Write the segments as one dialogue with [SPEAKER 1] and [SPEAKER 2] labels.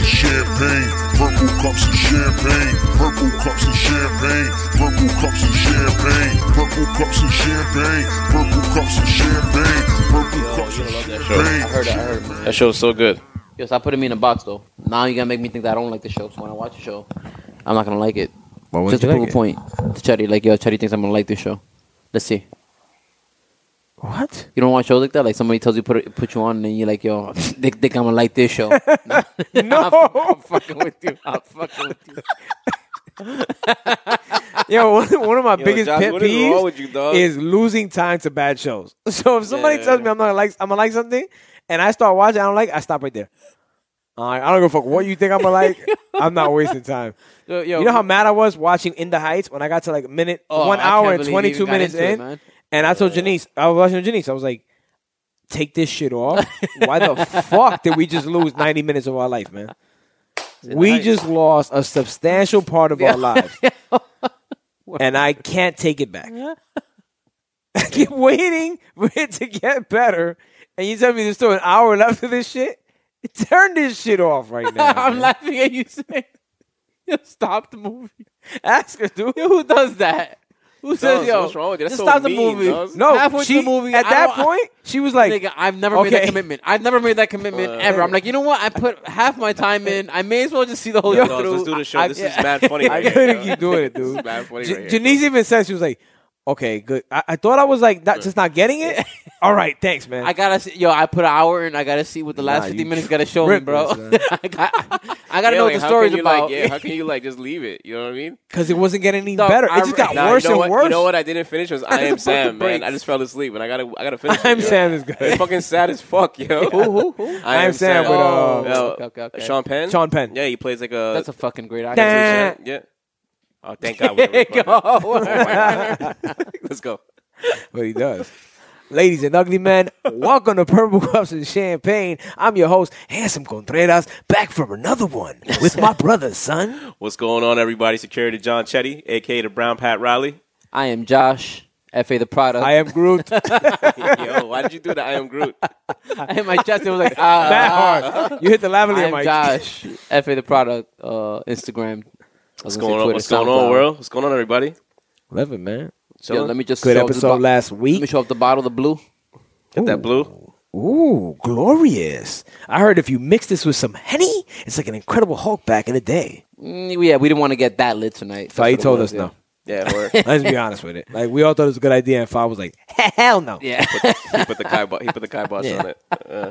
[SPEAKER 1] champagne, purple cups and champagne, purple cups and champagne, purple cups and champagne, purple cups and champagne, purple cups and champagne, purple
[SPEAKER 2] Yo,
[SPEAKER 1] cups
[SPEAKER 2] you
[SPEAKER 1] and
[SPEAKER 2] don't love that
[SPEAKER 1] champagne.
[SPEAKER 2] show. I heard it, I heard it, man.
[SPEAKER 3] That show was so good.
[SPEAKER 2] Yes, I put him in a box though. Now you're gonna make me think that I don't like the show. So when I watch the show, I'm not gonna like it.
[SPEAKER 4] Why wouldn't
[SPEAKER 2] Just to
[SPEAKER 4] you like
[SPEAKER 2] prove
[SPEAKER 4] it?
[SPEAKER 2] a point to Chetty, like yo, Chetty thinks I'm gonna like this show. Let's see.
[SPEAKER 4] What?
[SPEAKER 2] You don't watch shows like that. Like somebody tells you put it, put you on, and then you're like, yo, they think I'm gonna like this show. Nah,
[SPEAKER 4] No.
[SPEAKER 2] I'm fucking with you. I'm fucking with you.
[SPEAKER 4] Yo, one, one of my
[SPEAKER 3] Yo,
[SPEAKER 4] biggest
[SPEAKER 3] Josh,
[SPEAKER 4] pet
[SPEAKER 3] what is wrong
[SPEAKER 4] peeves
[SPEAKER 3] with you, dog?
[SPEAKER 4] is losing time to bad shows. So if somebody
[SPEAKER 3] Yeah.
[SPEAKER 4] tells me I'm not gonna like I'm gonna like something, and I start watching, I don't like, I stop right there. All right, I don't give a fuck what you think I'm gonna like. I'm not wasting time.
[SPEAKER 2] Yo, yo,
[SPEAKER 4] You know how mad I was watching In the Heights when I got to like minute
[SPEAKER 2] Oh,
[SPEAKER 4] one
[SPEAKER 2] I can't
[SPEAKER 4] hour and
[SPEAKER 2] believe you
[SPEAKER 4] 22
[SPEAKER 2] even got
[SPEAKER 4] minutes
[SPEAKER 2] into it,
[SPEAKER 4] in,
[SPEAKER 2] man.
[SPEAKER 4] and I told Janice, I was watching Janice, I was like, "Take this shit off! Why the fuck did we just lose 90 minutes of our life, man? We just lost a substantial part of our lives, and I can't take it back. I keep waiting for it to get better, and you tell me there's still an hour left of this shit. Turn this shit off right now.
[SPEAKER 2] I'm
[SPEAKER 4] man.
[SPEAKER 2] laughing at you saying, yo, stop the movie.
[SPEAKER 4] ask her, dude.
[SPEAKER 2] Yo, who does that? Who says,
[SPEAKER 3] Dawes,
[SPEAKER 2] yo,
[SPEAKER 3] what's wrong with you? That's
[SPEAKER 2] just
[SPEAKER 3] so
[SPEAKER 2] stop the
[SPEAKER 3] mean,
[SPEAKER 2] movie.
[SPEAKER 3] Dawes.
[SPEAKER 4] No,
[SPEAKER 2] Halfway
[SPEAKER 4] she,
[SPEAKER 2] through the movie,
[SPEAKER 4] at
[SPEAKER 2] I
[SPEAKER 4] that
[SPEAKER 2] don't-
[SPEAKER 4] point, she was like,
[SPEAKER 2] Nigga, I've never made that
[SPEAKER 4] Okay.
[SPEAKER 2] commitment. I've never made that commitment ever. I'm like, you know what? I put half my time in. I may as well just see the whole
[SPEAKER 3] Yo,
[SPEAKER 2] thing
[SPEAKER 3] Dawes, let's do
[SPEAKER 2] through.
[SPEAKER 3] the show.
[SPEAKER 4] I-
[SPEAKER 3] this
[SPEAKER 4] yeah.
[SPEAKER 3] is mad funny.
[SPEAKER 4] I
[SPEAKER 3] Right here,
[SPEAKER 4] couldn't
[SPEAKER 3] dog.
[SPEAKER 4] keep doing it,
[SPEAKER 3] This is
[SPEAKER 4] dude.
[SPEAKER 3] mad funny.
[SPEAKER 4] J-
[SPEAKER 3] right here.
[SPEAKER 4] Janice even said she was like, "Okay, good. I, I thought I was like not, just not getting it. All right, thanks, man.
[SPEAKER 2] I gotta see, yo. I put an hour in. I gotta see what the last
[SPEAKER 4] Nah,
[SPEAKER 2] fifty
[SPEAKER 4] you
[SPEAKER 2] minutes gotta show me,
[SPEAKER 4] tripping,
[SPEAKER 2] bro.
[SPEAKER 4] son.
[SPEAKER 2] I, got, I gotta
[SPEAKER 3] Yeah,
[SPEAKER 2] know
[SPEAKER 3] like,
[SPEAKER 2] what the
[SPEAKER 3] how
[SPEAKER 2] story's
[SPEAKER 3] can you,
[SPEAKER 2] about.
[SPEAKER 3] Like, yeah, how can you like just leave it? You know what I mean?
[SPEAKER 4] because it wasn't getting any
[SPEAKER 2] Dog,
[SPEAKER 4] better.
[SPEAKER 2] I
[SPEAKER 4] It just got
[SPEAKER 2] re- Nah,
[SPEAKER 4] worse
[SPEAKER 3] you know
[SPEAKER 4] and
[SPEAKER 3] what,
[SPEAKER 4] worse.
[SPEAKER 3] You know what I didn't finish was I am
[SPEAKER 2] Put the
[SPEAKER 3] Sam, man.
[SPEAKER 2] brakes.
[SPEAKER 3] I just fell asleep, and I gotta I gotta finish.
[SPEAKER 4] I'm
[SPEAKER 3] it, yo.
[SPEAKER 4] Sam is
[SPEAKER 3] It's
[SPEAKER 4] good.
[SPEAKER 3] fucking sad as fuck, yo.
[SPEAKER 2] who, who?
[SPEAKER 3] I,
[SPEAKER 4] am Sam with, uh,
[SPEAKER 3] Yo,
[SPEAKER 2] Okay, okay, okay.
[SPEAKER 3] Sean Penn.
[SPEAKER 4] Sean Penn.
[SPEAKER 3] Yeah, he plays like a.
[SPEAKER 2] That's a fucking great
[SPEAKER 4] Damn.
[SPEAKER 2] actor.
[SPEAKER 3] yeah. yeah. Oh, thank God. we- we- Let's go.
[SPEAKER 4] but he does. Ladies and ugly men, welcome to Purple Cups and Champagne. I'm your host, Handsome Contreras, back from another one with my brother, son.
[SPEAKER 3] What's going on, everybody? Security John Chetty, aka the Brown Pat Riley.
[SPEAKER 2] I am Josh. Fa the product.
[SPEAKER 4] I am Groot.
[SPEAKER 3] Yo, why did you do that? I am Groot.
[SPEAKER 2] I hit my chest. It was like ah,
[SPEAKER 4] That
[SPEAKER 2] ah,
[SPEAKER 4] hard. You hit the
[SPEAKER 2] I
[SPEAKER 4] lavalier
[SPEAKER 2] am
[SPEAKER 4] mic.
[SPEAKER 2] Josh. Fa the product. Uh, Instagram.
[SPEAKER 3] What's going on? What's going on, world? What's going on, everybody?
[SPEAKER 4] Love it, man.
[SPEAKER 2] Yo,
[SPEAKER 3] Chilling?
[SPEAKER 2] let me just
[SPEAKER 4] Good
[SPEAKER 2] show the bo-
[SPEAKER 4] episode last
[SPEAKER 2] Let me
[SPEAKER 4] week.
[SPEAKER 2] show off the bottle, the blue.
[SPEAKER 3] Get that blue.
[SPEAKER 4] Ooh, glorious. I heard if you mix this with some Henny, it's like an incredible Hulk back in the day.
[SPEAKER 2] Mm, yeah, we didn't want to get that lit tonight. That's what
[SPEAKER 4] Faye
[SPEAKER 2] it
[SPEAKER 4] told
[SPEAKER 2] was,
[SPEAKER 4] us no.
[SPEAKER 3] Yeah, word.
[SPEAKER 4] Let's be honest with it. Like, we all thought it was a good idea, and Faye was like, hell no.
[SPEAKER 2] Yeah. Yeah.
[SPEAKER 3] he put the kibosh. He put the kibosh
[SPEAKER 4] Yeah.
[SPEAKER 3] on it. Uh,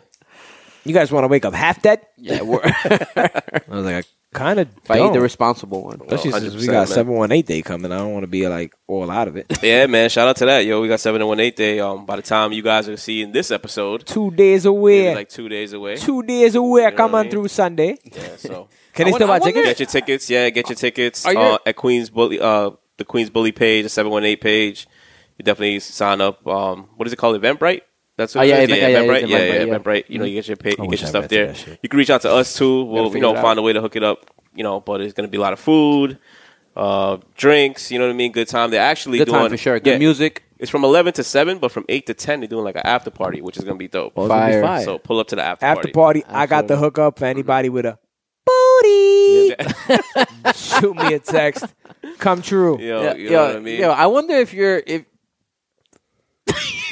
[SPEAKER 4] You guys want to wake up half dead?
[SPEAKER 2] yeah we're
[SPEAKER 4] I was like, I kind of
[SPEAKER 2] Faye,
[SPEAKER 4] don't.
[SPEAKER 2] the responsible one.
[SPEAKER 4] Especially
[SPEAKER 3] Well,
[SPEAKER 4] since
[SPEAKER 3] 100%,
[SPEAKER 4] we got
[SPEAKER 3] man.
[SPEAKER 4] 718 Day coming. I don't want to be, like, all out of it.
[SPEAKER 3] yeah, man. Shout out to that, yo. We got seven and one eight day. Um, by the time you guys are seeing this episode,
[SPEAKER 4] Two days
[SPEAKER 3] it'll be
[SPEAKER 4] away.
[SPEAKER 3] like two days away.
[SPEAKER 4] Two days away.
[SPEAKER 3] know
[SPEAKER 4] Come
[SPEAKER 3] what I
[SPEAKER 4] on
[SPEAKER 3] mean?
[SPEAKER 4] through Sunday.
[SPEAKER 3] Yeah, so
[SPEAKER 4] Can
[SPEAKER 2] I
[SPEAKER 4] they still buy
[SPEAKER 2] wonder- I
[SPEAKER 4] tickets?
[SPEAKER 3] get your tickets. Yeah, get your tickets
[SPEAKER 2] Are you-
[SPEAKER 3] uh, at Queens Bully, uh, the Queens Bully page, the seven one eight page. You definitely sign up. Um, what is it called? Eventbrite. That's what
[SPEAKER 2] Oh,
[SPEAKER 3] it
[SPEAKER 2] yeah,
[SPEAKER 3] is?
[SPEAKER 2] Event- yeah, yeah,
[SPEAKER 3] Eventbrite.
[SPEAKER 2] it's
[SPEAKER 3] Yeah, yeah,
[SPEAKER 2] Eventbrite, yeah.
[SPEAKER 3] Eventbrite. You know, you get your pay, you
[SPEAKER 4] wish
[SPEAKER 3] get your
[SPEAKER 4] I
[SPEAKER 3] stuff
[SPEAKER 4] rented
[SPEAKER 3] there.
[SPEAKER 4] that shit.
[SPEAKER 3] You can reach out to us too. We'll
[SPEAKER 2] figure
[SPEAKER 3] you know
[SPEAKER 2] it out.
[SPEAKER 3] find a way to hook it up. You know, but it's gonna be a lot of food, uh, drinks. You know what I mean? Good time. They're actually
[SPEAKER 2] Good
[SPEAKER 3] doing
[SPEAKER 2] time for sure. Good
[SPEAKER 3] yeah.
[SPEAKER 2] music.
[SPEAKER 3] It's from 11 to 7, but from 8 to 10, they're doing like an after party, which is going to be dope.
[SPEAKER 2] Oh,
[SPEAKER 4] it's gonna be
[SPEAKER 2] Fire.
[SPEAKER 4] fire.
[SPEAKER 3] So pull up to the after,
[SPEAKER 4] After party, I got the hookup for anybody with a booty. Shoot me a text. Come true.
[SPEAKER 3] Yo,
[SPEAKER 2] Yeah,
[SPEAKER 3] you know
[SPEAKER 2] yo,
[SPEAKER 3] what I mean?
[SPEAKER 2] yo, I wonder if you're if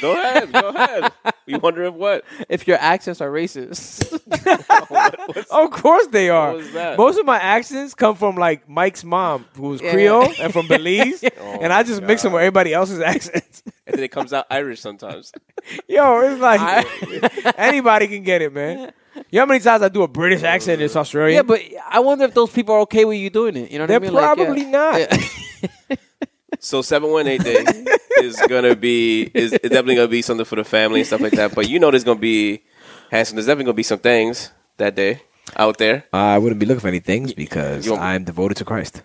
[SPEAKER 3] Go ahead. Go ahead. You wondering what?
[SPEAKER 2] if your accents are racist.
[SPEAKER 4] Of course they are.
[SPEAKER 3] was that?
[SPEAKER 4] Most of my accents come from like Mike's mom, who's
[SPEAKER 2] Yeah.
[SPEAKER 4] Creole and from Belize, and I
[SPEAKER 3] my
[SPEAKER 4] just mix them with everybody else's accents.
[SPEAKER 3] And then it comes out Irish sometimes.
[SPEAKER 4] Yo, it's like anybody can get it, man. You know how many times I do a British accent in this Australian?
[SPEAKER 2] yeah, but I wonder if those people are okay with you doing it. You know what
[SPEAKER 4] they're
[SPEAKER 2] I mean? Like, yeah.
[SPEAKER 4] probably not.
[SPEAKER 3] So 718 Day is going to be, is it's definitely going to be something for the family and stuff like that. But you know, there's going to be, handsome, there's definitely going to be some things that day out there.
[SPEAKER 4] I wouldn't be looking for any things because
[SPEAKER 3] you want-
[SPEAKER 4] I'm devoted to Christ.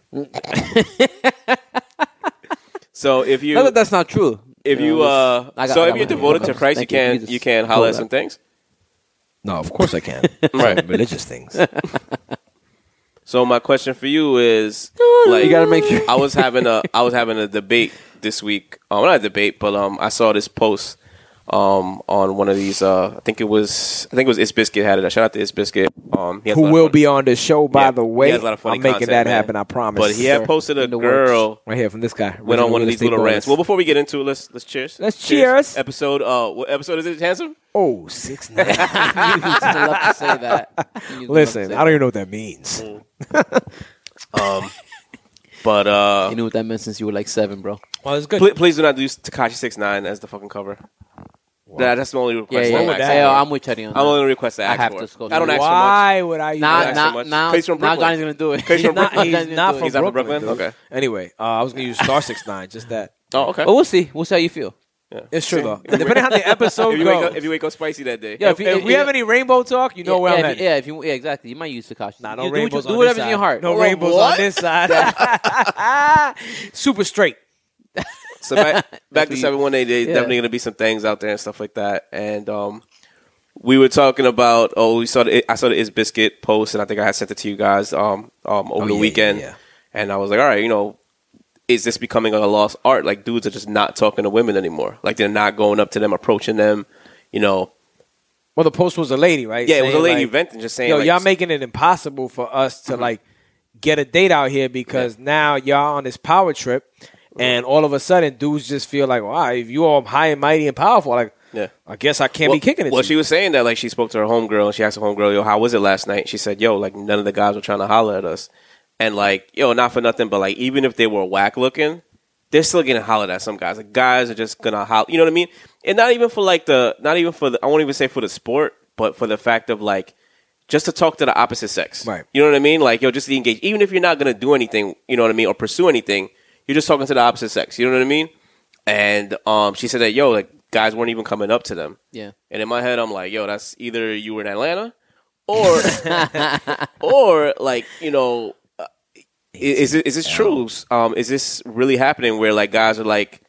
[SPEAKER 3] So if you.
[SPEAKER 2] Not that that's not true.
[SPEAKER 3] if
[SPEAKER 2] You
[SPEAKER 3] you
[SPEAKER 2] know,
[SPEAKER 3] uh,
[SPEAKER 2] I got-
[SPEAKER 3] so
[SPEAKER 2] I
[SPEAKER 3] if
[SPEAKER 2] got
[SPEAKER 3] you're
[SPEAKER 2] one.
[SPEAKER 3] devoted to
[SPEAKER 2] Okay.
[SPEAKER 3] Christ, you
[SPEAKER 2] Thank you. You
[SPEAKER 3] can
[SPEAKER 2] just
[SPEAKER 3] you can holler
[SPEAKER 2] pulled
[SPEAKER 3] at
[SPEAKER 2] that.
[SPEAKER 3] some things.
[SPEAKER 4] No, of course I can.
[SPEAKER 3] Right.
[SPEAKER 4] Religious things.
[SPEAKER 3] So my question for you is, like,
[SPEAKER 2] You gotta make sure-
[SPEAKER 3] I was having a I was having a debate this week. Um, not a debate, but um, I saw this post um, on one of these. Uh, I think it was I think it was It's Biscuit had it. Shout out to It's Biscuit. Um, he has a
[SPEAKER 4] Who
[SPEAKER 3] lot of
[SPEAKER 4] will
[SPEAKER 3] fun-
[SPEAKER 4] be on the show, by
[SPEAKER 3] Yeah,
[SPEAKER 4] the way.
[SPEAKER 3] he has a lot of funny
[SPEAKER 4] I'm making that
[SPEAKER 3] content, man.
[SPEAKER 4] happen, I promise.
[SPEAKER 3] But he had posted a
[SPEAKER 2] In the
[SPEAKER 3] girl
[SPEAKER 4] right here from this guy.
[SPEAKER 3] went on one
[SPEAKER 4] Real
[SPEAKER 3] of these
[SPEAKER 4] estate
[SPEAKER 3] little rants. Well,
[SPEAKER 4] bonus.
[SPEAKER 3] before we get into it, let's let's cheers.
[SPEAKER 4] Let's cheers.
[SPEAKER 3] Episode. Uh, what episode is it? Handsome.
[SPEAKER 4] Oh, six nine.
[SPEAKER 2] You used to love to say that. You used to love to
[SPEAKER 4] Listen,
[SPEAKER 2] say
[SPEAKER 4] I don't even know what that means.
[SPEAKER 3] Um, but
[SPEAKER 2] that. You
[SPEAKER 3] uh,
[SPEAKER 2] knew what that meant since you were like seven, bro.
[SPEAKER 4] Well, it's good.
[SPEAKER 3] please, please do not use Takashi Six Nine as the fucking cover. That, that's the only
[SPEAKER 2] Yeah,
[SPEAKER 3] request.
[SPEAKER 2] yeah.
[SPEAKER 3] I'm
[SPEAKER 2] yeah.
[SPEAKER 4] would that
[SPEAKER 3] asking
[SPEAKER 2] Hey, yo,
[SPEAKER 3] for.
[SPEAKER 2] I'm with Chetty on that.
[SPEAKER 3] I'm only request that.
[SPEAKER 2] I
[SPEAKER 3] ask
[SPEAKER 2] have
[SPEAKER 3] for
[SPEAKER 2] to
[SPEAKER 3] it.
[SPEAKER 2] score.
[SPEAKER 3] I don't ask for much.
[SPEAKER 4] Why would I? use
[SPEAKER 2] Now,
[SPEAKER 4] that?
[SPEAKER 3] ask so
[SPEAKER 2] now,
[SPEAKER 3] much.
[SPEAKER 2] now,
[SPEAKER 3] He's from
[SPEAKER 2] now
[SPEAKER 3] Brooklyn.
[SPEAKER 2] Johnny's gonna do it.
[SPEAKER 3] He's
[SPEAKER 4] He's
[SPEAKER 3] from
[SPEAKER 4] not,
[SPEAKER 3] Brooklyn.
[SPEAKER 4] he's not from
[SPEAKER 3] He's not
[SPEAKER 4] Brooklyn.
[SPEAKER 3] from Brooklyn?
[SPEAKER 4] dude.
[SPEAKER 3] Okay.
[SPEAKER 4] Anyway, uh, I was gonna use star six nine, just that.
[SPEAKER 3] Oh, okay.
[SPEAKER 2] But we'll see. We'll see how you feel.
[SPEAKER 4] It's true though. Depending on how the episode
[SPEAKER 3] if, you wake
[SPEAKER 4] goes.
[SPEAKER 3] up, if you wake up spicy that day,
[SPEAKER 4] Oh, yeah, if, if we
[SPEAKER 2] if-
[SPEAKER 4] have any rainbow talk, you know
[SPEAKER 2] yeah,
[SPEAKER 4] where
[SPEAKER 2] yeah,
[SPEAKER 4] I'm
[SPEAKER 2] if
[SPEAKER 4] at.
[SPEAKER 2] you- yeah, if you, yeah, exactly. You might use Takashi.
[SPEAKER 4] Nah,
[SPEAKER 2] You
[SPEAKER 4] no
[SPEAKER 2] do what you-
[SPEAKER 4] rainbows
[SPEAKER 2] Do
[SPEAKER 4] on
[SPEAKER 2] whatever's
[SPEAKER 4] this
[SPEAKER 2] in your
[SPEAKER 4] side.
[SPEAKER 2] heart.
[SPEAKER 4] No
[SPEAKER 2] Well,
[SPEAKER 4] rainbows
[SPEAKER 2] what?
[SPEAKER 4] on this side. Super straight.
[SPEAKER 3] so back, back to
[SPEAKER 2] what you-
[SPEAKER 3] seven one eight. There's
[SPEAKER 2] yeah.
[SPEAKER 3] definitely gonna be some things out there and stuff like that. And um, we were talking about oh, we saw the I saw the Is Biscuit post, and I think I had sent it to you guys um, um over
[SPEAKER 4] Oh,
[SPEAKER 3] the
[SPEAKER 4] yeah,
[SPEAKER 3] weekend.
[SPEAKER 4] yeah, yeah.
[SPEAKER 3] And I was like, all right, you know, is this becoming a lost art? Like dudes are just not talking to women anymore. Like they're not going up to them, approaching them. You know,
[SPEAKER 4] Well, the post was a lady, right?
[SPEAKER 3] yeah, it was a
[SPEAKER 4] Saying,
[SPEAKER 3] lady
[SPEAKER 4] like,
[SPEAKER 3] venting, just saying,
[SPEAKER 4] Yo,
[SPEAKER 3] like,
[SPEAKER 4] y'all making it impossible for us
[SPEAKER 3] Mm-hmm.
[SPEAKER 4] to like get a date out here because now y'all on this power trip,
[SPEAKER 3] Mm-hmm.
[SPEAKER 4] and all of a sudden dudes just feel like, wow, if you all high and mighty and powerful, like,
[SPEAKER 3] Yeah.
[SPEAKER 4] I guess I can't
[SPEAKER 3] well,
[SPEAKER 4] be kicking it.
[SPEAKER 3] well,
[SPEAKER 4] to
[SPEAKER 3] she
[SPEAKER 4] you.
[SPEAKER 3] was saying that like she spoke to her homegirl and she asked her homegirl, "Yo, how was it last night?" She said, "Yo, like none of the guys were trying to holler at us, and like yo, not for nothing, but like even if they were whack looking, they're still getting hollered at. Some guys, like guys are just gonna holler, you know what I mean? And not even for like the, not even for the, I won't even say for the sport, but for the fact of like just to talk to the opposite sex,
[SPEAKER 4] Right.
[SPEAKER 3] You know what I mean? Like yo, just to engage, even if you're not gonna do anything, you know what I mean, or pursue anything, you're just talking to the opposite sex, you know what I mean? And um, she said that yo, like guys weren't even coming up to them.
[SPEAKER 2] Yeah.
[SPEAKER 3] And in my head, I'm like, yo, that's either you were in Atlanta, or, or like, you know, uh, i- is it- is this true? Um, is this really happening? Where like guys are like,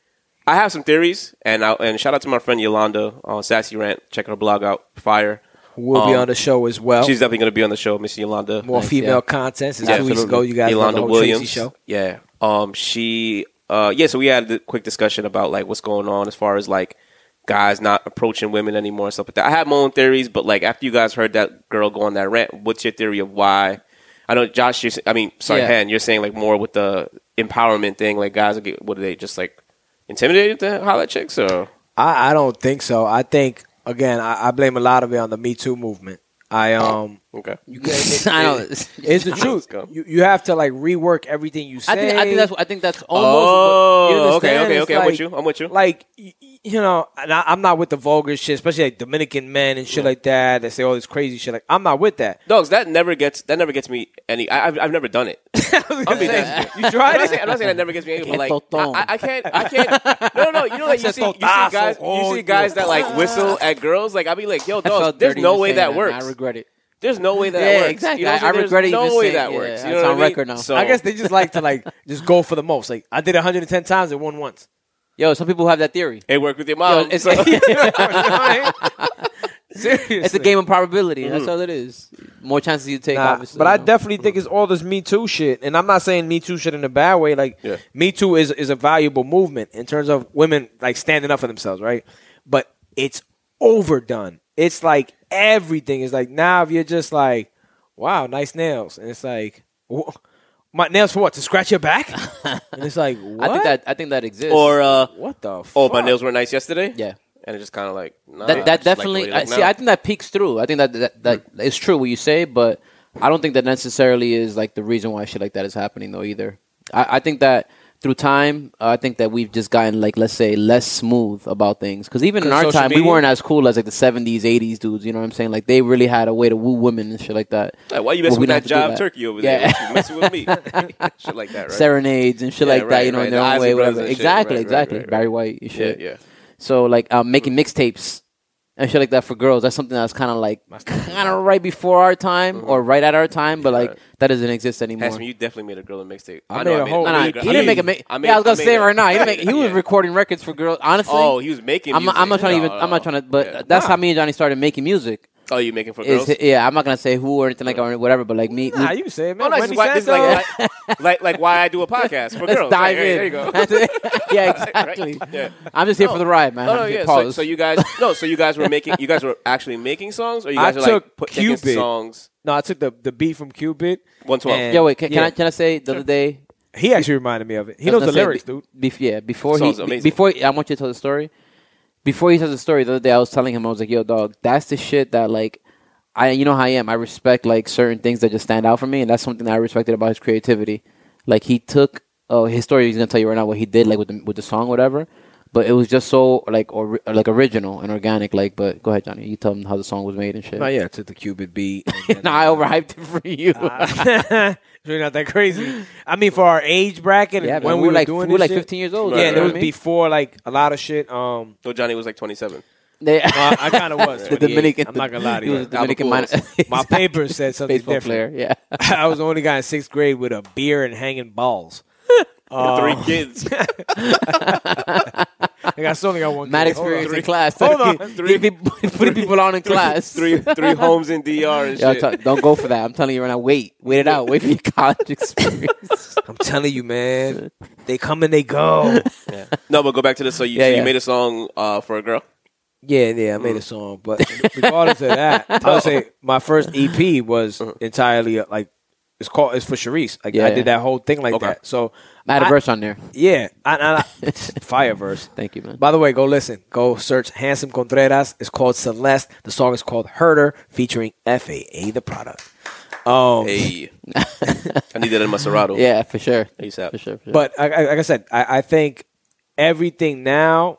[SPEAKER 3] I have some theories, and I, and shout out to my friend Yolanda on Sassy Rant. Check her blog out, fire.
[SPEAKER 4] Who will be
[SPEAKER 3] um,
[SPEAKER 4] on the show as well.
[SPEAKER 3] She's definitely going to be on the show, Miss Yolanda.
[SPEAKER 4] Oh. More
[SPEAKER 2] Nice,
[SPEAKER 4] female
[SPEAKER 2] yeah.
[SPEAKER 4] content. Since two weeks ago, you guys know the
[SPEAKER 3] Yolanda
[SPEAKER 4] whole
[SPEAKER 3] Williams.
[SPEAKER 4] Tracy show.
[SPEAKER 3] Yeah. Um. She. Uh. Yeah. So we had a quick discussion about like what's going on as far as like guys not approaching women anymore and stuff like that. I have my own theories, but like after you guys heard that girl go on that rant, what's your theory of why? I know Josh. You're, s- I mean, sorry,
[SPEAKER 2] Yeah.
[SPEAKER 3] Han. You're saying like more with the empowerment thing. Like guys, are get, what are they just like intimidated to holler at chicks or?
[SPEAKER 4] I, I don't think so. I think again, I, I blame a lot of it on the Me Too movement. I
[SPEAKER 3] Oh.
[SPEAKER 4] um,
[SPEAKER 3] Okay.
[SPEAKER 2] You guys, I know.
[SPEAKER 4] it's the truth.
[SPEAKER 3] go.
[SPEAKER 4] You, you have to like rework everything you say.
[SPEAKER 2] I think, I think that's. I think that's almost. what- you
[SPEAKER 3] Oh, okay,
[SPEAKER 2] understand?
[SPEAKER 3] okay,
[SPEAKER 4] It's
[SPEAKER 3] okay. I'm with
[SPEAKER 4] like-
[SPEAKER 3] you. I'm with you.
[SPEAKER 4] like y- y- you know, and I, I'm not with the vulgar shit, especially like Dominican men and shit like that. That say all this crazy shit. Like I'm not with that.
[SPEAKER 3] Dogs, that never gets that never gets me any. I, I've, I've never done it.
[SPEAKER 4] I'm
[SPEAKER 3] saying-
[SPEAKER 4] saying, you
[SPEAKER 3] I'm
[SPEAKER 4] tried
[SPEAKER 3] not saying,
[SPEAKER 4] it.
[SPEAKER 3] I'm not saying that never gets me angry, but like
[SPEAKER 2] Totón.
[SPEAKER 3] I, I can't, I can't. No, no, no. You know, like you see, you see
[SPEAKER 4] Totazo.
[SPEAKER 3] guys, you
[SPEAKER 4] Oh,
[SPEAKER 3] see guys that like whistle at girls. Like I'll be like, yo, dog, there's no way that works.
[SPEAKER 2] I regret it.
[SPEAKER 3] There's no way that
[SPEAKER 2] Yeah,
[SPEAKER 3] works.
[SPEAKER 2] exactly.
[SPEAKER 3] You know what I'm
[SPEAKER 2] I- I
[SPEAKER 3] saying?
[SPEAKER 2] regret
[SPEAKER 3] There's
[SPEAKER 2] even
[SPEAKER 3] no way
[SPEAKER 2] saying-
[SPEAKER 3] that
[SPEAKER 2] yeah,
[SPEAKER 3] works.
[SPEAKER 2] yeah,
[SPEAKER 3] You know
[SPEAKER 2] it's on
[SPEAKER 3] what I mean?
[SPEAKER 2] record now.
[SPEAKER 3] So,
[SPEAKER 4] I guess they just like to like just go for the most. Like I did 110 times and won once.
[SPEAKER 2] Yo, some people have that theory.
[SPEAKER 3] it worked with your
[SPEAKER 2] Yo,
[SPEAKER 3] mom.
[SPEAKER 2] it's,
[SPEAKER 3] so-
[SPEAKER 4] Seriously,
[SPEAKER 2] it's a game of probability. That's all it is. More chances you take,
[SPEAKER 4] Mm-hmm. Nah,
[SPEAKER 2] obviously.
[SPEAKER 4] But I
[SPEAKER 2] you know.
[SPEAKER 4] definitely think it's all this Me Too shit, and I'm not saying Me Too shit in a bad way. Like
[SPEAKER 3] Yeah.
[SPEAKER 4] Me Too is is a valuable movement in terms of women like standing up for themselves, right? But it's overdone. It's like everything is like now. If you're just like, wow, nice nails, and it's like, wh- my nails for what to scratch your back? and it's like, what?
[SPEAKER 2] I think that. I think that exists.
[SPEAKER 3] or uh,
[SPEAKER 4] what the? Fuck?
[SPEAKER 3] oh, my nails were nice yesterday.
[SPEAKER 2] Yeah.
[SPEAKER 3] and it's just kind of like nah,
[SPEAKER 2] that
[SPEAKER 3] just like
[SPEAKER 2] that
[SPEAKER 3] the way
[SPEAKER 2] definitely
[SPEAKER 3] you
[SPEAKER 2] I
[SPEAKER 3] look
[SPEAKER 2] see
[SPEAKER 3] now. Hmm.
[SPEAKER 2] I think that peeks through. I think that that, that it's true what you say, but I don't think that necessarily is like the reason why shit like that is happening though either. I, I think that through time, uh, I think that we've just gotten like let's say less smooth about things because even in
[SPEAKER 4] 'Cause
[SPEAKER 2] our
[SPEAKER 4] social
[SPEAKER 2] time we
[SPEAKER 4] media?
[SPEAKER 2] weren't as cool as like the seventies, eighties dudes. You know what I'm saying? Like they really had a way to woo women and shit like that.
[SPEAKER 3] Like, why you
[SPEAKER 2] Well,
[SPEAKER 3] messing
[SPEAKER 2] we don't
[SPEAKER 3] with that
[SPEAKER 2] have to do
[SPEAKER 3] job
[SPEAKER 2] that.
[SPEAKER 3] turkey over
[SPEAKER 2] Yeah.
[SPEAKER 3] there? You messing with me? Shit like that, right?
[SPEAKER 2] Serenades and shit
[SPEAKER 3] Yeah,
[SPEAKER 2] like that,
[SPEAKER 3] right,
[SPEAKER 2] you know,
[SPEAKER 3] right.
[SPEAKER 2] in their
[SPEAKER 3] The
[SPEAKER 2] own
[SPEAKER 3] Isley
[SPEAKER 2] way,
[SPEAKER 3] Brothers
[SPEAKER 2] whatever.
[SPEAKER 3] and shit.
[SPEAKER 2] Exactly,
[SPEAKER 3] Right, right,
[SPEAKER 2] exactly.
[SPEAKER 3] right, right.
[SPEAKER 2] Barry White and
[SPEAKER 3] Yeah,
[SPEAKER 2] shit.
[SPEAKER 3] yeah.
[SPEAKER 2] So like um, making mixtapes and shit like that for girls. That's something that's kind of like kind of right before our time or right at our time, but like
[SPEAKER 3] Mm-hmm. right.
[SPEAKER 2] that doesn't exist anymore.
[SPEAKER 3] Hanson, you definitely made a girl a mixtape.
[SPEAKER 4] I made a whole-
[SPEAKER 2] Nah, nah,
[SPEAKER 4] I
[SPEAKER 2] he
[SPEAKER 4] made a-
[SPEAKER 2] didn't make a.
[SPEAKER 4] made-
[SPEAKER 2] mi- yeah, I was gonna say it right now. He, didn't make, he was
[SPEAKER 3] recording.
[SPEAKER 2] recording records for girls. Honestly,
[SPEAKER 3] Oh, he was making.
[SPEAKER 2] I'm, not-
[SPEAKER 3] music.
[SPEAKER 2] I'm not trying to
[SPEAKER 3] No,
[SPEAKER 2] even.
[SPEAKER 3] no,
[SPEAKER 2] I'm not trying to. But
[SPEAKER 3] yeah.
[SPEAKER 2] that's
[SPEAKER 4] Nah.
[SPEAKER 2] how me and Johnny started making music.
[SPEAKER 3] Oh, you making for
[SPEAKER 2] Is,
[SPEAKER 3] girls?
[SPEAKER 2] yeah, I'm not gonna say who or anything like or whatever, but like me,
[SPEAKER 4] Nah,
[SPEAKER 2] me-
[SPEAKER 4] you say it,
[SPEAKER 3] Oh,
[SPEAKER 4] man.
[SPEAKER 3] no, this
[SPEAKER 4] Wendy
[SPEAKER 3] is, why, this is
[SPEAKER 4] Santos.
[SPEAKER 3] like, like, like, like why I do a podcast for
[SPEAKER 2] let's
[SPEAKER 3] girls.
[SPEAKER 2] dive
[SPEAKER 3] Like, hey,
[SPEAKER 2] in.
[SPEAKER 3] there you go.
[SPEAKER 2] yeah,
[SPEAKER 3] Right?
[SPEAKER 2] exactly.
[SPEAKER 3] Yeah.
[SPEAKER 2] I'm just here for the ride, man.
[SPEAKER 3] Oh, no,
[SPEAKER 2] I'm just
[SPEAKER 3] yeah. So,
[SPEAKER 2] Pause.
[SPEAKER 3] so you guys, no, so you guys were making, you guys were actually making songs, or you
[SPEAKER 4] I
[SPEAKER 3] guys were like
[SPEAKER 4] took
[SPEAKER 3] put, taking
[SPEAKER 4] Cupid.
[SPEAKER 3] songs.
[SPEAKER 4] no, I took the, the beat from Cupid.
[SPEAKER 3] One twelve.
[SPEAKER 4] And-
[SPEAKER 2] yeah, wait. Can, can
[SPEAKER 4] yeah.
[SPEAKER 2] I can I say the other day?
[SPEAKER 4] He actually reminded me of it. He
[SPEAKER 2] I was
[SPEAKER 4] knows the
[SPEAKER 2] gonna say,
[SPEAKER 4] lyrics,
[SPEAKER 2] be-
[SPEAKER 4] dude.
[SPEAKER 2] bef- yeah, before
[SPEAKER 3] Song's
[SPEAKER 2] he be-
[SPEAKER 3] amazing.
[SPEAKER 2] before I want you to tell the story. Before he tells the story, the other day I was telling him I was like, "Yo, dog, that's the shit that like, I you know how I am. I respect like certain things that just stand out for me, and that's something that I respected about his creativity. Like he took uh, his story. He's gonna tell you right now what he did like with the, with the song, whatever. But it was just so like or, like original and organic. Like, but go ahead, Johnny. You tell him how the song was made and shit.
[SPEAKER 4] No, yeah, I took the Cupid beat.
[SPEAKER 2] no, I overhyped it for you.
[SPEAKER 4] it's really not that crazy. I mean, for our age bracket,
[SPEAKER 2] yeah,
[SPEAKER 4] and
[SPEAKER 2] when
[SPEAKER 4] when
[SPEAKER 2] we were like
[SPEAKER 4] doing
[SPEAKER 2] we were like
[SPEAKER 4] this shit-
[SPEAKER 2] 15 years old.
[SPEAKER 3] Right,
[SPEAKER 4] yeah,
[SPEAKER 2] you
[SPEAKER 4] and
[SPEAKER 2] know
[SPEAKER 4] it
[SPEAKER 3] right,
[SPEAKER 4] was
[SPEAKER 2] what I mean?
[SPEAKER 4] before like a lot of shit. Um,
[SPEAKER 3] So Johnny was like twenty seven.
[SPEAKER 2] They-
[SPEAKER 4] I, I kind of was
[SPEAKER 2] the
[SPEAKER 4] 28.
[SPEAKER 2] Dominican.
[SPEAKER 4] I'm not gonna lie to
[SPEAKER 2] he
[SPEAKER 4] you.
[SPEAKER 2] was a Dominican minor,
[SPEAKER 4] My paper said something
[SPEAKER 2] baseball
[SPEAKER 4] different.
[SPEAKER 2] player. Yeah,
[SPEAKER 4] I was the only guy in sixth grade with a beer and hanging balls. Uh,
[SPEAKER 3] Three kids.
[SPEAKER 4] Like I still only got one.
[SPEAKER 2] mad
[SPEAKER 4] kid. Hold on.
[SPEAKER 2] experience in class.
[SPEAKER 4] Hold on.
[SPEAKER 2] Three people putting people on in class.
[SPEAKER 3] three three homes in DR and
[SPEAKER 2] Y'all
[SPEAKER 3] shit.
[SPEAKER 2] talk- don't go for that. I'm telling you right now. Wait, wait it out. Wait for your college experience.
[SPEAKER 4] I'm telling you, man. They come and they go.
[SPEAKER 3] no, but go back to this. So you,
[SPEAKER 2] Yeah,
[SPEAKER 3] so
[SPEAKER 2] yeah.
[SPEAKER 3] you made a song uh, for a girl.
[SPEAKER 4] Yeah, yeah, I
[SPEAKER 3] Mm.
[SPEAKER 4] made a song, but regardless of that, I would say my first EP was
[SPEAKER 3] Mm.
[SPEAKER 4] entirely uh, like it's called it's for Sharice. Like
[SPEAKER 2] Yeah,
[SPEAKER 4] I did
[SPEAKER 2] yeah.
[SPEAKER 4] that whole thing like
[SPEAKER 3] Okay.
[SPEAKER 4] that. So
[SPEAKER 2] Mad
[SPEAKER 4] I-
[SPEAKER 2] verse on there.
[SPEAKER 4] yeah, I, I, I, fire verse.
[SPEAKER 2] Thank you, man.
[SPEAKER 4] By the way, go listen. Go search Handsome Contreras. It's called Celeste. The song is called Herder, featuring FAA the product. Um,
[SPEAKER 3] Hey, I need that in my Serato.
[SPEAKER 2] Yeah, for sure.
[SPEAKER 3] ASAP.
[SPEAKER 2] For sure. For sure.
[SPEAKER 4] But I, I, like I said, I, I think everything now,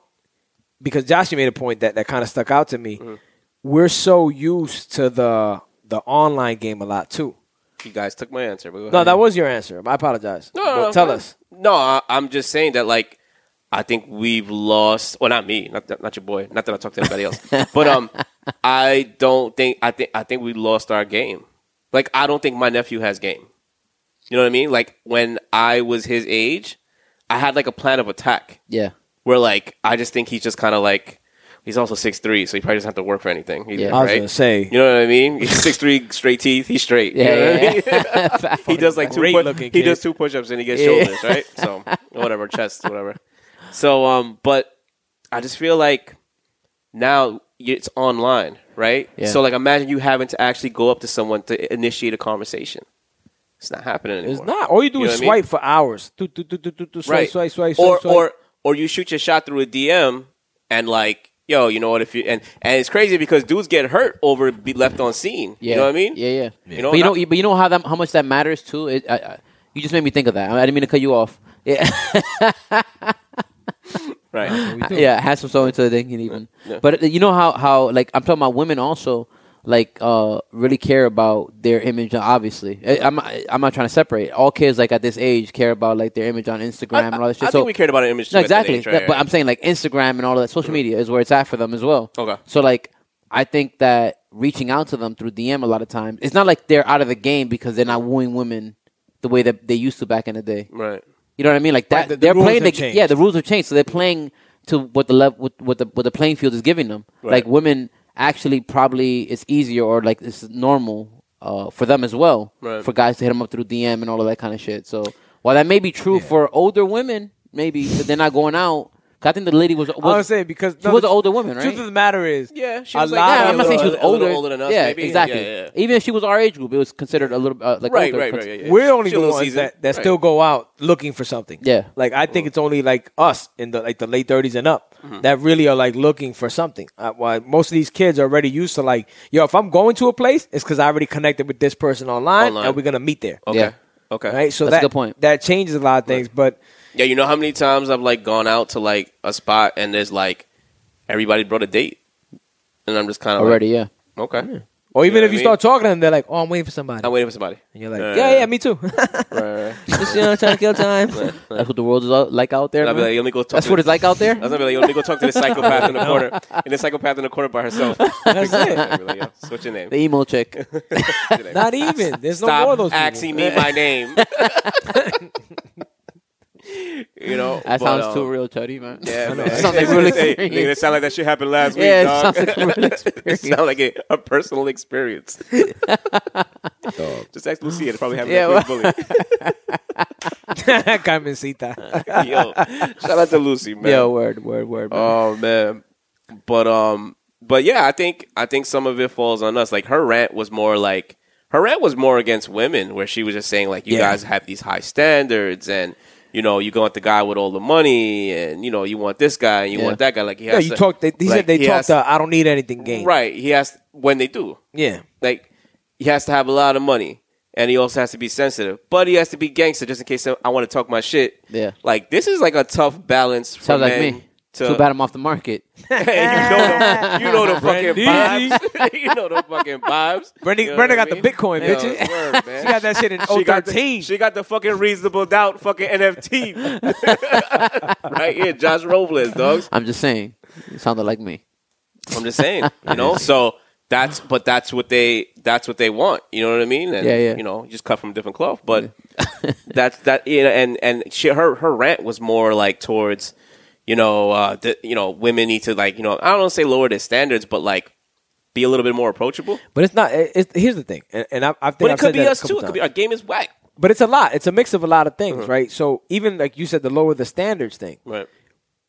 [SPEAKER 4] because Josh you made a point that, that kind of stuck out to me.
[SPEAKER 3] Mm-hmm.
[SPEAKER 4] We're so used to the the online game a lot too.
[SPEAKER 3] You guys took my answer. But go
[SPEAKER 4] No,
[SPEAKER 3] ahead.
[SPEAKER 4] that was your answer. I apologize.
[SPEAKER 3] No,
[SPEAKER 4] But
[SPEAKER 3] no, no,
[SPEAKER 4] tell
[SPEAKER 3] no.
[SPEAKER 4] us.
[SPEAKER 3] No, I, I'm just saying that like I think we've lost. Well, not me, not that- not your boy. Not that I talk to anybody else, but um, I don't think I think I think we lost our game. Like I don't think my nephew has game. You know what I mean? Like when I was his age, I had like a plan of attack
[SPEAKER 2] yeah.
[SPEAKER 3] where like I just think he's just kind of like he's also six three, so he probably doesn't have to work for anything. Either,
[SPEAKER 2] Yeah.
[SPEAKER 4] I was
[SPEAKER 3] right?
[SPEAKER 4] gonna say
[SPEAKER 3] You know what I mean? He's six three, straight teeth. He's straight. You
[SPEAKER 2] Yeah,
[SPEAKER 3] know what I
[SPEAKER 2] yeah,
[SPEAKER 3] mean? he does like two.
[SPEAKER 4] Great
[SPEAKER 3] pu-
[SPEAKER 4] looking
[SPEAKER 3] he
[SPEAKER 4] kid.
[SPEAKER 3] does two push-ups and he gets
[SPEAKER 2] Yeah.
[SPEAKER 3] shoulders, right? So whatever, chest, whatever. So um, but I just feel like now it's online, right?
[SPEAKER 2] Yeah.
[SPEAKER 3] So like, imagine you having to actually go up to someone to initiate a conversation. It's not happening anymore.
[SPEAKER 4] it's not. All you do
[SPEAKER 3] You know
[SPEAKER 4] is
[SPEAKER 3] what I mean?
[SPEAKER 4] swipe for hours. Do, do, do, do, do, do, swipe,
[SPEAKER 3] right?
[SPEAKER 4] swipe, swipe, swipe,
[SPEAKER 3] or
[SPEAKER 4] swipe.
[SPEAKER 3] or or you shoot your shot through a DM and like. Yo, you know what? If you and and it's crazy because dudes get hurt over be left on scene.
[SPEAKER 2] Yeah.
[SPEAKER 3] You know what I mean?
[SPEAKER 2] Yeah, yeah.
[SPEAKER 3] You know,
[SPEAKER 2] but you
[SPEAKER 3] not-
[SPEAKER 2] know, but you know how that, how much that matters too. It, I, I, you just made me think of that. I didn't mean to cut you off. Yeah,
[SPEAKER 3] Right.
[SPEAKER 2] yeah. Had some so into the thing, and even.
[SPEAKER 3] Yeah.
[SPEAKER 2] But uh, you know how how like I'm talking about women also like uh really care about their image. Obviously, I, I'm I'm not trying to separate. All kids like at this age care about like their image on Instagram and all that shit.
[SPEAKER 3] I
[SPEAKER 2] so
[SPEAKER 3] think we cared about an image.
[SPEAKER 2] No,
[SPEAKER 3] too at that
[SPEAKER 2] exactly.
[SPEAKER 3] age, right? Mm-hmm.
[SPEAKER 2] But I'm saying like Instagram and all of that social media is where it's at for them as well.
[SPEAKER 3] Okay.
[SPEAKER 2] So like I think that reaching out to them through DM a lot of times, it's not like they're out of the game because they're not wooing women the way that they used to back in the day.
[SPEAKER 3] right.
[SPEAKER 2] You know what I mean? Like that
[SPEAKER 4] the- the
[SPEAKER 2] they're
[SPEAKER 4] rules
[SPEAKER 2] playing
[SPEAKER 4] have
[SPEAKER 2] the
[SPEAKER 4] changed.
[SPEAKER 2] yeah, the rules have changed. So they're playing to what the level what, what the what the playing field is giving them. Like women actually probably it's easier or like it's normal uh, for them as well
[SPEAKER 3] Right.
[SPEAKER 2] for guys to hit them up through DM and all of that kind of shit. So while that may be true for older women, maybe but they're not going out. 'Cause I think the lady was, was
[SPEAKER 4] I was saying because
[SPEAKER 2] she was
[SPEAKER 4] the
[SPEAKER 2] an older woman, right?
[SPEAKER 4] Truth of the matter is,
[SPEAKER 3] Yeah, she
[SPEAKER 4] a
[SPEAKER 3] was like-
[SPEAKER 4] lot
[SPEAKER 2] yeah,
[SPEAKER 4] of
[SPEAKER 2] I'm not saying she was
[SPEAKER 3] a little
[SPEAKER 2] older.
[SPEAKER 3] older than us,
[SPEAKER 2] Yeah,
[SPEAKER 3] maybe.
[SPEAKER 2] exactly.
[SPEAKER 3] Yeah, yeah,
[SPEAKER 2] Even if she was our age group, it was considered a little uh, like
[SPEAKER 3] Right,
[SPEAKER 2] older.
[SPEAKER 3] right, right, yeah, yeah.
[SPEAKER 4] We're only
[SPEAKER 3] Chill
[SPEAKER 4] the
[SPEAKER 3] little
[SPEAKER 4] ones
[SPEAKER 3] season.
[SPEAKER 4] that, that
[SPEAKER 3] Right.
[SPEAKER 4] still go out looking for something.
[SPEAKER 2] Yeah.
[SPEAKER 4] Like I think it's only like us in the like the late thirties and up
[SPEAKER 3] Mm-hmm.
[SPEAKER 4] that really are like looking for something. Uh, why most of these kids are already used to like, yo, if I'm going to a place, it's because I already connected with this person online,
[SPEAKER 3] Online.
[SPEAKER 4] and we're gonna meet there.
[SPEAKER 3] Okay.
[SPEAKER 2] Yeah.
[SPEAKER 3] Okay.
[SPEAKER 4] Right. So
[SPEAKER 2] That's a
[SPEAKER 4] that
[SPEAKER 2] good point.
[SPEAKER 4] that changes a lot of things. But
[SPEAKER 3] Yeah, you know how many times I've like gone out to like a spot and there's like everybody brought a date, and I'm just kind of
[SPEAKER 2] Already, yeah.
[SPEAKER 3] Like, okay.
[SPEAKER 4] or even
[SPEAKER 3] know
[SPEAKER 4] if
[SPEAKER 3] what
[SPEAKER 4] you
[SPEAKER 3] I
[SPEAKER 4] start talking to them, they're like, oh, I'm waiting for somebody.
[SPEAKER 3] I'm waiting for somebody.
[SPEAKER 4] and you're like,
[SPEAKER 3] Uh,
[SPEAKER 4] yeah, yeah, me too.
[SPEAKER 3] Right, right, right.
[SPEAKER 4] Just you know, trying to kill time.
[SPEAKER 2] That's what the world is out- like out there.
[SPEAKER 3] And I'll be
[SPEAKER 2] man.
[SPEAKER 3] like, let me go talk.
[SPEAKER 2] That's
[SPEAKER 3] to
[SPEAKER 2] what
[SPEAKER 3] the-
[SPEAKER 2] it's like out there.
[SPEAKER 3] I was gonna be like, yo, let me go talk to the psychopath in the corner, and the psychopath in the corner by herself. That's
[SPEAKER 4] it.
[SPEAKER 3] Like, yo, so what's your name?
[SPEAKER 2] The emo chick.
[SPEAKER 3] What's your name?
[SPEAKER 4] Not even. There's no more of
[SPEAKER 3] Stop
[SPEAKER 4] those people.
[SPEAKER 3] asking me my name. You know,
[SPEAKER 2] That
[SPEAKER 3] but,
[SPEAKER 2] sounds
[SPEAKER 3] um,
[SPEAKER 2] too real, Chuddy, man.
[SPEAKER 3] Yeah, man.
[SPEAKER 2] Sounds like real
[SPEAKER 3] Hey,
[SPEAKER 2] experience.
[SPEAKER 3] nigga, that sound like that shit happened last week.
[SPEAKER 2] Yeah, it
[SPEAKER 3] dog.
[SPEAKER 2] sounds like a real experience.
[SPEAKER 3] it sound like a, a personal experience. Just ask Lucia. It probably happened.
[SPEAKER 2] Yeah,
[SPEAKER 3] that quick bully.
[SPEAKER 4] Carmencita.
[SPEAKER 3] Yo, shout out to Lucy, man.
[SPEAKER 2] Yo, word, word, word. man.
[SPEAKER 3] Oh man, but um, but yeah, I think I think some of it falls on us. Like her rant was more like her rant was more against women, where she was just saying like, you
[SPEAKER 4] Yeah.
[SPEAKER 3] guys have these high standards, and you know, you want the guy with all the money, and you know, you want this guy, and you
[SPEAKER 2] Yeah.
[SPEAKER 3] want that guy. Like he
[SPEAKER 4] yeah,
[SPEAKER 3] has
[SPEAKER 4] you
[SPEAKER 3] to-
[SPEAKER 4] talked. They, he
[SPEAKER 3] like,
[SPEAKER 4] said they
[SPEAKER 3] he
[SPEAKER 4] talked.
[SPEAKER 3] has-
[SPEAKER 4] the I don't need anything game.
[SPEAKER 3] right. He has when they do
[SPEAKER 4] Yeah.
[SPEAKER 3] like he has to have a lot of money and he also has to be sensitive but he has to be gangster just in case i want to talk my shit
[SPEAKER 2] Yeah.
[SPEAKER 3] like this is like a tough balance for
[SPEAKER 2] Sounds like
[SPEAKER 3] men
[SPEAKER 2] me.
[SPEAKER 3] to,
[SPEAKER 2] Too bad I'm off the market.
[SPEAKER 3] Hey, you know the, you know the fucking
[SPEAKER 4] Brandy.
[SPEAKER 3] vibes you know the fucking vibes
[SPEAKER 4] Brenda-
[SPEAKER 3] you know
[SPEAKER 4] Brenda
[SPEAKER 3] what
[SPEAKER 4] got the Bitcoin,
[SPEAKER 3] Yo,
[SPEAKER 4] bitches.
[SPEAKER 3] word, man.
[SPEAKER 4] She got that shit in
[SPEAKER 3] She got, the,
[SPEAKER 4] 013.
[SPEAKER 3] she got the fucking reasonable doubt fucking NFT. right here, Josh Robles, dogs.
[SPEAKER 2] I'm just saying. It sounded like me.
[SPEAKER 3] I'm just saying, you know. so that's but that's what they that's what they want. You know what I mean? And,
[SPEAKER 2] Yeah, yeah.
[SPEAKER 3] You know, just cut from a different cloth. But that's that. You know, and and she, her her rant was more like towards, you know, uh, the, you know, women need to like you know I don't wanna say lower their standards, but like be a little bit more approachable.
[SPEAKER 4] But it's not. it- It's, here's the thing, and, and I, I think
[SPEAKER 3] But
[SPEAKER 4] I've
[SPEAKER 3] it could
[SPEAKER 4] said
[SPEAKER 3] be
[SPEAKER 4] that a
[SPEAKER 3] us Uh-huh. too.
[SPEAKER 4] couple
[SPEAKER 3] It
[SPEAKER 4] times.
[SPEAKER 3] could be our game is whack.
[SPEAKER 4] But it's a lot. It's a mix of a lot of things, right? So even like you said, the lower the standards thing.
[SPEAKER 3] Right.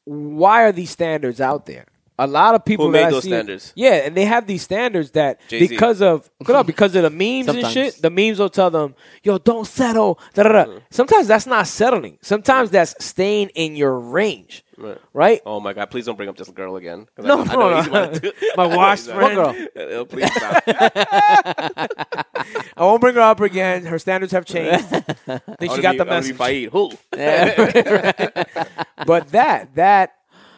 [SPEAKER 4] Why are these standards out there? A lot of people
[SPEAKER 3] Who
[SPEAKER 4] that
[SPEAKER 3] made
[SPEAKER 4] I
[SPEAKER 3] those
[SPEAKER 4] see-
[SPEAKER 3] standards?
[SPEAKER 4] Yeah, and they have these standards that
[SPEAKER 3] Jay-Z.
[SPEAKER 4] because of no, because of the memes
[SPEAKER 2] Sometimes.
[SPEAKER 4] and shit. The memes will tell them, "Yo, don't settle." Da, da, da.
[SPEAKER 3] Uh-huh.
[SPEAKER 4] Sometimes that's not settling. Sometimes that's staying in your range,
[SPEAKER 3] Right.
[SPEAKER 4] right?
[SPEAKER 3] Oh my god! Please don't bring up this girl again. 'Cause
[SPEAKER 4] No,
[SPEAKER 3] I, I
[SPEAKER 4] no,
[SPEAKER 3] know
[SPEAKER 4] no.
[SPEAKER 3] he's about to-
[SPEAKER 4] My
[SPEAKER 3] I know
[SPEAKER 4] washed
[SPEAKER 3] he's
[SPEAKER 4] friend.
[SPEAKER 3] about to- Uh, Please stop.
[SPEAKER 4] I won't bring her up again. Her standards have changed. I think she
[SPEAKER 3] I wanna
[SPEAKER 4] got
[SPEAKER 3] be-
[SPEAKER 4] the
[SPEAKER 3] I wanna be
[SPEAKER 4] message.
[SPEAKER 3] Fahid. Who?
[SPEAKER 4] but that that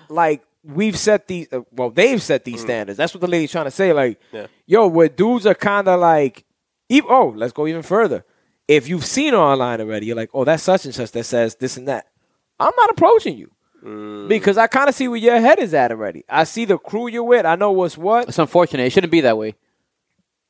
[SPEAKER 4] like we've set these uh, well they've set
[SPEAKER 2] Mm.
[SPEAKER 4] these standards that's what the lady's trying to say like
[SPEAKER 3] Yeah.
[SPEAKER 4] yo where dudes are kind of like ev oh let's go even further if you've seen her online already you're like oh that's such and such that says this and that i'm not approaching you
[SPEAKER 2] Mm.
[SPEAKER 4] because i kind of see where your head is at already i see the crew you're with i know what's what
[SPEAKER 2] It's unfortunate. It shouldn't be that way.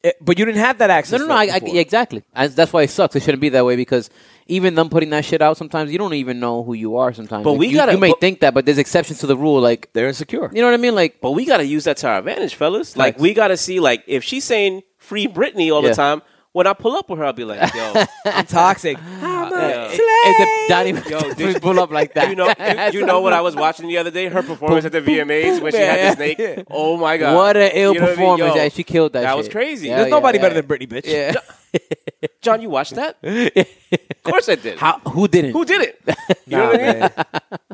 [SPEAKER 4] Eh, but you didn't have that
[SPEAKER 2] No,
[SPEAKER 4] access
[SPEAKER 2] no,
[SPEAKER 4] to
[SPEAKER 2] no. I,
[SPEAKER 4] that
[SPEAKER 2] I,
[SPEAKER 4] before.
[SPEAKER 2] yeah, exactly. And that's why it sucks. It shouldn't be that way because even them putting that shit out, sometimes you don't even know who you are. Sometimes,
[SPEAKER 3] But
[SPEAKER 2] Like,
[SPEAKER 3] we
[SPEAKER 2] you,
[SPEAKER 3] gotta-
[SPEAKER 2] You may
[SPEAKER 3] but-
[SPEAKER 2] think that, but there's exceptions to the rule. Like
[SPEAKER 4] they're insecure
[SPEAKER 2] you know what I mean? Like
[SPEAKER 3] But we got to use that to our advantage, fellas. Like,
[SPEAKER 2] Facts.
[SPEAKER 3] we got to see, like, if she's saying free Britney all
[SPEAKER 2] Yeah.
[SPEAKER 3] the time, when I pull up with her, I'll be like, yo,
[SPEAKER 4] i'm toxic I'm a
[SPEAKER 3] Yeah.
[SPEAKER 4] slave.
[SPEAKER 2] if the Donnie
[SPEAKER 3] Yo,
[SPEAKER 2] we
[SPEAKER 3] did-
[SPEAKER 2] pull up like that.
[SPEAKER 3] you know, you, you know what I was watching the other day? Her performance at the VMAs when she had the snake. Oh my God.
[SPEAKER 2] what an ill
[SPEAKER 3] You know what I mean?
[SPEAKER 2] performance!
[SPEAKER 3] Yo,
[SPEAKER 2] yeah, she killed that.
[SPEAKER 3] that
[SPEAKER 2] shit.
[SPEAKER 3] was crazy.
[SPEAKER 2] Yeah,
[SPEAKER 4] there's
[SPEAKER 2] yeah,
[SPEAKER 4] nobody
[SPEAKER 2] yeah.
[SPEAKER 4] better than Britney, bitch.
[SPEAKER 2] Yeah.
[SPEAKER 3] John, you watched that? of course I did.
[SPEAKER 2] How, who didn't?
[SPEAKER 3] Who did it? You know
[SPEAKER 4] Nah,
[SPEAKER 3] what I mean?
[SPEAKER 4] man.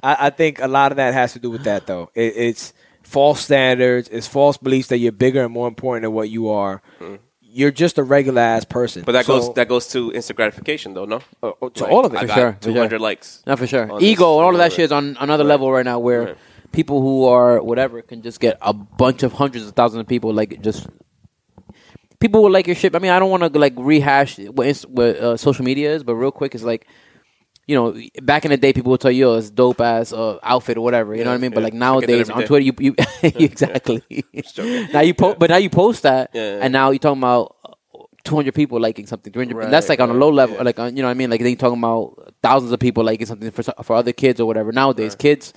[SPEAKER 4] I, I think a lot of that has to do with that, though. It, it's false standards. It's false beliefs that you're bigger and more important than what you are. You're just a regular ass person.
[SPEAKER 3] Mm-hmm. But that
[SPEAKER 4] So-
[SPEAKER 3] goes that goes to instant gratification, though, no?
[SPEAKER 4] oh, to all of it.
[SPEAKER 3] I
[SPEAKER 4] For
[SPEAKER 3] got
[SPEAKER 2] sure, for sure.
[SPEAKER 3] 200 likes.
[SPEAKER 2] No, for sure.
[SPEAKER 3] on Oh, this,
[SPEAKER 2] Ego and all of that
[SPEAKER 3] whatever.
[SPEAKER 2] shit is on another
[SPEAKER 3] Right.
[SPEAKER 2] level right now where
[SPEAKER 3] Right.
[SPEAKER 2] people who are whatever can just get a bunch of hundreds of thousands of people like just people will like your shit. I mean, I don't want to like rehash what, inst- what uh, social media is, but real quick, it's like you know, back in the day, people would tell you, "Oh, it's dope ass uh, outfit or whatever." You know
[SPEAKER 3] Yeah,
[SPEAKER 2] what I mean?
[SPEAKER 3] yeah.
[SPEAKER 2] But like
[SPEAKER 3] I get that
[SPEAKER 2] nowadays
[SPEAKER 3] every
[SPEAKER 2] on
[SPEAKER 3] day.
[SPEAKER 2] Twitter, you, you exactly.
[SPEAKER 3] joking.
[SPEAKER 2] now you po- but now you post that,
[SPEAKER 3] Yeah, yeah.
[SPEAKER 2] and now you're talking about uh, 200 people liking something, 300.
[SPEAKER 3] Right,
[SPEAKER 2] and that's like on a
[SPEAKER 3] right,
[SPEAKER 2] low level,
[SPEAKER 3] yeah.
[SPEAKER 2] like on, you know what I mean? Like then you're talking about thousands of people liking something for so- for other kids or whatever. Nowadays, kids.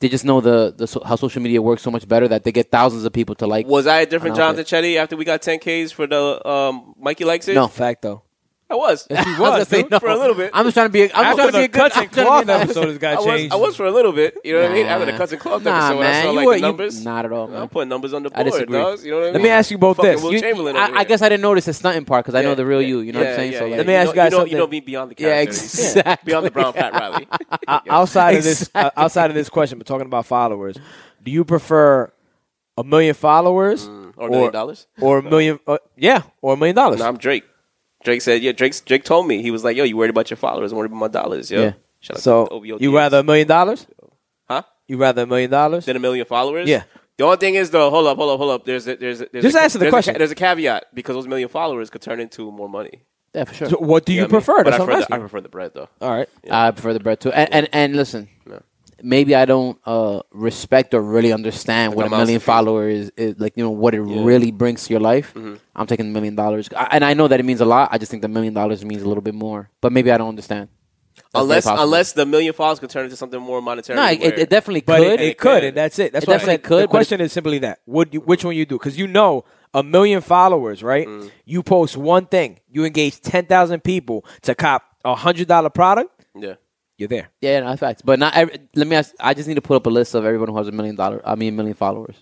[SPEAKER 2] They just know the, the so- how social media works so much better that they get thousands of people to like.
[SPEAKER 3] Was I a different
[SPEAKER 2] An
[SPEAKER 3] Jonathan
[SPEAKER 2] outfit.
[SPEAKER 3] Chetty after we got 10Ks for the um, Mikey Likes It?
[SPEAKER 2] No.
[SPEAKER 4] Fact, though.
[SPEAKER 3] I was.
[SPEAKER 2] I
[SPEAKER 3] I
[SPEAKER 2] gonna
[SPEAKER 3] was
[SPEAKER 2] say
[SPEAKER 3] dude, for a
[SPEAKER 2] no.
[SPEAKER 3] little bit.
[SPEAKER 2] I'm just trying to be. A, I'm
[SPEAKER 4] After
[SPEAKER 2] trying to
[SPEAKER 4] the
[SPEAKER 2] be a good.
[SPEAKER 4] cuts
[SPEAKER 2] I'm
[SPEAKER 4] and
[SPEAKER 2] trying to be a
[SPEAKER 4] cloth
[SPEAKER 2] nice-
[SPEAKER 4] episode has got
[SPEAKER 3] I was,
[SPEAKER 4] changed.
[SPEAKER 3] I was for a little bit. You know what I mean? After the
[SPEAKER 2] Nah.
[SPEAKER 3] cuts and cloth
[SPEAKER 2] Nah,
[SPEAKER 3] episode, I
[SPEAKER 2] man,
[SPEAKER 3] saw
[SPEAKER 2] you
[SPEAKER 3] like
[SPEAKER 2] were-
[SPEAKER 3] the
[SPEAKER 2] you-
[SPEAKER 3] numbers.
[SPEAKER 2] not at all,
[SPEAKER 3] I'm
[SPEAKER 2] man.
[SPEAKER 3] putting numbers on the board.
[SPEAKER 2] I disagree.
[SPEAKER 3] Dogs, you know what I mean?
[SPEAKER 4] Let me ask you both
[SPEAKER 3] Fucking
[SPEAKER 4] this.
[SPEAKER 3] Will
[SPEAKER 4] You-
[SPEAKER 3] Chamberlain
[SPEAKER 2] I,
[SPEAKER 3] over
[SPEAKER 2] I
[SPEAKER 3] here.
[SPEAKER 2] guess I didn't notice the stunting part because I know
[SPEAKER 3] Yeah,
[SPEAKER 2] the real
[SPEAKER 3] yeah,
[SPEAKER 2] you. You know what I'm
[SPEAKER 3] yeah,
[SPEAKER 2] saying?
[SPEAKER 3] yeah,
[SPEAKER 2] so
[SPEAKER 3] yeah.
[SPEAKER 2] like,
[SPEAKER 4] Let me ask
[SPEAKER 3] know-
[SPEAKER 4] you guys
[SPEAKER 3] know- You know
[SPEAKER 4] something.
[SPEAKER 3] me beyond the
[SPEAKER 2] Yeah,
[SPEAKER 3] character.
[SPEAKER 2] exactly.
[SPEAKER 3] Beyond the brown Pat Riley.
[SPEAKER 4] O- outside of this, uh, outside of this question, but talking about followers, do you prefer a million followers
[SPEAKER 3] Mm. Or a million dollars?
[SPEAKER 4] or a million? Uh, yeah, or a million dollars.
[SPEAKER 3] No, I'm Drake. Drake said, yeah, Drake's, Drake told me. He was like, yo, you worried about your followers. I'm worried about my dollars, yo.
[SPEAKER 2] Yeah.
[SPEAKER 3] Shout out to the
[SPEAKER 4] so
[SPEAKER 3] OVO
[SPEAKER 4] you
[SPEAKER 3] DMs.
[SPEAKER 4] rather a million dollars?
[SPEAKER 3] Huh?
[SPEAKER 4] You rather a million dollars?
[SPEAKER 3] Than a million followers?
[SPEAKER 4] Yeah.
[SPEAKER 3] The only thing is, though, hold up, hold up, hold up. There's a, there's a, there's
[SPEAKER 4] Just
[SPEAKER 3] a,
[SPEAKER 4] answer the
[SPEAKER 3] there's a ca-
[SPEAKER 4] question.
[SPEAKER 3] there's a caveat because those million followers could turn into more money.
[SPEAKER 2] yeah, for sure.
[SPEAKER 4] So what do you,
[SPEAKER 3] know what I mean?
[SPEAKER 4] prefer?
[SPEAKER 3] But
[SPEAKER 4] That's
[SPEAKER 3] I
[SPEAKER 4] what I'm
[SPEAKER 3] prefer, the, I
[SPEAKER 4] asking.
[SPEAKER 3] prefer the bread, though.
[SPEAKER 4] All right.
[SPEAKER 2] I prefer the bread too. And and, and listen,
[SPEAKER 3] No.
[SPEAKER 2] maybe I don't uh, respect or really understand what a
[SPEAKER 3] I'm out
[SPEAKER 2] million
[SPEAKER 3] to-
[SPEAKER 2] followers is, like. You know what it really brings to your life.
[SPEAKER 3] Mm-hmm.
[SPEAKER 2] I'm taking the million dollars, I, and I know that it means a lot. I just think the million dollars means a little bit more. But maybe I don't understand. very
[SPEAKER 3] unless
[SPEAKER 2] possible.
[SPEAKER 3] unless the million followers could turn into something more monetary.
[SPEAKER 2] No, it,
[SPEAKER 3] where-
[SPEAKER 2] it, it definitely
[SPEAKER 4] But
[SPEAKER 2] could.
[SPEAKER 4] it, it could, and that's it. That's
[SPEAKER 2] It
[SPEAKER 4] what I
[SPEAKER 2] definitely
[SPEAKER 4] said.
[SPEAKER 2] could,
[SPEAKER 4] the
[SPEAKER 2] but
[SPEAKER 4] question is simply that: Would you, which one you do? Because you know, a million followers, right?
[SPEAKER 2] Mm.
[SPEAKER 4] You post one thing, you engage ten thousand people to cop a hundred dollar product.
[SPEAKER 3] yeah.
[SPEAKER 4] You're there.
[SPEAKER 2] yeah, no, facts. But not. Every, let me ask. I just need to put up a list of everyone who has a million dollar. I mean, a million followers.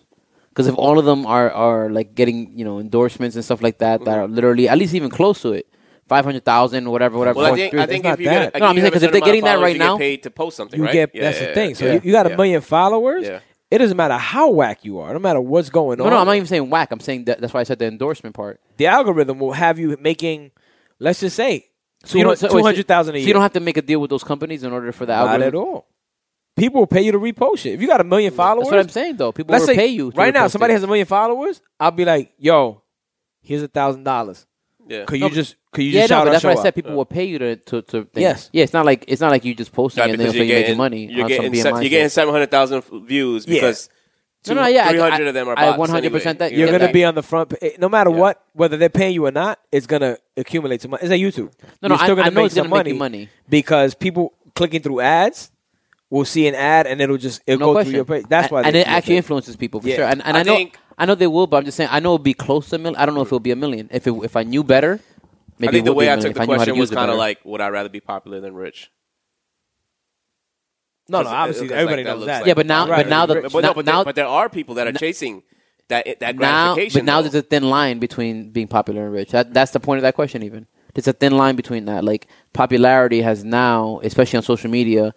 [SPEAKER 2] Because if all of them are are like getting you know endorsements and stuff like that, that
[SPEAKER 3] Mm-hmm.
[SPEAKER 2] are literally at least even close to it, five hundred thousand, whatever, whatever.
[SPEAKER 3] Well, I
[SPEAKER 2] four-
[SPEAKER 3] think
[SPEAKER 2] three-
[SPEAKER 3] I think
[SPEAKER 4] that's
[SPEAKER 3] if
[SPEAKER 4] not
[SPEAKER 3] you get
[SPEAKER 4] that.
[SPEAKER 3] like,
[SPEAKER 2] No, I'm
[SPEAKER 3] you
[SPEAKER 2] saying
[SPEAKER 3] have a
[SPEAKER 2] 'cause if
[SPEAKER 3] certain
[SPEAKER 2] they're
[SPEAKER 3] amount of
[SPEAKER 2] getting that
[SPEAKER 3] followers,
[SPEAKER 2] right
[SPEAKER 3] you
[SPEAKER 2] now-
[SPEAKER 3] get paid to post something.
[SPEAKER 4] You
[SPEAKER 3] right?
[SPEAKER 4] get
[SPEAKER 3] Yeah,
[SPEAKER 4] that's
[SPEAKER 3] yeah,
[SPEAKER 4] the thing. So
[SPEAKER 3] yeah,
[SPEAKER 4] you, you got
[SPEAKER 3] yeah.
[SPEAKER 4] a million followers.
[SPEAKER 3] Yeah.
[SPEAKER 4] It doesn't matter how whack you are. No matter what's going
[SPEAKER 2] no,
[SPEAKER 4] on.
[SPEAKER 2] no, I'm not even saying whack. I'm saying that, that's why I said the endorsement part.
[SPEAKER 4] the algorithm will have you making, let's just say,
[SPEAKER 2] So you don't- so- wait, so-
[SPEAKER 4] two hundred thousand a year.
[SPEAKER 2] So you don't have to make a deal with those companies in order for the
[SPEAKER 4] not
[SPEAKER 2] algorithm.
[SPEAKER 4] at all. People will pay you to repost it. If you got a million followers,
[SPEAKER 2] That's what I'm saying though. People
[SPEAKER 4] let's
[SPEAKER 2] will
[SPEAKER 4] say
[SPEAKER 2] pay you to
[SPEAKER 4] right now.
[SPEAKER 2] repost
[SPEAKER 4] Somebody
[SPEAKER 2] it.
[SPEAKER 4] has a million followers. I'll be like, yo, here's a thousand dollars.
[SPEAKER 3] Yeah.
[SPEAKER 4] Could
[SPEAKER 2] No,
[SPEAKER 4] you just could you
[SPEAKER 2] yeah,
[SPEAKER 4] just
[SPEAKER 2] no,
[SPEAKER 4] shout
[SPEAKER 2] but
[SPEAKER 4] out?
[SPEAKER 2] that's
[SPEAKER 4] show
[SPEAKER 2] what I said.
[SPEAKER 4] out?
[SPEAKER 2] People will pay you to to, to think.
[SPEAKER 4] Yes.
[SPEAKER 2] yeah. It's not like it's not like you just posting
[SPEAKER 3] Right,
[SPEAKER 2] and then
[SPEAKER 3] because
[SPEAKER 2] so you
[SPEAKER 3] you're
[SPEAKER 2] making
[SPEAKER 3] getting
[SPEAKER 2] money.
[SPEAKER 3] You're
[SPEAKER 2] on
[SPEAKER 3] getting
[SPEAKER 2] some
[SPEAKER 3] se-
[SPEAKER 2] BMI
[SPEAKER 3] you're
[SPEAKER 2] shit.
[SPEAKER 3] getting seven hundred thousand views
[SPEAKER 4] Yeah.
[SPEAKER 3] because
[SPEAKER 2] No, no, yeah, I-
[SPEAKER 3] three hundred
[SPEAKER 2] I-
[SPEAKER 3] of them are
[SPEAKER 2] I 100%
[SPEAKER 3] bots.
[SPEAKER 2] that-
[SPEAKER 3] anyway.
[SPEAKER 2] you
[SPEAKER 4] You're
[SPEAKER 2] get
[SPEAKER 4] gonna
[SPEAKER 2] that.
[SPEAKER 4] be on the front. pa- No matter what, whether they're paying you or not, it's gonna accumulate some money. It's like YouTube.
[SPEAKER 2] No, no,
[SPEAKER 4] You're still
[SPEAKER 2] I-
[SPEAKER 4] gonna
[SPEAKER 2] I know
[SPEAKER 4] make
[SPEAKER 2] it's
[SPEAKER 4] some
[SPEAKER 2] gonna make
[SPEAKER 4] money,
[SPEAKER 2] you money.
[SPEAKER 4] because people clicking through ads will see an ad and it'll just it'll
[SPEAKER 2] no
[SPEAKER 4] go
[SPEAKER 2] question.
[SPEAKER 4] through your page. That's
[SPEAKER 2] And-
[SPEAKER 4] why
[SPEAKER 2] and
[SPEAKER 4] they
[SPEAKER 2] it
[SPEAKER 4] do that.
[SPEAKER 2] actually influences people for
[SPEAKER 4] Yeah.
[SPEAKER 2] sure. And, and I,
[SPEAKER 3] I
[SPEAKER 2] know
[SPEAKER 3] think-
[SPEAKER 2] I know they will, but I'm just saying I know it'll be close to a million. I don't know if it'll be a million. If it, if I knew better, maybe
[SPEAKER 3] I think
[SPEAKER 2] it
[SPEAKER 3] the
[SPEAKER 2] would be
[SPEAKER 3] way
[SPEAKER 2] a
[SPEAKER 3] I
[SPEAKER 2] million
[SPEAKER 3] took
[SPEAKER 2] if
[SPEAKER 3] the
[SPEAKER 2] knew how to
[SPEAKER 3] question
[SPEAKER 2] use
[SPEAKER 3] was
[SPEAKER 2] it
[SPEAKER 3] kind of
[SPEAKER 2] better.
[SPEAKER 3] like, would I rather be popular than rich?
[SPEAKER 4] No, no,
[SPEAKER 3] Because it-
[SPEAKER 4] obviously
[SPEAKER 3] because, like,
[SPEAKER 4] everybody
[SPEAKER 3] that
[SPEAKER 4] knows
[SPEAKER 3] looks
[SPEAKER 4] that.
[SPEAKER 3] like-
[SPEAKER 2] Yeah, but now- but now the-
[SPEAKER 3] But, but no, but,
[SPEAKER 2] now-
[SPEAKER 3] there, but there are people that are chasing that that
[SPEAKER 2] now,
[SPEAKER 3] gratification.
[SPEAKER 2] but now
[SPEAKER 3] though.
[SPEAKER 2] there's a thin line between being popular and rich. That, that's the point of that question. Even there's a thin line between that. Like popularity has now, especially on social media,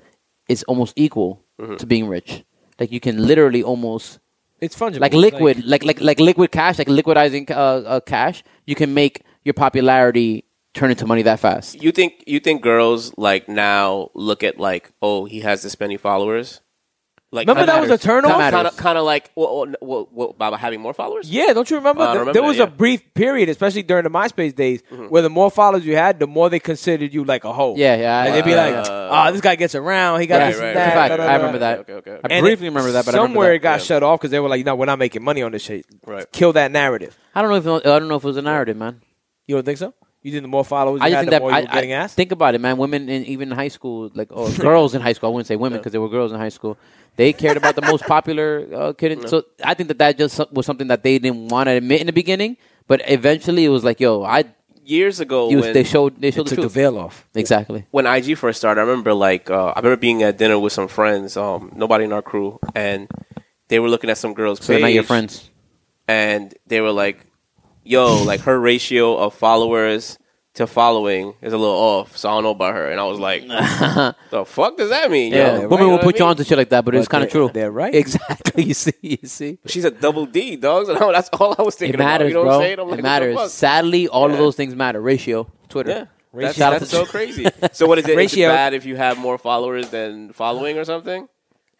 [SPEAKER 2] is almost equal to being rich. Like you can literally almost
[SPEAKER 4] it's fungible,
[SPEAKER 2] like
[SPEAKER 4] It's
[SPEAKER 2] liquid, like like like liquid cash, like liquidizing uh, uh, cash. You can make your popularity turn into money that fast.
[SPEAKER 3] you think you think girls like now look at like oh he has this many followers. Like
[SPEAKER 4] Remember
[SPEAKER 3] kinda-
[SPEAKER 4] that was a
[SPEAKER 2] That
[SPEAKER 4] turnoff.
[SPEAKER 2] matters.
[SPEAKER 3] kind of kind of like well, well, well, well, about having more followers.
[SPEAKER 4] Yeah, don't you remember?
[SPEAKER 3] I don't
[SPEAKER 4] There-
[SPEAKER 3] remember
[SPEAKER 4] there
[SPEAKER 3] that,
[SPEAKER 4] was
[SPEAKER 3] yeah. Mm-hmm.
[SPEAKER 4] a brief period, especially during the MySpace days, where the more followers you had, the more they considered you like a hoe.
[SPEAKER 2] Yeah, yeah, I-
[SPEAKER 4] Like, they'd be like,
[SPEAKER 3] Uh,
[SPEAKER 4] "Oh, this guy gets around. He got
[SPEAKER 2] Right,
[SPEAKER 4] this
[SPEAKER 3] right,
[SPEAKER 4] and that."
[SPEAKER 3] right.
[SPEAKER 4] da, da,
[SPEAKER 2] I
[SPEAKER 4] da."
[SPEAKER 2] remember that.
[SPEAKER 3] Okay, okay, okay.
[SPEAKER 2] I
[SPEAKER 4] And
[SPEAKER 2] briefly
[SPEAKER 4] it-
[SPEAKER 2] remember that, but
[SPEAKER 4] somewhere
[SPEAKER 2] I
[SPEAKER 4] it got
[SPEAKER 3] Yeah.
[SPEAKER 4] shut off because they were like, "No, we're not making money on this shit.
[SPEAKER 3] Right.
[SPEAKER 4] Kill that narrative."
[SPEAKER 2] I don't know if I don't know if it was a narrative, man.
[SPEAKER 4] You don't think so? You think the more followers you
[SPEAKER 2] I just
[SPEAKER 4] had,
[SPEAKER 2] think
[SPEAKER 4] the
[SPEAKER 2] that
[SPEAKER 4] more you were
[SPEAKER 2] I,
[SPEAKER 4] getting
[SPEAKER 2] I
[SPEAKER 4] asked?
[SPEAKER 2] think about it, man. Women in even in high school, like oh, girls in high school. I wouldn't say women because they were girls in high school. They cared about the most popular uh, kid. in- So I think that that just so- was something that they didn't want to admit in the beginning. But eventually, it was like, yo, I.
[SPEAKER 3] Years ago,
[SPEAKER 2] You,
[SPEAKER 3] when,
[SPEAKER 2] they showed they showed the
[SPEAKER 4] Took the
[SPEAKER 2] truth
[SPEAKER 4] veil off.
[SPEAKER 2] exactly.
[SPEAKER 3] when IG first started, I remember like uh, I remember being at dinner with some friends, um, nobody in our crew, and they were looking at some girls.
[SPEAKER 2] So they're not your
[SPEAKER 3] page,
[SPEAKER 2] friends.
[SPEAKER 3] and they were like, "Yo, like her ratio of followers to following is a little off, so I don't know about her." And I was like, "The fuck does that mean?"
[SPEAKER 2] Yeah,
[SPEAKER 3] yo?
[SPEAKER 2] women
[SPEAKER 3] Like, you know
[SPEAKER 2] will
[SPEAKER 3] what
[SPEAKER 2] put
[SPEAKER 3] I
[SPEAKER 2] you
[SPEAKER 3] mean?
[SPEAKER 2] on to shit like that, but, it's
[SPEAKER 4] But
[SPEAKER 2] kind of
[SPEAKER 4] they're-
[SPEAKER 2] true.
[SPEAKER 4] they're right.
[SPEAKER 2] Exactly. You see, you see.
[SPEAKER 3] She's a double D, dogs. And that's all I was thinking
[SPEAKER 2] It matters,
[SPEAKER 3] about. You know
[SPEAKER 2] bro.
[SPEAKER 3] what I'm saying? I'm like,
[SPEAKER 2] it
[SPEAKER 3] what the fuck?
[SPEAKER 2] matters. Sadly, all of
[SPEAKER 3] Yeah.
[SPEAKER 2] those things matter. Ratio, Twitter.
[SPEAKER 3] Yeah. That's,
[SPEAKER 2] Shout out
[SPEAKER 3] that's
[SPEAKER 2] to-
[SPEAKER 3] so crazy. So what is it? Is it
[SPEAKER 4] Ratio.
[SPEAKER 3] bad if you have more followers than following or something?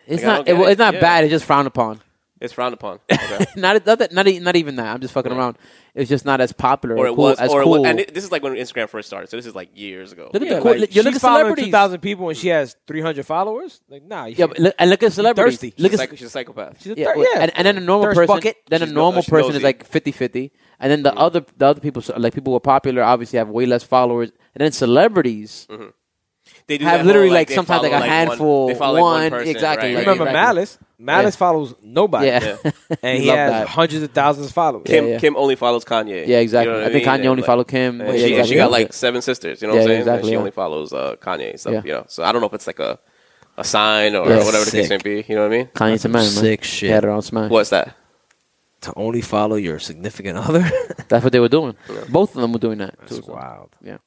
[SPEAKER 2] It's
[SPEAKER 3] Like, I
[SPEAKER 2] not.
[SPEAKER 3] don't get
[SPEAKER 2] It, well,
[SPEAKER 3] it.
[SPEAKER 2] it's not
[SPEAKER 3] Yeah.
[SPEAKER 2] bad. It's just frowned upon.
[SPEAKER 3] It's frowned upon. Okay.
[SPEAKER 2] Not not that, not, e- not even that. I'm just fucking around. It's just not as popular
[SPEAKER 3] or
[SPEAKER 2] or
[SPEAKER 3] it
[SPEAKER 2] cool
[SPEAKER 3] was.
[SPEAKER 2] as
[SPEAKER 3] or
[SPEAKER 2] cool.
[SPEAKER 3] it was, and it- this is like when Instagram first started. So this is like years ago.
[SPEAKER 2] Look at
[SPEAKER 3] Yeah,
[SPEAKER 2] the cool-
[SPEAKER 3] like,
[SPEAKER 2] you look
[SPEAKER 4] she's
[SPEAKER 2] at
[SPEAKER 4] following
[SPEAKER 2] celebrities.
[SPEAKER 4] two thousand people and she has three hundred followers. Like, nah, you
[SPEAKER 2] yeah, but look, and look at celebrities.
[SPEAKER 4] thirsty.
[SPEAKER 2] Look
[SPEAKER 3] she's,
[SPEAKER 2] at
[SPEAKER 3] like, she's a psychopath.
[SPEAKER 4] she's a
[SPEAKER 2] yeah,
[SPEAKER 4] thir-
[SPEAKER 2] well,
[SPEAKER 4] yeah.
[SPEAKER 2] And, and then a normal
[SPEAKER 4] Thirst
[SPEAKER 2] person,
[SPEAKER 4] bucket.
[SPEAKER 2] then a
[SPEAKER 3] She's no-
[SPEAKER 2] normal
[SPEAKER 3] she's
[SPEAKER 2] person is
[SPEAKER 3] nosy. Mm-hmm.
[SPEAKER 2] like 50-50. and then the other the other people, so- like people who are popular, obviously have way less followers, and then celebrities.
[SPEAKER 3] Mm-hmm. They do
[SPEAKER 2] Have
[SPEAKER 3] that whole,
[SPEAKER 2] literally, like,
[SPEAKER 3] they
[SPEAKER 2] sometimes,
[SPEAKER 3] follow,
[SPEAKER 2] like, a
[SPEAKER 3] one-
[SPEAKER 2] handful,
[SPEAKER 3] they follow, like,
[SPEAKER 2] one,
[SPEAKER 3] person,
[SPEAKER 2] exactly,
[SPEAKER 3] right,
[SPEAKER 2] like,
[SPEAKER 3] right,
[SPEAKER 4] remember
[SPEAKER 2] exactly.
[SPEAKER 3] right.
[SPEAKER 4] Malice? Malice
[SPEAKER 2] Yeah.
[SPEAKER 4] follows nobody.
[SPEAKER 2] Yeah,
[SPEAKER 3] Yeah.
[SPEAKER 4] and he
[SPEAKER 2] Love
[SPEAKER 4] has
[SPEAKER 2] that.
[SPEAKER 4] hundreds of thousands of followers.
[SPEAKER 3] Kim,
[SPEAKER 2] yeah.
[SPEAKER 3] Kim only follows Kanye.
[SPEAKER 2] Yeah, exactly.
[SPEAKER 3] You know what
[SPEAKER 2] I think
[SPEAKER 3] mean?
[SPEAKER 2] Kanye only
[SPEAKER 3] like-
[SPEAKER 2] followed Kim.
[SPEAKER 3] And
[SPEAKER 2] Yeah,
[SPEAKER 3] she, and
[SPEAKER 2] exactly.
[SPEAKER 3] she got like seven sisters. You know
[SPEAKER 2] Yeah,
[SPEAKER 3] what I'm saying?
[SPEAKER 2] exactly,
[SPEAKER 3] and she
[SPEAKER 2] yeah.
[SPEAKER 3] only follows uh, Kanye and stuff.
[SPEAKER 2] Yeah.
[SPEAKER 3] You know, so I don't know if it's like a a sign or
[SPEAKER 2] Yeah.
[SPEAKER 3] whatever the case may
[SPEAKER 5] Sick.
[SPEAKER 3] be. You know what I mean?
[SPEAKER 2] Kanye's a man, man.
[SPEAKER 5] Sick shit.
[SPEAKER 2] He had it on Smash.
[SPEAKER 3] What's that?
[SPEAKER 5] to only follow your significant other.
[SPEAKER 2] That's what they were doing. Both of them were doing that. too,
[SPEAKER 5] That's
[SPEAKER 2] so.
[SPEAKER 5] wild.
[SPEAKER 2] Yeah.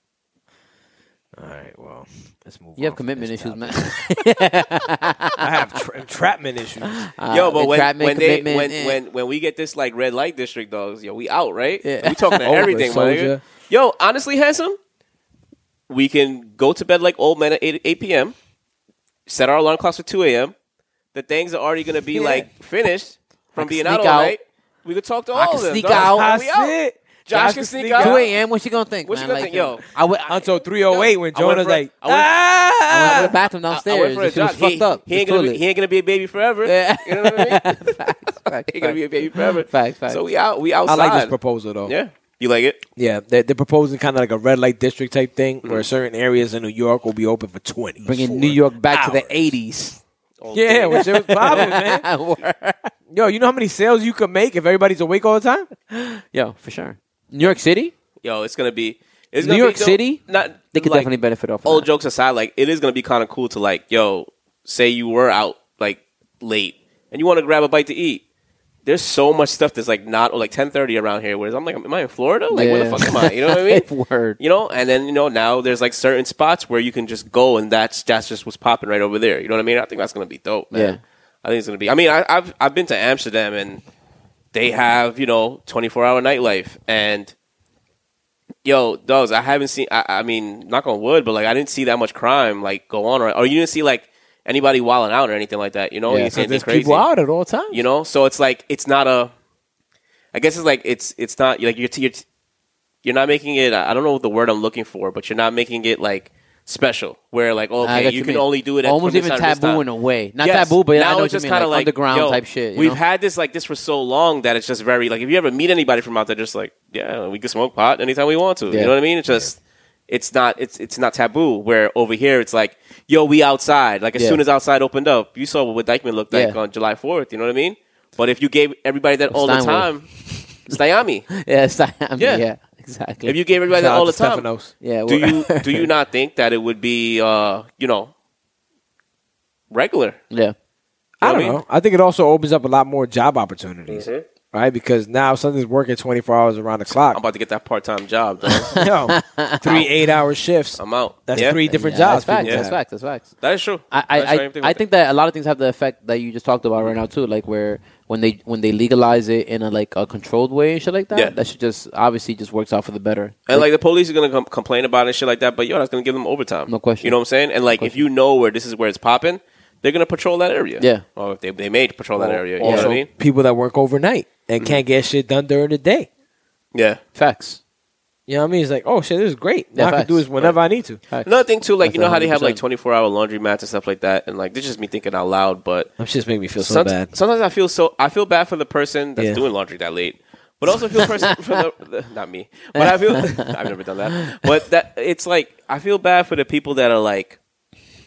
[SPEAKER 5] All right. Well, let's move.
[SPEAKER 2] You have
[SPEAKER 5] on from
[SPEAKER 2] commitment
[SPEAKER 5] this
[SPEAKER 2] issues,
[SPEAKER 5] topic.
[SPEAKER 2] man.
[SPEAKER 4] I have tra- entrapment issues.
[SPEAKER 3] yo, but when
[SPEAKER 2] entrapment,
[SPEAKER 3] when they
[SPEAKER 2] Uh, commitment,
[SPEAKER 3] when,
[SPEAKER 2] eh.
[SPEAKER 3] when when we get this like red light district dogs, yo, we out right?
[SPEAKER 2] Yeah.
[SPEAKER 3] We talking to
[SPEAKER 4] Over,
[SPEAKER 3] everything, my nigga.
[SPEAKER 4] soldier.
[SPEAKER 3] Yo, honestly, handsome, we can go to bed like old men at eight, 8 p.m. Set our alarm clocks for two a.m. The things are already gonna be like finished from being out all
[SPEAKER 2] sneak out.
[SPEAKER 3] night. We could talk to all
[SPEAKER 2] can
[SPEAKER 3] of them.
[SPEAKER 2] sneak
[SPEAKER 3] dog.
[SPEAKER 2] out.
[SPEAKER 3] And
[SPEAKER 4] That's
[SPEAKER 3] We out.
[SPEAKER 4] it.
[SPEAKER 3] Josh can sneak out.
[SPEAKER 2] 2 a.m. What's she gonna think?
[SPEAKER 3] What's
[SPEAKER 2] man?
[SPEAKER 3] she gonna
[SPEAKER 2] Like,
[SPEAKER 3] think? Yo.
[SPEAKER 2] I would. I,
[SPEAKER 4] Until 308 when
[SPEAKER 3] I went
[SPEAKER 4] Jonah's
[SPEAKER 3] for a-
[SPEAKER 4] like,
[SPEAKER 3] I went-
[SPEAKER 2] I went to the
[SPEAKER 4] ah!
[SPEAKER 2] bathroom
[SPEAKER 3] I
[SPEAKER 2] downstairs.
[SPEAKER 3] went for a
[SPEAKER 2] and she was
[SPEAKER 3] jog.
[SPEAKER 2] fucked
[SPEAKER 3] He,
[SPEAKER 2] up.
[SPEAKER 3] he ain't
[SPEAKER 2] The
[SPEAKER 3] gonna be,
[SPEAKER 2] toilet.
[SPEAKER 3] he ain't gonna be a baby forever.
[SPEAKER 2] Yeah.
[SPEAKER 3] You know what I mean?
[SPEAKER 2] Facts,
[SPEAKER 3] he ain't gonna be a
[SPEAKER 2] facts.
[SPEAKER 3] baby forever.
[SPEAKER 2] Facts, facts.
[SPEAKER 3] So we out. We outside.
[SPEAKER 4] I like this proposal though.
[SPEAKER 3] Yeah. You like it?
[SPEAKER 4] Yeah, they're, they're proposing kind of like a red light district type thing where certain areas in New York will be open for 20.
[SPEAKER 2] Mm-hmm. Bringing New York back to the '80s.
[SPEAKER 4] Yeah, which it was popping, man. Yo, you know how many sales you could make if everybody's awake all the time?
[SPEAKER 2] Yo, for sure. New York City.
[SPEAKER 3] Yo, it's gonna be. It's
[SPEAKER 2] New
[SPEAKER 3] gonna be
[SPEAKER 2] York
[SPEAKER 3] dope.
[SPEAKER 2] City?
[SPEAKER 3] Not
[SPEAKER 2] They could
[SPEAKER 3] like,
[SPEAKER 2] definitely benefit off. Of
[SPEAKER 3] All
[SPEAKER 2] that.
[SPEAKER 3] jokes aside, like it is gonna be kind of cool to like, yo, say you were out like late and you want to grab a bite to eat. There's so much stuff that's like not or like 10:30 around here. Whereas I'm like, am I in Florida? Like, where the
[SPEAKER 2] Yeah.
[SPEAKER 3] fuck am I? You know what I mean?
[SPEAKER 2] Word.
[SPEAKER 3] You know, and then you know now there's like certain spots where you can just go and that's that's just what's popping right over there. You know what I mean? I think that's gonna be dope, man.
[SPEAKER 2] Yeah.
[SPEAKER 3] I think it's gonna be. I mean, I, I've I've been to Amsterdam and they have you know 24 hour nightlife and yo dogs i haven't seen I, I mean knock on wood but like i didn't see that much crime like go on or, or you didn't see like anybody wilding out or anything like that you know
[SPEAKER 2] Yeah,
[SPEAKER 3] you didn't see anything
[SPEAKER 4] There's
[SPEAKER 3] crazy
[SPEAKER 4] people out at all times.
[SPEAKER 3] you know so it's like it's not a i guess it's like it's it's not like you're, you're you're not making it i don't know the word i'm looking for but you're not making it like special where like
[SPEAKER 2] I
[SPEAKER 3] okay
[SPEAKER 2] got
[SPEAKER 3] you
[SPEAKER 2] you,
[SPEAKER 3] can
[SPEAKER 2] man.
[SPEAKER 3] only do it at
[SPEAKER 2] Almost
[SPEAKER 3] from this
[SPEAKER 2] even
[SPEAKER 3] time to this
[SPEAKER 2] taboo
[SPEAKER 3] time.
[SPEAKER 2] in a way. Not
[SPEAKER 3] Yes.
[SPEAKER 2] taboo, but I
[SPEAKER 3] now
[SPEAKER 2] know
[SPEAKER 3] it's
[SPEAKER 2] what you
[SPEAKER 3] just
[SPEAKER 2] mean,
[SPEAKER 3] kind of
[SPEAKER 2] like
[SPEAKER 3] like,
[SPEAKER 2] underground
[SPEAKER 3] yo,
[SPEAKER 2] type shit. you
[SPEAKER 3] we've
[SPEAKER 2] know?
[SPEAKER 3] had this like this for so long that it's just very like if you ever meet anybody from out there, just like yeah, we can smoke pot anytime we want to.
[SPEAKER 2] Yeah.
[SPEAKER 3] You know what I mean? It's just it's not it's it's not taboo. Where over here it's like yo, we outside. Like as
[SPEAKER 2] Yeah.
[SPEAKER 3] soon as outside opened up, you saw what Dykeman looked like
[SPEAKER 2] Yeah.
[SPEAKER 3] on July Fourth. You know what I mean? But if you gave everybody that all the
[SPEAKER 2] Steinway.
[SPEAKER 3] time, it's Miami.
[SPEAKER 2] yeah, it's not, I mean,
[SPEAKER 3] Yeah.
[SPEAKER 2] yeah. exactly.
[SPEAKER 3] If you gave everybody
[SPEAKER 4] Shout
[SPEAKER 3] that
[SPEAKER 4] out
[SPEAKER 3] all the
[SPEAKER 4] to
[SPEAKER 3] time,
[SPEAKER 4] Stefanos.
[SPEAKER 2] yeah,
[SPEAKER 3] do
[SPEAKER 2] well-
[SPEAKER 3] you do you not think that it would be uh you know regular?
[SPEAKER 2] yeah,
[SPEAKER 3] You
[SPEAKER 4] I
[SPEAKER 3] what
[SPEAKER 4] don't know. I think it also opens up a lot more job opportunities, right? Because now something's working 24 hours around the
[SPEAKER 3] Mm-hmm. I'm
[SPEAKER 4] clock.
[SPEAKER 3] about to get that part time job. Dog.
[SPEAKER 4] Yo, three eight hour shifts.
[SPEAKER 3] I'm out.
[SPEAKER 4] That's
[SPEAKER 3] Yeah.
[SPEAKER 4] three different
[SPEAKER 2] Yeah,
[SPEAKER 4] jobs.
[SPEAKER 2] That's facts.
[SPEAKER 4] people
[SPEAKER 2] That's
[SPEAKER 4] have.
[SPEAKER 2] facts. That's facts.
[SPEAKER 3] That is true.
[SPEAKER 2] I,
[SPEAKER 3] That's
[SPEAKER 2] I,
[SPEAKER 3] right,
[SPEAKER 2] I,
[SPEAKER 3] I'm thinking
[SPEAKER 2] I
[SPEAKER 3] about
[SPEAKER 2] think that a lot of things have the effect that you just talked about right now too, like where when they when they legalize it in a like a controlled way and shit like that,
[SPEAKER 3] Yeah.
[SPEAKER 2] that should just obviously just works out for the better.
[SPEAKER 3] And like the police are gonna com- complain about it and shit like that, but yo, that's gonna give them overtime.
[SPEAKER 2] No question.
[SPEAKER 3] You know what I'm saying? And like, if you know where this is where it's popping, they're gonna patrol that area.
[SPEAKER 2] Yeah.
[SPEAKER 3] Or if they they may patrol that area. You know what
[SPEAKER 4] Also,
[SPEAKER 3] I mean? Mm-hmm.
[SPEAKER 4] people that work overnight and can't get shit done during the day.
[SPEAKER 3] Yeah.
[SPEAKER 2] Facts.
[SPEAKER 4] You know what I mean? It's like, oh shit, this is great. Now
[SPEAKER 2] Yeah,
[SPEAKER 4] I can
[SPEAKER 2] facts.
[SPEAKER 4] do this whenever I need to.
[SPEAKER 2] Facts.
[SPEAKER 3] Another thing too, like you
[SPEAKER 2] That's
[SPEAKER 3] know how they have like
[SPEAKER 2] 100%.
[SPEAKER 3] 24 hour laundry mats and stuff like that, and like this is just me thinking out loud, but
[SPEAKER 4] That just made me feel
[SPEAKER 3] somet- sometimes I feel so I feel bad for the person that's
[SPEAKER 4] Yeah.
[SPEAKER 3] doing laundry that late. But also feel person for the, the- not me. But I feel I've never done that. But that it's like I feel bad for the people that are like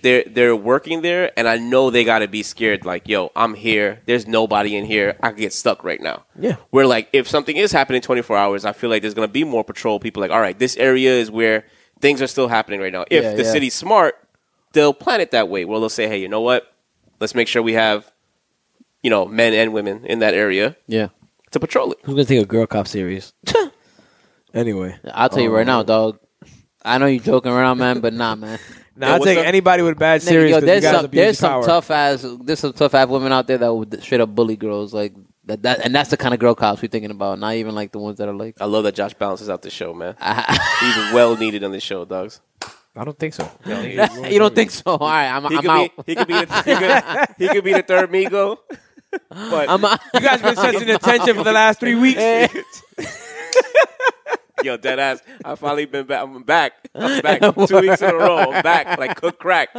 [SPEAKER 3] they're they're working there and I know they gotta be scared, like, yo, I'm here, there's nobody in here, I could get stuck right now.
[SPEAKER 4] Yeah.
[SPEAKER 3] Where like if something is happening twenty four hours, I feel like there's gonna be more patrol people like, all right, this area is where things are still happening right now. If
[SPEAKER 2] Yeah,
[SPEAKER 3] the
[SPEAKER 2] yeah.
[SPEAKER 3] city's smart, they'll plan it that way. Well they'll say, Hey, you know what? Let's make sure we have you know, men and women in that area
[SPEAKER 2] Yeah.
[SPEAKER 3] to patrol it.
[SPEAKER 4] Who's gonna take a girl cop Oh. serious? anyway,
[SPEAKER 2] I'll tell you
[SPEAKER 3] Oh.
[SPEAKER 2] right now, dog. I know you're joking around, man, but nah, man.
[SPEAKER 4] now I
[SPEAKER 3] what's
[SPEAKER 4] take
[SPEAKER 3] up?
[SPEAKER 4] anybody with bad
[SPEAKER 2] Nigga,
[SPEAKER 4] serious.
[SPEAKER 2] yo,
[SPEAKER 4] 'cause you
[SPEAKER 2] there's
[SPEAKER 4] guys
[SPEAKER 2] some
[SPEAKER 4] abuse
[SPEAKER 2] there's some
[SPEAKER 4] power.
[SPEAKER 2] tough ass there's some tough ass women out there that would straight up bully girls like that, that and that's the kind of girl cops we're thinking about. Not even like the ones that are like
[SPEAKER 3] I love that Josh balances out the show, man. He's well needed on this show, dogs.
[SPEAKER 4] I don't think so.
[SPEAKER 2] you don't think so? All right, I'm,
[SPEAKER 3] He
[SPEAKER 2] I'm
[SPEAKER 3] could
[SPEAKER 2] out.
[SPEAKER 3] be he could be the, he, could, he could be the third Migo. But
[SPEAKER 2] I'm out.
[SPEAKER 4] You guys been such an attention for the last three weeks.
[SPEAKER 3] yo, dead ass. I finally been back. I'm back. I'm back two weeks in a row. I'm back like cook crack.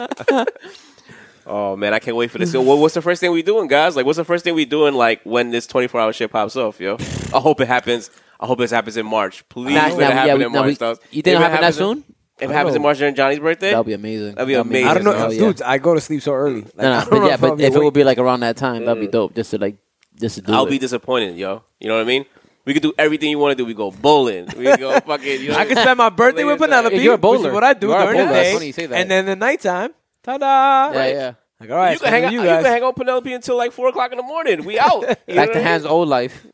[SPEAKER 3] oh man, I can't wait for this. So, what- what's the first thing we doing, guys? Like, what's the first thing we doing? Like when this 24 hour shit pops off, yo. I hope it happens. I hope this happens in March. Please
[SPEAKER 2] Nah,
[SPEAKER 3] let it
[SPEAKER 2] nah,
[SPEAKER 3] happen
[SPEAKER 2] yeah,
[SPEAKER 3] in
[SPEAKER 2] we- nah,
[SPEAKER 3] March,
[SPEAKER 2] we-
[SPEAKER 3] dogs.
[SPEAKER 2] you think it'll
[SPEAKER 3] If it
[SPEAKER 2] happen that
[SPEAKER 3] happens in-
[SPEAKER 2] soon?
[SPEAKER 3] If it happens in March during Johnny's birthday,
[SPEAKER 2] That'd be amazing.
[SPEAKER 3] That'd be amazing.
[SPEAKER 4] I don't know,
[SPEAKER 3] Oh,
[SPEAKER 2] yeah.
[SPEAKER 4] dudes. I go to sleep so early. Like,
[SPEAKER 2] No,
[SPEAKER 4] I
[SPEAKER 2] no,
[SPEAKER 4] don't
[SPEAKER 2] but
[SPEAKER 4] know
[SPEAKER 2] yeah,
[SPEAKER 4] if I'll
[SPEAKER 2] but if it
[SPEAKER 4] awake.
[SPEAKER 2] would be like around that time, that'd be dope. Just to like, just to do
[SPEAKER 3] Mm. I'll
[SPEAKER 2] it.
[SPEAKER 3] be disappointed, yo. You know what I mean? We could do everything you want to do. We go bowling. We go fucking. You know
[SPEAKER 4] I
[SPEAKER 3] what
[SPEAKER 4] can spend my birthday with
[SPEAKER 3] Later time.
[SPEAKER 4] Penelope.
[SPEAKER 2] Yeah, you're a
[SPEAKER 4] which is
[SPEAKER 2] bowler.
[SPEAKER 4] what I do
[SPEAKER 2] You are a
[SPEAKER 4] during the
[SPEAKER 2] bowler.
[SPEAKER 4] day.
[SPEAKER 2] That's funny you say that.
[SPEAKER 4] And then the nighttime, ta-da!
[SPEAKER 2] yeah, yeah.
[SPEAKER 4] Like, all right,
[SPEAKER 3] you can hang out.
[SPEAKER 4] you
[SPEAKER 3] You,
[SPEAKER 4] guys.
[SPEAKER 3] can hang out with Penelope until like four o'clock in the morning. We out. You know
[SPEAKER 2] Back
[SPEAKER 3] what
[SPEAKER 2] to
[SPEAKER 3] I mean?
[SPEAKER 2] Hans' old life.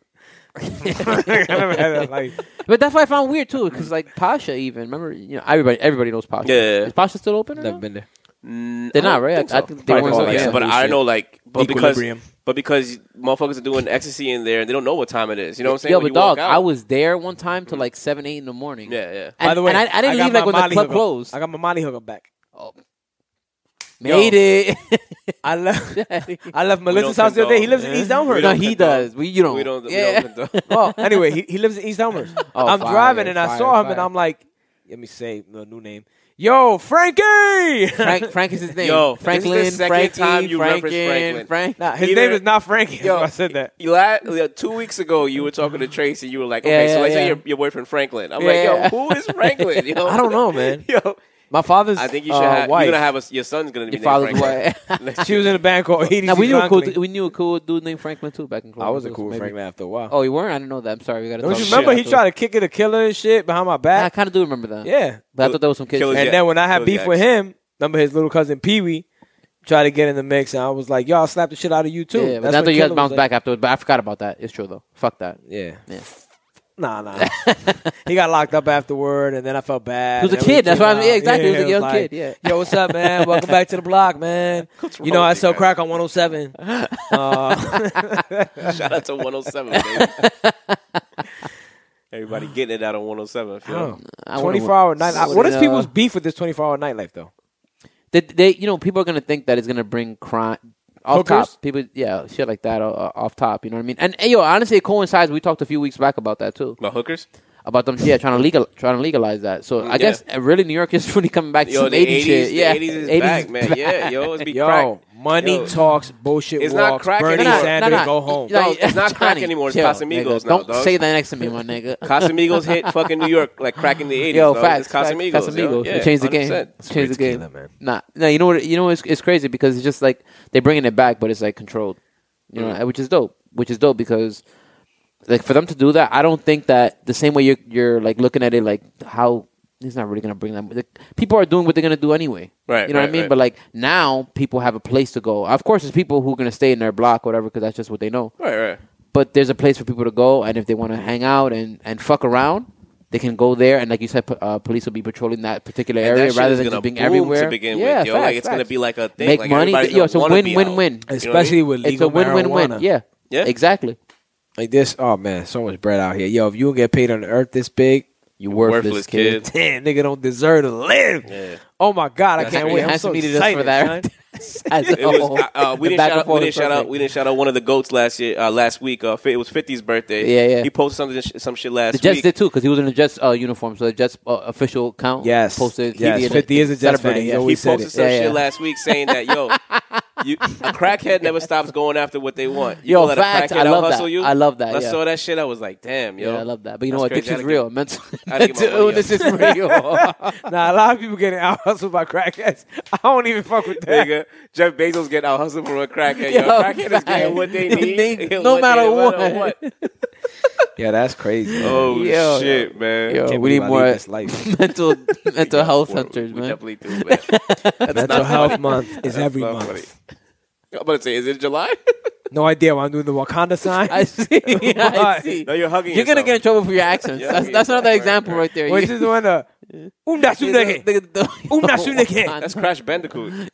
[SPEAKER 4] I never had that, like,
[SPEAKER 2] But that's what I found weird too, because like Pasha, even remember, you know, everybody, everybody knows Pasha.
[SPEAKER 3] Yeah, yeah, yeah.
[SPEAKER 2] is Pasha still open? or no?
[SPEAKER 4] been there.
[SPEAKER 2] They're
[SPEAKER 3] Mm, I
[SPEAKER 2] not
[SPEAKER 3] don't
[SPEAKER 2] right.
[SPEAKER 3] think
[SPEAKER 2] I, I
[SPEAKER 3] so.
[SPEAKER 2] think they
[SPEAKER 3] Probably
[SPEAKER 2] went
[SPEAKER 3] so,
[SPEAKER 2] on, like,
[SPEAKER 3] yeah,
[SPEAKER 2] some
[SPEAKER 3] but
[SPEAKER 2] new
[SPEAKER 3] I
[SPEAKER 2] shit.
[SPEAKER 3] know like but because
[SPEAKER 4] Equilibrium.
[SPEAKER 3] but because motherfuckers are doing ecstasy in there and they don't know what time it is. You know what I'm saying?
[SPEAKER 2] Yo,
[SPEAKER 3] When
[SPEAKER 2] but
[SPEAKER 3] you walk
[SPEAKER 2] dog,
[SPEAKER 3] out-
[SPEAKER 2] I was there one time till like seven, eight in the morning.
[SPEAKER 3] Yeah, yeah.
[SPEAKER 2] And,
[SPEAKER 4] By the way,
[SPEAKER 2] and I, I didn't
[SPEAKER 4] got
[SPEAKER 2] leave like
[SPEAKER 4] my
[SPEAKER 2] when the
[SPEAKER 4] Molly
[SPEAKER 2] club
[SPEAKER 4] hookup.
[SPEAKER 2] closed.
[SPEAKER 4] I got my Molly hookup back.
[SPEAKER 2] Made it.
[SPEAKER 4] I left. I left Melissa's
[SPEAKER 3] don't
[SPEAKER 4] house the other day. He
[SPEAKER 3] condone.
[SPEAKER 4] lives in East
[SPEAKER 3] We
[SPEAKER 4] Elmhurst.
[SPEAKER 2] no,
[SPEAKER 3] don't
[SPEAKER 2] he
[SPEAKER 3] condone.
[SPEAKER 2] does. We you
[SPEAKER 4] Oh.
[SPEAKER 2] don't.
[SPEAKER 3] we don't.
[SPEAKER 2] Yeah.
[SPEAKER 3] We don't condone-
[SPEAKER 4] well, anyway, he, he lives in East Elmhurst.
[SPEAKER 2] Oh,
[SPEAKER 4] I'm
[SPEAKER 2] fire,
[SPEAKER 4] driving and I
[SPEAKER 2] fire,
[SPEAKER 4] saw him
[SPEAKER 2] fire.
[SPEAKER 4] and I'm like, let me say the new name. Yo, Frankie.
[SPEAKER 2] Frank, Frank is his name.
[SPEAKER 3] Yo,
[SPEAKER 2] Franklin,
[SPEAKER 3] this is the second
[SPEAKER 2] Frankie,
[SPEAKER 3] time you
[SPEAKER 2] Frankin,
[SPEAKER 3] referenced Franklin.
[SPEAKER 2] Frank.
[SPEAKER 4] Nah, his
[SPEAKER 3] Either-
[SPEAKER 4] name is not Frankie. That's
[SPEAKER 3] Yo,
[SPEAKER 4] why I said that.
[SPEAKER 3] You la- yeah, two weeks ago, you were talking to Tracy. You were like, okay,
[SPEAKER 2] Yeah,
[SPEAKER 3] so
[SPEAKER 2] yeah,
[SPEAKER 3] let's say
[SPEAKER 2] yeah.
[SPEAKER 3] your, your boyfriend Franklin. I'm
[SPEAKER 2] Yeah.
[SPEAKER 3] like, yo, who is Franklin? You know?
[SPEAKER 5] I don't know, man.
[SPEAKER 3] Yo,
[SPEAKER 5] My father's.
[SPEAKER 3] I think you should
[SPEAKER 5] uh,
[SPEAKER 3] have.
[SPEAKER 5] wife.
[SPEAKER 3] You're gonna have a, your son's gonna be
[SPEAKER 2] Your
[SPEAKER 3] named
[SPEAKER 2] father's
[SPEAKER 3] Franklin.
[SPEAKER 2] what?
[SPEAKER 4] She was in a band called 80s.
[SPEAKER 2] Now we knew a cool.
[SPEAKER 4] Franklin.
[SPEAKER 2] We knew a cool dude named Franklin too back in.
[SPEAKER 5] I was a
[SPEAKER 2] Columbus,
[SPEAKER 5] cool
[SPEAKER 2] maybe.
[SPEAKER 5] Franklin after a while.
[SPEAKER 2] Oh, you weren't. I didn't know that. I'm sorry. We got to.
[SPEAKER 4] Don't you remember he tried to kick it a killer and shit behind my
[SPEAKER 2] I
[SPEAKER 4] back?
[SPEAKER 2] kind of do remember that.
[SPEAKER 4] Yeah.
[SPEAKER 2] but I thought that was some kids.
[SPEAKER 3] Killers,
[SPEAKER 2] And
[SPEAKER 4] And
[SPEAKER 3] Yeah,
[SPEAKER 4] then when I had
[SPEAKER 3] Billy
[SPEAKER 4] beef with
[SPEAKER 3] Jackson.
[SPEAKER 4] him, remember his little cousin Pee Wee tried to get in the mix, and I was like, "Yo, I slapped the shit out of you too."
[SPEAKER 2] Yeah, but
[SPEAKER 4] That's
[SPEAKER 2] I
[SPEAKER 4] when
[SPEAKER 2] thought you guys
[SPEAKER 4] Killer was
[SPEAKER 2] bounced
[SPEAKER 4] like-
[SPEAKER 2] back afterwards. But I forgot about that. It's true though. Fuck that.
[SPEAKER 5] yeah.
[SPEAKER 4] Nah, nah. he got locked up afterward, and then I felt bad.
[SPEAKER 2] He was a
[SPEAKER 4] And then we
[SPEAKER 2] kid, that's
[SPEAKER 4] came
[SPEAKER 2] what I mean. Yeah,
[SPEAKER 4] out.
[SPEAKER 2] exactly, he was a young
[SPEAKER 4] like,
[SPEAKER 2] kid,
[SPEAKER 4] Yo, what's up, man? Welcome back to the block, man. You know,
[SPEAKER 3] wrong
[SPEAKER 4] I
[SPEAKER 3] with you
[SPEAKER 4] sell
[SPEAKER 3] guys?
[SPEAKER 4] crack on 107. Uh,
[SPEAKER 3] Shout out to 107. baby. Everybody getting it out on 107. I feel.
[SPEAKER 4] oh,
[SPEAKER 2] I wouldn't
[SPEAKER 4] 24 hour
[SPEAKER 2] want-
[SPEAKER 4] night.
[SPEAKER 2] I
[SPEAKER 4] What is
[SPEAKER 2] wouldn't,
[SPEAKER 4] people's
[SPEAKER 2] uh,
[SPEAKER 4] beef with this 24 hour nightlife though?
[SPEAKER 2] They, they, you know, people are gonna think that it's gonna bring crime off
[SPEAKER 4] Hookers?
[SPEAKER 2] top. People, yeah, shit like that uh, off top. You know what I mean? And, and, yo, honestly, it coincides. We talked a few weeks back about that too.
[SPEAKER 3] My hookers.
[SPEAKER 2] About them, yeah, trying to legal, trying to legalize that. So I
[SPEAKER 3] Yeah.
[SPEAKER 2] guess uh, really, New York is really coming back to
[SPEAKER 3] Yo,
[SPEAKER 2] some
[SPEAKER 3] the
[SPEAKER 2] 80s,
[SPEAKER 3] 80s,
[SPEAKER 2] shit.
[SPEAKER 3] the
[SPEAKER 2] yeah,
[SPEAKER 3] 80s is back, man. Yeah, yo, it's be
[SPEAKER 4] Yo,
[SPEAKER 3] crack.
[SPEAKER 4] money
[SPEAKER 3] Yo.
[SPEAKER 4] talks, bullshit
[SPEAKER 3] It's not
[SPEAKER 4] walks.
[SPEAKER 3] crack
[SPEAKER 4] Bernie
[SPEAKER 3] anymore.
[SPEAKER 4] Sanders,
[SPEAKER 2] No, no,
[SPEAKER 4] go home.
[SPEAKER 2] no,
[SPEAKER 3] It's not crack anymore, it's
[SPEAKER 2] chill,
[SPEAKER 3] Casamigos
[SPEAKER 2] nigga.
[SPEAKER 3] now,
[SPEAKER 2] Don't
[SPEAKER 3] dog.
[SPEAKER 2] say that next to me, my nigga.
[SPEAKER 3] Casamigos hit fucking New York like crack in the 80s.
[SPEAKER 2] Yo,
[SPEAKER 3] dog.
[SPEAKER 2] facts,
[SPEAKER 3] It's
[SPEAKER 2] facts,
[SPEAKER 3] Casamigos. yo.
[SPEAKER 2] Casamigos.
[SPEAKER 3] Yeah,
[SPEAKER 2] It changed the game.
[SPEAKER 3] 100%.
[SPEAKER 2] It changed the game.
[SPEAKER 5] tequila, man.
[SPEAKER 2] Nah, nah. You know what? You know it's it's crazy because it's just like they're bringing it back, but it's like controlled. You
[SPEAKER 3] Mm.
[SPEAKER 2] know, which is dope. Which is dope because like for them to do that, I don't think that the same way you're you're like looking at it like how it's not really gonna bring them. Like, people are doing what they're gonna do anyway.
[SPEAKER 3] Right,
[SPEAKER 2] You know what I
[SPEAKER 3] right,
[SPEAKER 2] mean?
[SPEAKER 3] right.
[SPEAKER 2] But like now, people have a place to go. Of course, there's people who are gonna stay in their block, or whatever, because that's just what they know
[SPEAKER 3] Right, right.
[SPEAKER 2] but there's a place for people to go, and if they want to hang out and, and fuck around, they can go there. And like you said, po- uh, police will be patrolling that particular
[SPEAKER 3] And
[SPEAKER 2] area
[SPEAKER 3] that shit
[SPEAKER 2] rather
[SPEAKER 3] is
[SPEAKER 2] than
[SPEAKER 3] gonna
[SPEAKER 2] just being
[SPEAKER 3] boom
[SPEAKER 2] everywhere.
[SPEAKER 3] To begin
[SPEAKER 2] yeah,
[SPEAKER 3] with, yo, like
[SPEAKER 2] facts,
[SPEAKER 3] it's gonna
[SPEAKER 2] facts.
[SPEAKER 3] be like a thing.
[SPEAKER 2] make
[SPEAKER 3] like
[SPEAKER 2] money.
[SPEAKER 3] everybody's
[SPEAKER 2] Yo,
[SPEAKER 3] gonna
[SPEAKER 2] it's a
[SPEAKER 3] wanna
[SPEAKER 2] win,
[SPEAKER 3] be
[SPEAKER 2] win,
[SPEAKER 3] out.
[SPEAKER 2] win.
[SPEAKER 3] You know what I
[SPEAKER 4] Especially
[SPEAKER 3] mean?
[SPEAKER 4] with legal
[SPEAKER 2] It's a win, win, win.
[SPEAKER 4] marijuana.
[SPEAKER 2] Yeah,
[SPEAKER 3] Yeah.
[SPEAKER 2] exactly.
[SPEAKER 5] Like this. Oh man, so much bread out here. Yo, if you don't get paid on the earth this big,
[SPEAKER 2] You
[SPEAKER 3] worthless,
[SPEAKER 2] worthless,
[SPEAKER 3] kid.
[SPEAKER 2] kid.
[SPEAKER 4] Damn, nigga don't deserve to live.
[SPEAKER 3] Yeah.
[SPEAKER 4] Oh my god, I
[SPEAKER 3] That's
[SPEAKER 4] can't
[SPEAKER 3] great.
[SPEAKER 4] wait. I'm
[SPEAKER 2] Handsome
[SPEAKER 4] so
[SPEAKER 2] needed us
[SPEAKER 4] excited
[SPEAKER 2] for that.
[SPEAKER 4] son.
[SPEAKER 2] As
[SPEAKER 3] It
[SPEAKER 2] a
[SPEAKER 3] was,
[SPEAKER 2] whole.
[SPEAKER 3] uh, uh, we
[SPEAKER 2] Oh. The
[SPEAKER 3] didn't
[SPEAKER 2] back
[SPEAKER 3] shout
[SPEAKER 2] and
[SPEAKER 3] out. We
[SPEAKER 2] forth
[SPEAKER 3] didn't
[SPEAKER 2] is
[SPEAKER 3] shout out.
[SPEAKER 2] perfect.
[SPEAKER 3] We didn't shout out one of the goats last year. Uh, last week, uh, fi- it was 50's birthday.
[SPEAKER 2] Yeah, yeah.
[SPEAKER 3] He posted something. sh- Some shit last
[SPEAKER 2] The Jets
[SPEAKER 3] week.
[SPEAKER 2] did too because he was in the Jets uh, uniform, so the Jets uh, official count
[SPEAKER 4] Yes.
[SPEAKER 2] posted.
[SPEAKER 4] Yes,
[SPEAKER 2] he did it.
[SPEAKER 4] 50 is a Jets fan.
[SPEAKER 2] Celebrated,
[SPEAKER 4] He
[SPEAKER 2] yeah.
[SPEAKER 4] always-
[SPEAKER 3] he
[SPEAKER 4] we said
[SPEAKER 3] posted
[SPEAKER 4] it.
[SPEAKER 3] some
[SPEAKER 2] Yeah,
[SPEAKER 3] shit
[SPEAKER 2] yeah.
[SPEAKER 3] last week saying that yo, you, a crackhead never stops going after what they want. You
[SPEAKER 2] Yo,
[SPEAKER 3] gonna let a
[SPEAKER 2] facts.
[SPEAKER 3] crackhead
[SPEAKER 2] I love
[SPEAKER 3] out-hustle
[SPEAKER 2] that.
[SPEAKER 3] You?
[SPEAKER 2] I love that,
[SPEAKER 3] I
[SPEAKER 2] yeah.
[SPEAKER 3] saw that shit. I was like, damn, yo.
[SPEAKER 2] Yeah, I love that. But you know
[SPEAKER 3] That's
[SPEAKER 2] what?
[SPEAKER 3] crazy.
[SPEAKER 2] This is
[SPEAKER 3] I gotta
[SPEAKER 2] real. Mental
[SPEAKER 3] gotta get my
[SPEAKER 2] mental
[SPEAKER 3] money
[SPEAKER 2] illness is real.
[SPEAKER 4] Nah, a lot of people getting out hustled by crackheads. I don't even fuck with that.
[SPEAKER 3] Nigga, Jeff Bezos getting out hustled from a crackhead. Yo,
[SPEAKER 2] Yo,
[SPEAKER 3] crackhead is getting
[SPEAKER 2] facts.
[SPEAKER 3] what they need,
[SPEAKER 2] They- no
[SPEAKER 3] what
[SPEAKER 2] matter
[SPEAKER 3] what.
[SPEAKER 5] yeah, that's crazy. man.
[SPEAKER 3] Oh
[SPEAKER 2] Yo,
[SPEAKER 3] shit, man.
[SPEAKER 2] Yo,
[SPEAKER 5] Can't
[SPEAKER 2] we
[SPEAKER 5] believe
[SPEAKER 2] need
[SPEAKER 5] I
[SPEAKER 2] more
[SPEAKER 5] lead this life.
[SPEAKER 2] mental mental health
[SPEAKER 3] We-
[SPEAKER 2] hunters,
[SPEAKER 3] we
[SPEAKER 2] man.
[SPEAKER 3] Definitely do, man. That's
[SPEAKER 4] Mental
[SPEAKER 3] not
[SPEAKER 4] health
[SPEAKER 3] funny.
[SPEAKER 4] month is
[SPEAKER 3] That's
[SPEAKER 4] every
[SPEAKER 3] not
[SPEAKER 4] month.
[SPEAKER 3] funny. I'm about to say, is it July?
[SPEAKER 4] No idea why I'm doing the Wakanda sign.
[SPEAKER 2] I see. I
[SPEAKER 4] Why?
[SPEAKER 2] see.
[SPEAKER 3] no, you're hugging.
[SPEAKER 2] You're gonna get in trouble for your accents.
[SPEAKER 3] Yeah,
[SPEAKER 2] that's
[SPEAKER 3] yeah,
[SPEAKER 2] that's another
[SPEAKER 3] right,
[SPEAKER 2] example
[SPEAKER 3] right.
[SPEAKER 2] right there.
[SPEAKER 4] Which
[SPEAKER 2] You-
[SPEAKER 4] is the one uh, um Natsunege.
[SPEAKER 2] the- the-
[SPEAKER 4] Um, that's who they get.
[SPEAKER 2] Wakanda.
[SPEAKER 3] That's Crash Bandicoot.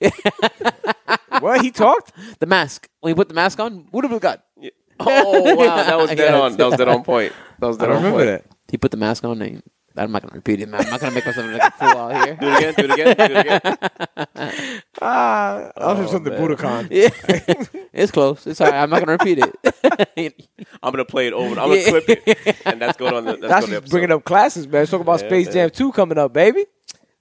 [SPEAKER 4] What he talked?
[SPEAKER 2] The mask. When you put the mask on, what have we got?
[SPEAKER 3] Oh wow, that was dead
[SPEAKER 2] Yeah,
[SPEAKER 3] on. That was dead on point. That was
[SPEAKER 4] I
[SPEAKER 3] dead
[SPEAKER 4] don't
[SPEAKER 3] on
[SPEAKER 4] remember
[SPEAKER 3] point.
[SPEAKER 4] that.
[SPEAKER 2] He put the mask on. And I'm not gonna repeat it, man. I'm not gonna make myself look like a fool out here.
[SPEAKER 3] Do it again. Do it again. Do it again.
[SPEAKER 4] Ah, I was
[SPEAKER 3] Oh,
[SPEAKER 4] just on the
[SPEAKER 3] man.
[SPEAKER 4] Budokan.
[SPEAKER 2] Yeah. it's close. It's all right. I'm not gonna repeat it.
[SPEAKER 3] I'm gonna play it over. I'm gonna
[SPEAKER 2] Yeah.
[SPEAKER 3] clip it, and that's going on. The, that's,
[SPEAKER 4] That's
[SPEAKER 3] going to
[SPEAKER 4] just
[SPEAKER 3] the
[SPEAKER 4] bringing
[SPEAKER 3] episode.
[SPEAKER 4] up classes, man. Let's talk about
[SPEAKER 3] Yeah,
[SPEAKER 4] Space
[SPEAKER 3] man.
[SPEAKER 4] Jam 2 coming up, baby.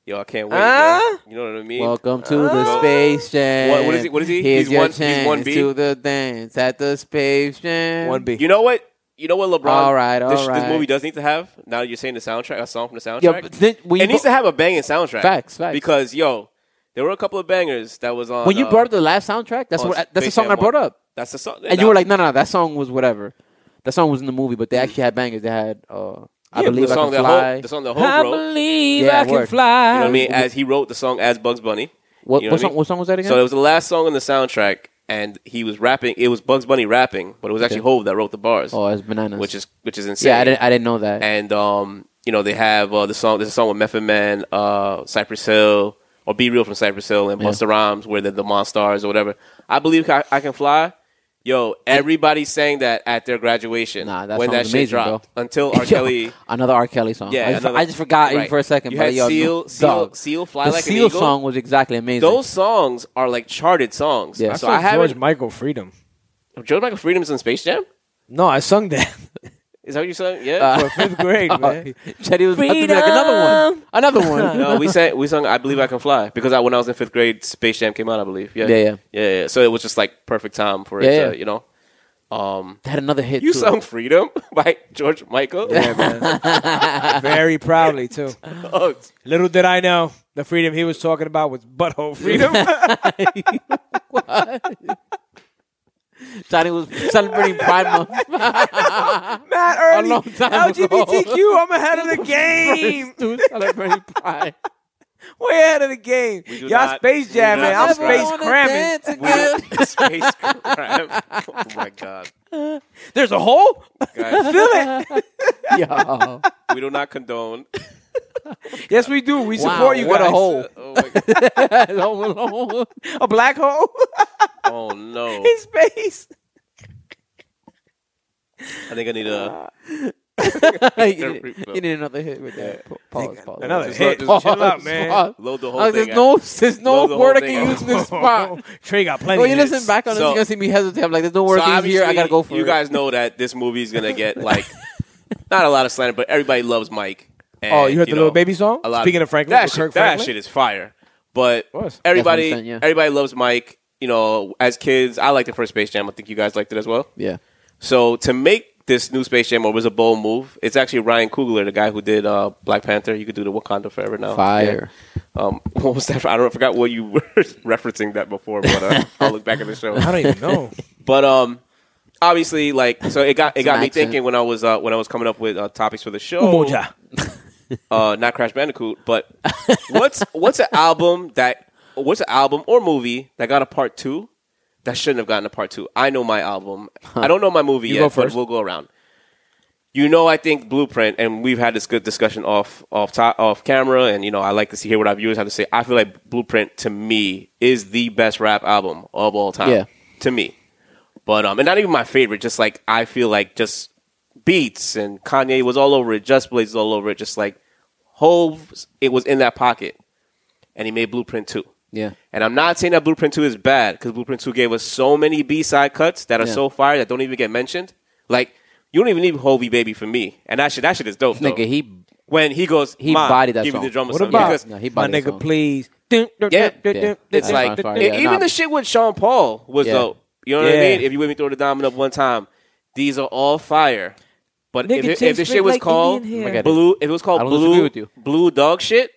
[SPEAKER 3] Yo, I can't wait.
[SPEAKER 4] Ah.
[SPEAKER 3] man. You know what I mean?
[SPEAKER 2] Welcome to the
[SPEAKER 3] Ah.
[SPEAKER 2] Space Jam.
[SPEAKER 3] What- what is he- what is he?
[SPEAKER 2] Here's
[SPEAKER 3] He's
[SPEAKER 2] your
[SPEAKER 3] one- he's
[SPEAKER 2] chance
[SPEAKER 3] one B?
[SPEAKER 2] to the dance at the Space Jam.
[SPEAKER 4] 1B.
[SPEAKER 3] You know what? You know what LeBron?
[SPEAKER 2] All right, all
[SPEAKER 3] this, this
[SPEAKER 2] right.
[SPEAKER 3] movie does need to have. Now you're saying the soundtrack, a song from the soundtrack.
[SPEAKER 2] Yeah, but then when you
[SPEAKER 3] it needs
[SPEAKER 2] go-
[SPEAKER 3] to have a banging soundtrack.
[SPEAKER 2] Facts, facts.
[SPEAKER 3] Because yo, there were a couple of bangers that was on.
[SPEAKER 2] when you
[SPEAKER 3] uh,
[SPEAKER 2] brought up the last soundtrack, that's
[SPEAKER 3] on
[SPEAKER 2] what that's the
[SPEAKER 3] Oh, Space
[SPEAKER 2] song
[SPEAKER 3] Jam
[SPEAKER 2] I brought
[SPEAKER 3] one.
[SPEAKER 2] up.
[SPEAKER 3] that's the song,
[SPEAKER 2] And you were like, no, no, no, that song was whatever. That song was in the movie, but they actually had bangers. They had, uh, I
[SPEAKER 3] the
[SPEAKER 2] believe I
[SPEAKER 3] song
[SPEAKER 2] can
[SPEAKER 3] that
[SPEAKER 2] fly.
[SPEAKER 3] Ho- the song that Ho wrote. You
[SPEAKER 4] believe
[SPEAKER 2] Yeah, word.
[SPEAKER 4] fly.
[SPEAKER 3] know what I mean? As he wrote the song as Bugs Bunny.
[SPEAKER 2] what,
[SPEAKER 3] You
[SPEAKER 2] what
[SPEAKER 3] know what I
[SPEAKER 2] song?
[SPEAKER 3] mean?
[SPEAKER 2] What song was that again?
[SPEAKER 3] So it was the last song on the soundtrack, and he was rapping. It was Bugs Bunny rapping, but it was actually Hove that wrote the bars,
[SPEAKER 2] oh, it's bananas.
[SPEAKER 3] which is which is insane.
[SPEAKER 2] yeah, I didn't, I didn't know that.
[SPEAKER 3] and um, you know they have uh, the song. There's a song with Method Man, uh, Cypress Hill, or Be Real from Cypress Hill, and Busta Rhymes, where they're the Monstars or whatever. I believe I, I can fly. Yo, everybody sang that at their graduation
[SPEAKER 2] Nah, that
[SPEAKER 3] when
[SPEAKER 2] song's
[SPEAKER 3] that shit
[SPEAKER 2] amazing,
[SPEAKER 3] dropped. Until R.
[SPEAKER 2] Yo,
[SPEAKER 3] Kelly,
[SPEAKER 2] another R. Kelly song.
[SPEAKER 3] yeah,
[SPEAKER 2] I just,
[SPEAKER 3] another-
[SPEAKER 2] I just forgot
[SPEAKER 3] right.
[SPEAKER 2] for a second.
[SPEAKER 3] You
[SPEAKER 2] but
[SPEAKER 3] had
[SPEAKER 2] yo,
[SPEAKER 3] Seal, Seal,
[SPEAKER 2] dog.
[SPEAKER 3] Seal, Fly
[SPEAKER 2] the
[SPEAKER 3] like
[SPEAKER 2] Seal
[SPEAKER 3] an Eagle.
[SPEAKER 2] song was exactly amazing.
[SPEAKER 3] Those songs are like charted songs.
[SPEAKER 2] Yeah.
[SPEAKER 3] so
[SPEAKER 4] I
[SPEAKER 3] I
[SPEAKER 4] saw George
[SPEAKER 3] haven't.
[SPEAKER 4] Michael Freedom.
[SPEAKER 3] George Michael Freedom's in Space Jam.
[SPEAKER 4] No, I sung that. Oh,
[SPEAKER 3] Is that what you said? Yeah.
[SPEAKER 2] Uh,
[SPEAKER 4] For fifth grade, man.
[SPEAKER 2] Chetty was about to be like another one, another one.
[SPEAKER 3] no, we sang we sung "I Believe I Can Fly" because I, when I was in fifth grade, Space Jam came out, I believe. Yeah,
[SPEAKER 2] Yeah, yeah.
[SPEAKER 3] yeah. yeah. So it was just like perfect time for it.
[SPEAKER 2] Yeah,
[SPEAKER 3] to,
[SPEAKER 2] yeah.
[SPEAKER 3] You know, um,
[SPEAKER 2] They had another hit.
[SPEAKER 3] you
[SPEAKER 2] too.
[SPEAKER 3] sung "Freedom" by George Michael.
[SPEAKER 4] Yeah, man. Very proudly too.
[SPEAKER 3] Oh,
[SPEAKER 4] Little did I know the freedom he was talking about was butthole freedom.
[SPEAKER 2] Johnny was celebrating Pride Month.
[SPEAKER 4] Not early.
[SPEAKER 2] long time
[SPEAKER 4] LGBTQ, I'm ahead of the game.
[SPEAKER 2] Dude, celebrating Pride.
[SPEAKER 4] Way ahead of the game.
[SPEAKER 3] do
[SPEAKER 4] Y'all
[SPEAKER 3] not-
[SPEAKER 4] space
[SPEAKER 3] we
[SPEAKER 4] jam,
[SPEAKER 3] do
[SPEAKER 4] man.
[SPEAKER 3] not
[SPEAKER 4] I'm
[SPEAKER 3] subscribe.
[SPEAKER 4] space cramming.
[SPEAKER 3] we- space crime. Oh my god,
[SPEAKER 4] There's a hole.
[SPEAKER 3] guys,
[SPEAKER 4] Feel it.
[SPEAKER 2] Yo,
[SPEAKER 3] we do not condone.
[SPEAKER 4] Yes, we do. We
[SPEAKER 2] Wow,
[SPEAKER 4] support you
[SPEAKER 2] what a
[SPEAKER 4] guys.
[SPEAKER 2] hole.
[SPEAKER 3] Oh my god.
[SPEAKER 2] Home Alone.
[SPEAKER 4] A black hole
[SPEAKER 3] Oh no.
[SPEAKER 4] in space.
[SPEAKER 3] I think I need a.
[SPEAKER 2] you, need, you need another hit with that. Pa- Pause, pause.
[SPEAKER 4] Another
[SPEAKER 3] Just
[SPEAKER 4] hit.
[SPEAKER 3] look- just
[SPEAKER 4] Chill out, man.
[SPEAKER 2] Pause.
[SPEAKER 3] Load the whole
[SPEAKER 2] Like,
[SPEAKER 3] thing.
[SPEAKER 2] Oh, there's no, there's no
[SPEAKER 3] Load the
[SPEAKER 2] word I
[SPEAKER 3] whole thing
[SPEAKER 2] can
[SPEAKER 3] up.
[SPEAKER 2] use in this spot.
[SPEAKER 4] Trey got plenty.
[SPEAKER 2] Well, you
[SPEAKER 4] of hits.
[SPEAKER 2] listen back on this,
[SPEAKER 3] So-
[SPEAKER 2] you're gonna see me hesitate. I'm like, there's no
[SPEAKER 3] So
[SPEAKER 2] word I can use here. I
[SPEAKER 3] obviously,
[SPEAKER 2] gotta go for
[SPEAKER 3] You
[SPEAKER 2] it.
[SPEAKER 3] guys know that this movie's gonna get like not a lot of slander, but everybody loves Mike. And,
[SPEAKER 4] Oh, you heard the
[SPEAKER 3] know,
[SPEAKER 4] little baby song.
[SPEAKER 3] a lot
[SPEAKER 4] Speaking of Franklin,
[SPEAKER 3] that
[SPEAKER 4] with
[SPEAKER 3] shit,
[SPEAKER 4] Kirk
[SPEAKER 3] that
[SPEAKER 4] Franklin.
[SPEAKER 3] shit is fire. But
[SPEAKER 4] Was.
[SPEAKER 3] everybody,
[SPEAKER 2] That's what he sent, yeah.
[SPEAKER 3] everybody loves Mike. You know, as kids, I liked the first Space Jam. I think you guys liked it as well.
[SPEAKER 2] Yeah.
[SPEAKER 3] So to make this new Space Jam, or was a bold move. It's actually Ryan Coogler, the guy who did uh, Black Panther. You could do the Wakanda Forever now.
[SPEAKER 2] Fire.
[SPEAKER 3] Yeah. Um, what was that? I don't I forgot what you were referencing that before, but uh, I'll look back at the show.
[SPEAKER 4] I don't even know.
[SPEAKER 3] But um, obviously, like, so it got it got
[SPEAKER 2] an
[SPEAKER 3] me
[SPEAKER 2] accent.
[SPEAKER 3] thinking when I was uh, when I was coming up with uh, topics for the show.
[SPEAKER 4] Umoja.
[SPEAKER 3] Uh, not Crash Bandicoot, but what's what's an album that what's an album or movie that got a part two that shouldn't have gotten a part two? I know my album. I don't know my movie yet,
[SPEAKER 4] go
[SPEAKER 3] but
[SPEAKER 4] first.
[SPEAKER 3] we'll go around. You know, I think Blueprint, and we've had this good discussion off off top, off camera, and you know, I like to see hear what our viewers have to say. I feel like Blueprint to me is the best rap album of all time.
[SPEAKER 2] Yeah.
[SPEAKER 3] to me. But um, and not even my favorite. Just like I feel like just beats and Kanye was all over it. Just Blaze was all over it. Just like Hove, it was in that pocket, and he made Blueprint two.
[SPEAKER 2] Yeah.
[SPEAKER 3] And I'm not saying that Blueprint two is bad because Blueprint two gave us so many B side cuts that are
[SPEAKER 2] Yeah.
[SPEAKER 3] so fire that don't even get mentioned. Like you don't even need Hovey Baby for me, and that shit that shit is dope. though.
[SPEAKER 2] Nigga, he
[SPEAKER 3] when he goes,
[SPEAKER 2] he
[SPEAKER 3] "Ma,
[SPEAKER 2] bodied that
[SPEAKER 3] give
[SPEAKER 2] song.
[SPEAKER 3] Me the drum or
[SPEAKER 2] What
[SPEAKER 3] something,"
[SPEAKER 4] about-
[SPEAKER 3] because
[SPEAKER 2] No, he
[SPEAKER 4] My
[SPEAKER 2] bought
[SPEAKER 4] nigga, please.
[SPEAKER 3] Yeah.
[SPEAKER 2] Yeah.
[SPEAKER 3] it's like
[SPEAKER 2] fine, fine,
[SPEAKER 3] e-
[SPEAKER 2] yeah,
[SPEAKER 3] even
[SPEAKER 2] nah.
[SPEAKER 3] the shit with Sean Paul was
[SPEAKER 2] Yeah.
[SPEAKER 3] dope. You know what I
[SPEAKER 4] Yeah.
[SPEAKER 3] mean? If you with me throw the diamond up one time, these are all fire. But
[SPEAKER 4] Nigga,
[SPEAKER 3] if, it- if
[SPEAKER 4] Chase
[SPEAKER 3] this
[SPEAKER 4] Ray
[SPEAKER 3] shit was
[SPEAKER 4] like
[SPEAKER 3] called
[SPEAKER 4] Indian hair.
[SPEAKER 2] my God.
[SPEAKER 3] blue, if it was
[SPEAKER 2] I
[SPEAKER 3] called
[SPEAKER 2] don't disagree
[SPEAKER 3] blue,
[SPEAKER 2] with you.
[SPEAKER 3] blue dog shit,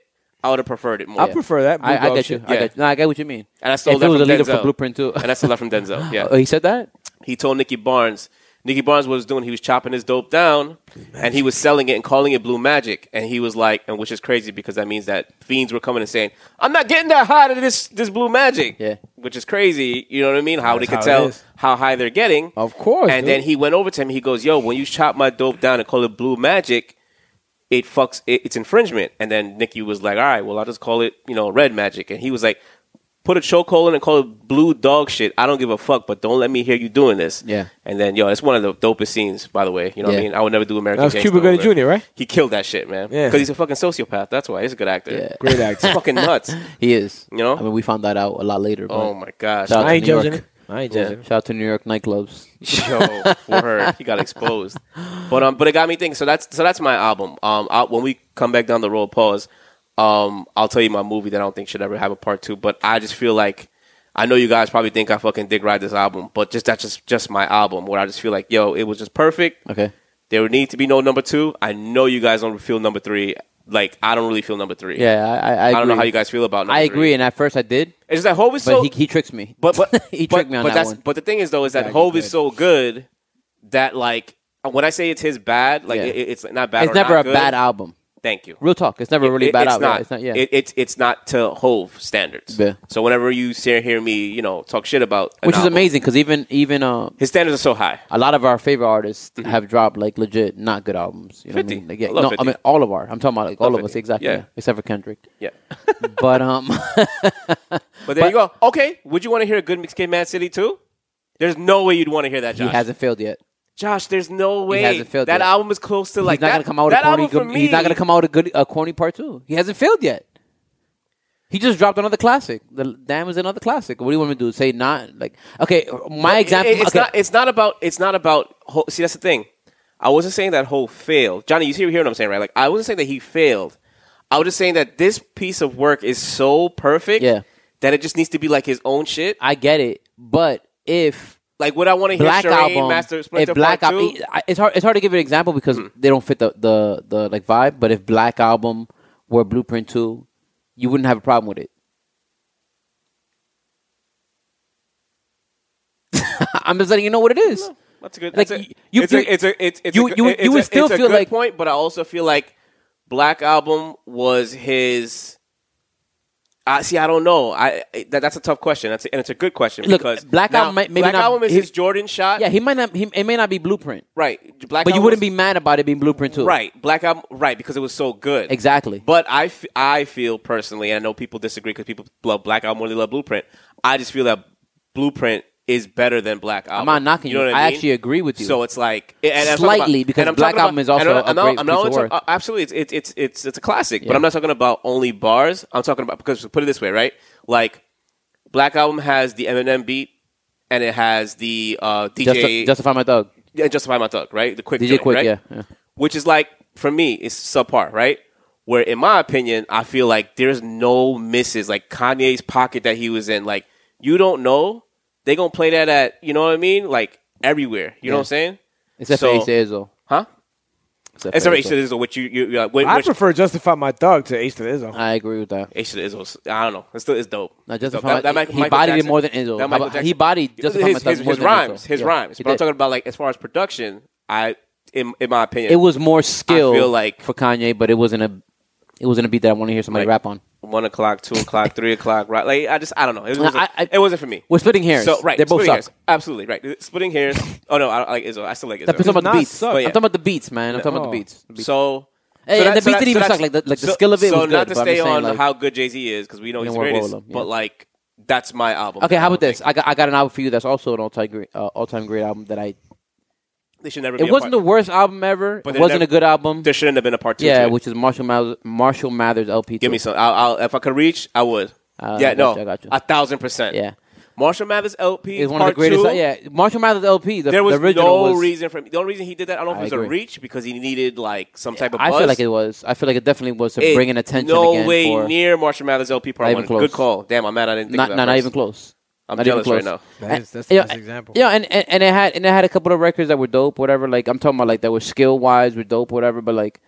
[SPEAKER 3] I would have preferred it more.
[SPEAKER 4] I prefer that.
[SPEAKER 2] I, I get you. I
[SPEAKER 3] Yeah.
[SPEAKER 2] get you. No, I get what you mean.
[SPEAKER 3] And I stole
[SPEAKER 2] if
[SPEAKER 3] that
[SPEAKER 2] it was
[SPEAKER 3] from
[SPEAKER 2] a leader
[SPEAKER 3] Denzel.
[SPEAKER 2] for Blueprint too.
[SPEAKER 3] and I stole that from Denzel. Yeah,
[SPEAKER 2] Oh, he said that.
[SPEAKER 3] he told Nicky Barnes. Nicky Barnes was doing. He was chopping his dope down, and he was selling it and calling it Blue Magic. And he was like, and which is crazy because that means that fiends were coming and saying, "I'm not getting that high to this this Blue Magic."
[SPEAKER 2] Yeah.
[SPEAKER 3] which is crazy. You know what I mean? How
[SPEAKER 4] That's
[SPEAKER 3] they could
[SPEAKER 4] how it
[SPEAKER 3] tell
[SPEAKER 4] is.
[SPEAKER 3] how high they're getting.
[SPEAKER 4] Of course.
[SPEAKER 3] and then he went over to him. He goes, "Yo, when you chop my dope down and call it Blue Magic, it fucks. It, it's infringement." And then Nicky was like, "All right, well, I'll just call it you know Red Magic." And he was like. Put a chokehold in and call it blue dog shit. I don't give a fuck, but don't let me hear you doing this.
[SPEAKER 2] Yeah.
[SPEAKER 3] And then, yo, it's one of the dopest scenes, by the way. You know what I
[SPEAKER 2] Yeah.
[SPEAKER 3] mean? I would never do American
[SPEAKER 4] That was
[SPEAKER 3] Gangster
[SPEAKER 4] Cuba Gooding
[SPEAKER 3] over.
[SPEAKER 4] Jr., right?
[SPEAKER 3] He killed that shit, man.
[SPEAKER 4] Yeah.
[SPEAKER 3] Because he's a fucking sociopath. That's why. He's a good actor.
[SPEAKER 2] Yeah.
[SPEAKER 4] Great
[SPEAKER 3] It's
[SPEAKER 4] actor.
[SPEAKER 3] fucking nuts.
[SPEAKER 2] He is.
[SPEAKER 3] You know?
[SPEAKER 2] I mean, we found that out a lot later. But
[SPEAKER 3] Oh, my gosh.
[SPEAKER 2] Shout out
[SPEAKER 4] I ain't
[SPEAKER 2] New York.
[SPEAKER 4] judging it. I ain't
[SPEAKER 3] Yeah.
[SPEAKER 4] judging it.
[SPEAKER 2] Shout out to New York nightclubs.
[SPEAKER 3] Yo, for her, he got exposed. But um, but it got me thinking. So that's so that's my album. Um, i when we come back down the road, pause. Um, I'll tell you my movie that I don't think should ever have a part two. But I just feel like I know you guys probably think I fucking dick ride this album, but just that's just just my album where I just feel like yo, it was just perfect.
[SPEAKER 2] Okay.
[SPEAKER 3] There would need to be no number two. I know you guys don't feel number three. Like I don't really feel number three.
[SPEAKER 2] Yeah, I I, I,
[SPEAKER 3] I, don't know
[SPEAKER 2] agree.
[SPEAKER 3] how you guys feel about. Number
[SPEAKER 2] I
[SPEAKER 3] Three.
[SPEAKER 2] agree, and at first I did,
[SPEAKER 3] It's just that Hove is
[SPEAKER 2] but
[SPEAKER 3] so
[SPEAKER 2] he he tricks me.
[SPEAKER 3] but but
[SPEAKER 2] he
[SPEAKER 3] but,
[SPEAKER 2] tricked me on
[SPEAKER 3] but
[SPEAKER 2] that
[SPEAKER 3] that's,
[SPEAKER 2] one.
[SPEAKER 3] But the thing is though is that Hove is so good that like when I say it's his bad, like
[SPEAKER 2] Yeah.
[SPEAKER 3] it, it's not bad.
[SPEAKER 2] It's
[SPEAKER 3] or
[SPEAKER 2] never
[SPEAKER 3] not
[SPEAKER 2] a
[SPEAKER 3] good.
[SPEAKER 2] bad album.
[SPEAKER 3] Thank you.
[SPEAKER 2] Real talk, it's never really
[SPEAKER 3] It-
[SPEAKER 2] bad
[SPEAKER 3] it's
[SPEAKER 2] album.
[SPEAKER 3] Not,
[SPEAKER 2] It's not. Yeah.
[SPEAKER 3] It, it's it's not to Hove standards.
[SPEAKER 2] Yeah.
[SPEAKER 3] So whenever you see hear me, you know, talk shit about an
[SPEAKER 2] Which is
[SPEAKER 3] album,
[SPEAKER 2] amazing because even even uh,
[SPEAKER 3] His standards are so high.
[SPEAKER 2] a lot of our favorite artists have dropped like legit not good albums. You know
[SPEAKER 3] 50.
[SPEAKER 2] what I mean? Like, yeah,
[SPEAKER 3] Mm-hmm. I love
[SPEAKER 2] no,
[SPEAKER 3] 50.
[SPEAKER 2] I mean all of our. I'm talking about like all
[SPEAKER 3] Love
[SPEAKER 2] of us
[SPEAKER 3] 50.
[SPEAKER 2] exactly,
[SPEAKER 3] Yeah.
[SPEAKER 2] yeah. except for Kendrick.
[SPEAKER 3] Yeah.
[SPEAKER 2] But um,
[SPEAKER 3] But there you go. Okay. Would you want to hear a good mixtape, Mad City too? There's no way you'd want to hear that,
[SPEAKER 2] he
[SPEAKER 3] Josh.
[SPEAKER 2] hasn't failed yet.
[SPEAKER 3] Josh, there's no way
[SPEAKER 2] hasn't failed yet.
[SPEAKER 3] that album is close to like
[SPEAKER 2] he's not
[SPEAKER 3] that.
[SPEAKER 2] gonna come out with a
[SPEAKER 3] that
[SPEAKER 2] corny.
[SPEAKER 3] album for
[SPEAKER 2] good-
[SPEAKER 3] me.
[SPEAKER 2] he's not gonna come out with a good a corny part two. He hasn't failed yet. He just dropped another classic. The Damn is another classic. What do you want me to do? Say not like okay. My
[SPEAKER 3] It-
[SPEAKER 2] example.
[SPEAKER 3] It's
[SPEAKER 2] okay.
[SPEAKER 3] not. It's not about. It's not about. ho- See, that's the thing. I wasn't saying that Ho failed. Johnny, you see, hear what I'm saying, right? Like, I wasn't saying that he failed. I was just saying that this piece of work is so perfect
[SPEAKER 2] Yeah.
[SPEAKER 3] that it just needs to be like his own shit.
[SPEAKER 2] I get it, but if
[SPEAKER 3] Like, what I want to hear
[SPEAKER 2] Black
[SPEAKER 3] Charade,
[SPEAKER 2] album,
[SPEAKER 3] Master Splinter Hmm.
[SPEAKER 2] if Black
[SPEAKER 3] Part
[SPEAKER 2] Al-
[SPEAKER 3] 2,
[SPEAKER 2] I- it's hard it's hard to give an example because they don't fit the, the the like vibe. But if Black album were Blueprint two, you wouldn't have a problem with it. I'm just letting you know what it is.
[SPEAKER 3] That's a good.
[SPEAKER 2] Like,
[SPEAKER 3] that's a,
[SPEAKER 2] you-
[SPEAKER 3] it's
[SPEAKER 2] you-
[SPEAKER 3] a, it's a, it's, it's
[SPEAKER 2] you-
[SPEAKER 3] a, good-
[SPEAKER 2] you-
[SPEAKER 3] it's
[SPEAKER 2] you would
[SPEAKER 3] a-
[SPEAKER 2] still
[SPEAKER 3] it's a
[SPEAKER 2] feel
[SPEAKER 3] good
[SPEAKER 2] like-
[SPEAKER 3] point, but I also feel like Black Album was his. I see. I don't know. I I- that, that's a tough question. That's a, and it's a good question
[SPEAKER 2] Look,
[SPEAKER 3] because
[SPEAKER 2] Black
[SPEAKER 3] now,
[SPEAKER 2] Album might- maybe
[SPEAKER 3] Black
[SPEAKER 2] not-
[SPEAKER 3] Album is
[SPEAKER 2] he-
[SPEAKER 3] his Jordan shot.
[SPEAKER 2] Yeah, he might not. He, it may not be Blueprint,
[SPEAKER 3] right. Black
[SPEAKER 2] but you
[SPEAKER 3] Album
[SPEAKER 2] wouldn't
[SPEAKER 3] was-
[SPEAKER 2] be mad about it being Blueprint two.
[SPEAKER 3] right. Black Album right because it was so good.
[SPEAKER 2] Exactly.
[SPEAKER 3] But I, f- I feel personally, and I know people disagree because people love Black Album more than they love Blueprint. I just feel that Blueprint is better than Black Album.
[SPEAKER 2] I'm not knocking you.
[SPEAKER 3] know what
[SPEAKER 2] I
[SPEAKER 3] mean?
[SPEAKER 2] actually agree with you.
[SPEAKER 3] So it's like and I'm talking
[SPEAKER 2] Slightly,
[SPEAKER 3] about-
[SPEAKER 2] because
[SPEAKER 3] and I'm
[SPEAKER 2] Black
[SPEAKER 3] talking about-
[SPEAKER 2] Album is also
[SPEAKER 3] and I'm-
[SPEAKER 2] a
[SPEAKER 3] I'm not-
[SPEAKER 2] great
[SPEAKER 3] I'm not
[SPEAKER 2] piece
[SPEAKER 3] only
[SPEAKER 2] of
[SPEAKER 3] talking-
[SPEAKER 2] work.
[SPEAKER 3] uh, absolutely, it's it's it's it's it's a classic. But
[SPEAKER 2] Yeah.
[SPEAKER 3] I'm not talking about only bars. I'm talking about because put it this way, right? Like Black Album has the Eminem beat. And it has the uh,
[SPEAKER 2] Just,
[SPEAKER 3] DJ
[SPEAKER 2] justify my thug.
[SPEAKER 3] yeah, Justify My Thug, right? The quick
[SPEAKER 2] DJ
[SPEAKER 3] joint,
[SPEAKER 2] Quick,
[SPEAKER 3] right?
[SPEAKER 2] yeah, yeah.
[SPEAKER 3] Which is like for me, it's subpar, right? Where in my opinion, I feel like there's no misses. Like Kanye's pocket that he was in, like you don't know they gonna play that at you know what I mean, like everywhere. You know what I'm saying?
[SPEAKER 2] Except
[SPEAKER 3] So-
[SPEAKER 2] for Ace Izzo.
[SPEAKER 3] Huh?
[SPEAKER 2] Except
[SPEAKER 3] It's
[SPEAKER 2] for
[SPEAKER 3] already
[SPEAKER 2] Ace
[SPEAKER 3] Ace of Izzo, which you you, you uh, which,
[SPEAKER 4] I
[SPEAKER 3] which
[SPEAKER 4] prefer Justify My Thug to Ace to Izzo.
[SPEAKER 2] I agree with that.
[SPEAKER 3] Ace of Izzo's, I don't know. It's still it's dope.
[SPEAKER 2] Now,
[SPEAKER 3] It's dope.
[SPEAKER 2] Justify
[SPEAKER 3] That- that
[SPEAKER 2] my,
[SPEAKER 3] Michael-
[SPEAKER 2] he
[SPEAKER 3] Michael
[SPEAKER 2] bodied
[SPEAKER 3] Jackson-
[SPEAKER 2] it more than Enzo.
[SPEAKER 3] that
[SPEAKER 2] How
[SPEAKER 3] Michael
[SPEAKER 2] about-
[SPEAKER 3] Jackson-
[SPEAKER 2] He bodied Justify
[SPEAKER 3] his,
[SPEAKER 2] my thug
[SPEAKER 3] his,
[SPEAKER 2] more
[SPEAKER 3] his
[SPEAKER 2] than
[SPEAKER 3] rhymes,
[SPEAKER 2] Enzo.
[SPEAKER 3] his
[SPEAKER 2] Yeah,
[SPEAKER 3] rhymes.
[SPEAKER 2] he
[SPEAKER 3] But I'm
[SPEAKER 2] did.
[SPEAKER 3] talking about like as far as production, I in in my opinion,
[SPEAKER 2] It was more skill.
[SPEAKER 3] I feel like-
[SPEAKER 2] for Kanye, but it wasn't a. It wasn't a beat that I want to hear somebody
[SPEAKER 3] Right.
[SPEAKER 2] rap on.
[SPEAKER 3] one o'clock, two o'clock, three o'clock, right? Like I just I don't know. It wasn't,
[SPEAKER 2] I- I-
[SPEAKER 3] it wasn't for me.
[SPEAKER 2] We're splitting hairs.
[SPEAKER 3] So right,
[SPEAKER 2] they both
[SPEAKER 3] splitting
[SPEAKER 2] suck.
[SPEAKER 3] hairs. Absolutely right. Splitting hairs. Oh no, I don't like Izzo. I still like
[SPEAKER 2] I'm talking
[SPEAKER 3] Izzo.
[SPEAKER 2] about the
[SPEAKER 4] not
[SPEAKER 2] beats.
[SPEAKER 4] suck. Oh.
[SPEAKER 2] I'm
[SPEAKER 3] But yeah.
[SPEAKER 2] talking about the beats, man. I'm talking about the beats. The beats.
[SPEAKER 3] So.
[SPEAKER 2] Hey,
[SPEAKER 3] so
[SPEAKER 2] and the beat
[SPEAKER 3] so
[SPEAKER 2] didn't even
[SPEAKER 3] so
[SPEAKER 2] suck. Like, the- like, the
[SPEAKER 3] so-
[SPEAKER 2] skill of it
[SPEAKER 3] So
[SPEAKER 2] was
[SPEAKER 3] not
[SPEAKER 2] good,
[SPEAKER 3] to
[SPEAKER 2] but I'm
[SPEAKER 3] stay
[SPEAKER 2] just saying,
[SPEAKER 3] on
[SPEAKER 2] like-
[SPEAKER 3] how good Jay Z is because we know he's
[SPEAKER 2] Didn't
[SPEAKER 3] the
[SPEAKER 2] work well
[SPEAKER 3] greatest,
[SPEAKER 2] with him,
[SPEAKER 3] but
[SPEAKER 2] yeah.
[SPEAKER 3] like that's my album.
[SPEAKER 2] okay,
[SPEAKER 3] I
[SPEAKER 2] how about
[SPEAKER 3] don't
[SPEAKER 2] this?
[SPEAKER 3] think-
[SPEAKER 2] I got, I got an album for you that's also an all time great, uh, all time great album that I.
[SPEAKER 3] They should never. be
[SPEAKER 2] It
[SPEAKER 3] a
[SPEAKER 2] wasn't the
[SPEAKER 3] part-
[SPEAKER 2] worst album ever.
[SPEAKER 3] But
[SPEAKER 2] It
[SPEAKER 3] they
[SPEAKER 2] wasn't
[SPEAKER 3] never-
[SPEAKER 2] a good album.
[SPEAKER 3] There shouldn't have been a part two.
[SPEAKER 2] Yeah,
[SPEAKER 3] to it.
[SPEAKER 2] which is Marshall Mathers, Marshall Mathers LP.
[SPEAKER 3] give me some. I'll, I'll if I could reach, I would.
[SPEAKER 2] I
[SPEAKER 3] yeah,
[SPEAKER 2] got
[SPEAKER 3] no,
[SPEAKER 2] you, I got you.
[SPEAKER 3] a thousand percent.
[SPEAKER 2] Uh, Yeah.
[SPEAKER 3] Marshall Mathers LP
[SPEAKER 2] It's one
[SPEAKER 3] part
[SPEAKER 2] of the greatest.
[SPEAKER 3] Two,
[SPEAKER 2] yeah, Marshall Mathers LP. The,
[SPEAKER 3] there was
[SPEAKER 2] the original
[SPEAKER 3] no
[SPEAKER 2] was,
[SPEAKER 3] reason for him. The only reason he did that, I don't know if
[SPEAKER 2] I
[SPEAKER 3] it was a
[SPEAKER 2] agree.
[SPEAKER 3] reach because he needed like some type of.
[SPEAKER 2] I
[SPEAKER 3] buzz.
[SPEAKER 2] feel like it was. I feel like it definitely was to
[SPEAKER 3] It-
[SPEAKER 2] bring in attention.
[SPEAKER 3] No
[SPEAKER 2] again
[SPEAKER 3] way
[SPEAKER 2] for,
[SPEAKER 3] near Marshall Mathers LP part
[SPEAKER 2] Not even
[SPEAKER 3] one.
[SPEAKER 2] close.
[SPEAKER 3] Good call. Damn, I'm mad. I didn't think
[SPEAKER 2] not,
[SPEAKER 3] of
[SPEAKER 2] not,
[SPEAKER 3] that
[SPEAKER 2] not
[SPEAKER 3] first.
[SPEAKER 2] even close.
[SPEAKER 3] I'm
[SPEAKER 2] not
[SPEAKER 3] jealous
[SPEAKER 2] even
[SPEAKER 3] right
[SPEAKER 2] close.
[SPEAKER 3] now.
[SPEAKER 5] That is, that's the
[SPEAKER 2] you know,
[SPEAKER 5] best example.
[SPEAKER 2] Yeah, and, and and it had and it had a couple of records that were dope, whatever. Like I'm talking about, like that were skill wise, were dope, whatever. But like,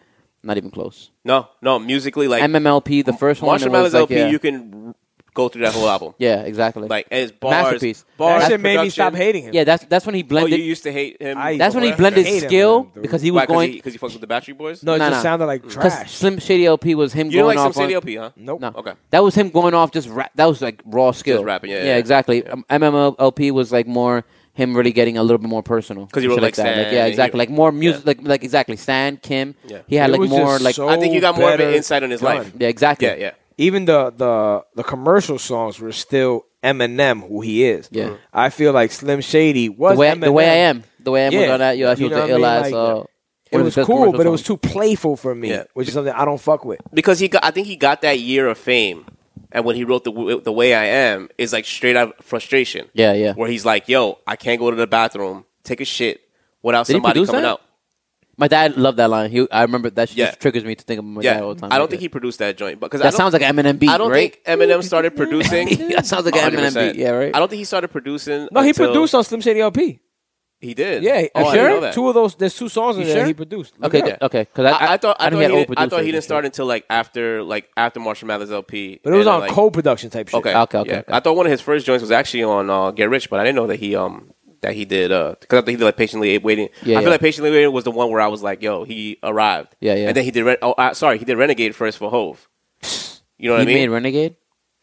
[SPEAKER 2] not even close.
[SPEAKER 3] No, no, musically like
[SPEAKER 2] MMLP, the first one.
[SPEAKER 3] Marshall
[SPEAKER 2] it was
[SPEAKER 3] Mathers
[SPEAKER 2] like,
[SPEAKER 3] LP,
[SPEAKER 2] yeah,
[SPEAKER 3] you can r- go through that whole album.
[SPEAKER 2] yeah, exactly.
[SPEAKER 3] Like and it's bars,
[SPEAKER 2] Masterpiece.
[SPEAKER 3] bars.
[SPEAKER 4] that shit made me stop
[SPEAKER 3] production.
[SPEAKER 4] hating him.
[SPEAKER 2] yeah, that's that's when he
[SPEAKER 3] Oh, you
[SPEAKER 2] blended.
[SPEAKER 3] used to hate him.
[SPEAKER 4] I-
[SPEAKER 2] that's when he
[SPEAKER 4] I
[SPEAKER 2] blended
[SPEAKER 4] hate him,
[SPEAKER 2] skill
[SPEAKER 4] man, dude.
[SPEAKER 2] because he was going
[SPEAKER 3] because he, fucks with the Battery Boys.
[SPEAKER 4] No, it
[SPEAKER 2] Nah,
[SPEAKER 4] just
[SPEAKER 2] nah.
[SPEAKER 4] sounded like
[SPEAKER 2] because
[SPEAKER 4] trash.
[SPEAKER 2] Slim Shady LP was him
[SPEAKER 3] you don't
[SPEAKER 2] going
[SPEAKER 3] like some
[SPEAKER 2] off on.
[SPEAKER 3] City LP, huh?
[SPEAKER 4] Nope.
[SPEAKER 2] No.
[SPEAKER 3] Oh, Okay.
[SPEAKER 2] That was him going off just rap. That was like raw skill.
[SPEAKER 3] Just rapping, yeah, yeah,
[SPEAKER 2] Yeah,
[SPEAKER 3] yeah.
[SPEAKER 2] exactly. Um, MMLP was like more him really getting a little bit more personal.
[SPEAKER 3] 'Cause he wrote,
[SPEAKER 2] Shit
[SPEAKER 3] like,
[SPEAKER 2] that.
[SPEAKER 3] Stan,
[SPEAKER 2] Like, yeah,
[SPEAKER 3] he-
[SPEAKER 2] exactly. Like more music.
[SPEAKER 3] yeah.
[SPEAKER 2] Like like exactly. Stan Kim.
[SPEAKER 3] Yeah.
[SPEAKER 2] He had
[SPEAKER 4] It
[SPEAKER 2] like
[SPEAKER 4] was
[SPEAKER 2] more
[SPEAKER 4] just
[SPEAKER 2] like.
[SPEAKER 4] so
[SPEAKER 3] I think you got more of an
[SPEAKER 4] better
[SPEAKER 3] insight on his
[SPEAKER 4] done.
[SPEAKER 3] life.
[SPEAKER 2] yeah, exactly.
[SPEAKER 3] Yeah, yeah.
[SPEAKER 4] even the the the commercial songs were still Eminem who he is.
[SPEAKER 2] Yeah. Mhm.
[SPEAKER 4] I feel like Slim Shady was
[SPEAKER 2] The way,
[SPEAKER 4] Eminem.
[SPEAKER 2] the way I am, the way I am
[SPEAKER 4] Yeah.
[SPEAKER 2] was on that. Yo, that
[SPEAKER 4] You
[SPEAKER 2] shit
[SPEAKER 4] know
[SPEAKER 2] was
[SPEAKER 4] what
[SPEAKER 2] the
[SPEAKER 4] I
[SPEAKER 2] ill
[SPEAKER 4] mean?
[SPEAKER 2] ass.
[SPEAKER 4] Like,
[SPEAKER 2] uh,
[SPEAKER 4] It
[SPEAKER 2] one of
[SPEAKER 4] was
[SPEAKER 2] the best
[SPEAKER 4] cool,
[SPEAKER 2] commercial
[SPEAKER 4] but it was
[SPEAKER 2] songs.
[SPEAKER 4] too playful for me,
[SPEAKER 3] Yeah.
[SPEAKER 4] which is something I don't fuck with.
[SPEAKER 3] because he got, I think he got that year of fame, and when he wrote the the way I am is like straight out of frustration.
[SPEAKER 2] Yeah, yeah.
[SPEAKER 3] Where he's like, "Yo, I can't go to the bathroom, take a shit without
[SPEAKER 2] Did he
[SPEAKER 3] somebody
[SPEAKER 2] produce
[SPEAKER 3] coming
[SPEAKER 2] that?
[SPEAKER 3] out."
[SPEAKER 2] My dad loved that line. He, I remember that. Shit
[SPEAKER 3] Yeah.
[SPEAKER 2] just triggers me to think of my
[SPEAKER 3] Yeah,
[SPEAKER 2] dad all the time.
[SPEAKER 3] I don't
[SPEAKER 2] Like,
[SPEAKER 3] think he produced that joint because I
[SPEAKER 2] That
[SPEAKER 3] don't-
[SPEAKER 2] sounds like an Eminem beat.
[SPEAKER 3] I don't
[SPEAKER 2] right?
[SPEAKER 3] think Eminem started producing.
[SPEAKER 2] that sounds like an Eminem
[SPEAKER 3] 100%.
[SPEAKER 2] beat. Yeah, right.
[SPEAKER 3] I don't think he started producing.
[SPEAKER 4] No, he
[SPEAKER 3] until-
[SPEAKER 4] produced on Slim Shady LP.
[SPEAKER 3] He did.
[SPEAKER 4] Yeah,
[SPEAKER 3] oh,
[SPEAKER 4] I'm
[SPEAKER 3] I didn't know
[SPEAKER 4] sure.
[SPEAKER 3] that.
[SPEAKER 4] Two of those, there's two songs in
[SPEAKER 2] You
[SPEAKER 4] there
[SPEAKER 2] sure?
[SPEAKER 4] he produced. Look
[SPEAKER 2] Okay,
[SPEAKER 4] it up.
[SPEAKER 2] good. okay. Because
[SPEAKER 3] I, I thought I,
[SPEAKER 2] know he
[SPEAKER 3] thought he,
[SPEAKER 2] had old
[SPEAKER 3] didn't, I thought
[SPEAKER 2] producers
[SPEAKER 3] he
[SPEAKER 2] and
[SPEAKER 3] didn't
[SPEAKER 2] shit.
[SPEAKER 3] start until like after like after Marshall Mathers LP.
[SPEAKER 4] but it was
[SPEAKER 3] and,
[SPEAKER 4] on
[SPEAKER 3] like,
[SPEAKER 4] co-production type shit.
[SPEAKER 3] Okay.
[SPEAKER 2] Okay, okay,
[SPEAKER 3] yeah.
[SPEAKER 2] okay.
[SPEAKER 3] I thought one of his first joints was actually on uh, Get Rich, but I didn't know that he um that he did uh because I thought he did like patiently waiting.
[SPEAKER 2] Yeah,
[SPEAKER 3] I feel
[SPEAKER 2] yeah.
[SPEAKER 3] like patiently waiting was the one where I was like, yo, he arrived.
[SPEAKER 2] Yeah, yeah.
[SPEAKER 3] And then he did. Ren- oh, uh, sorry, he did Renegade first for Hove. You know what
[SPEAKER 2] He
[SPEAKER 3] I mean?
[SPEAKER 2] made Renegade.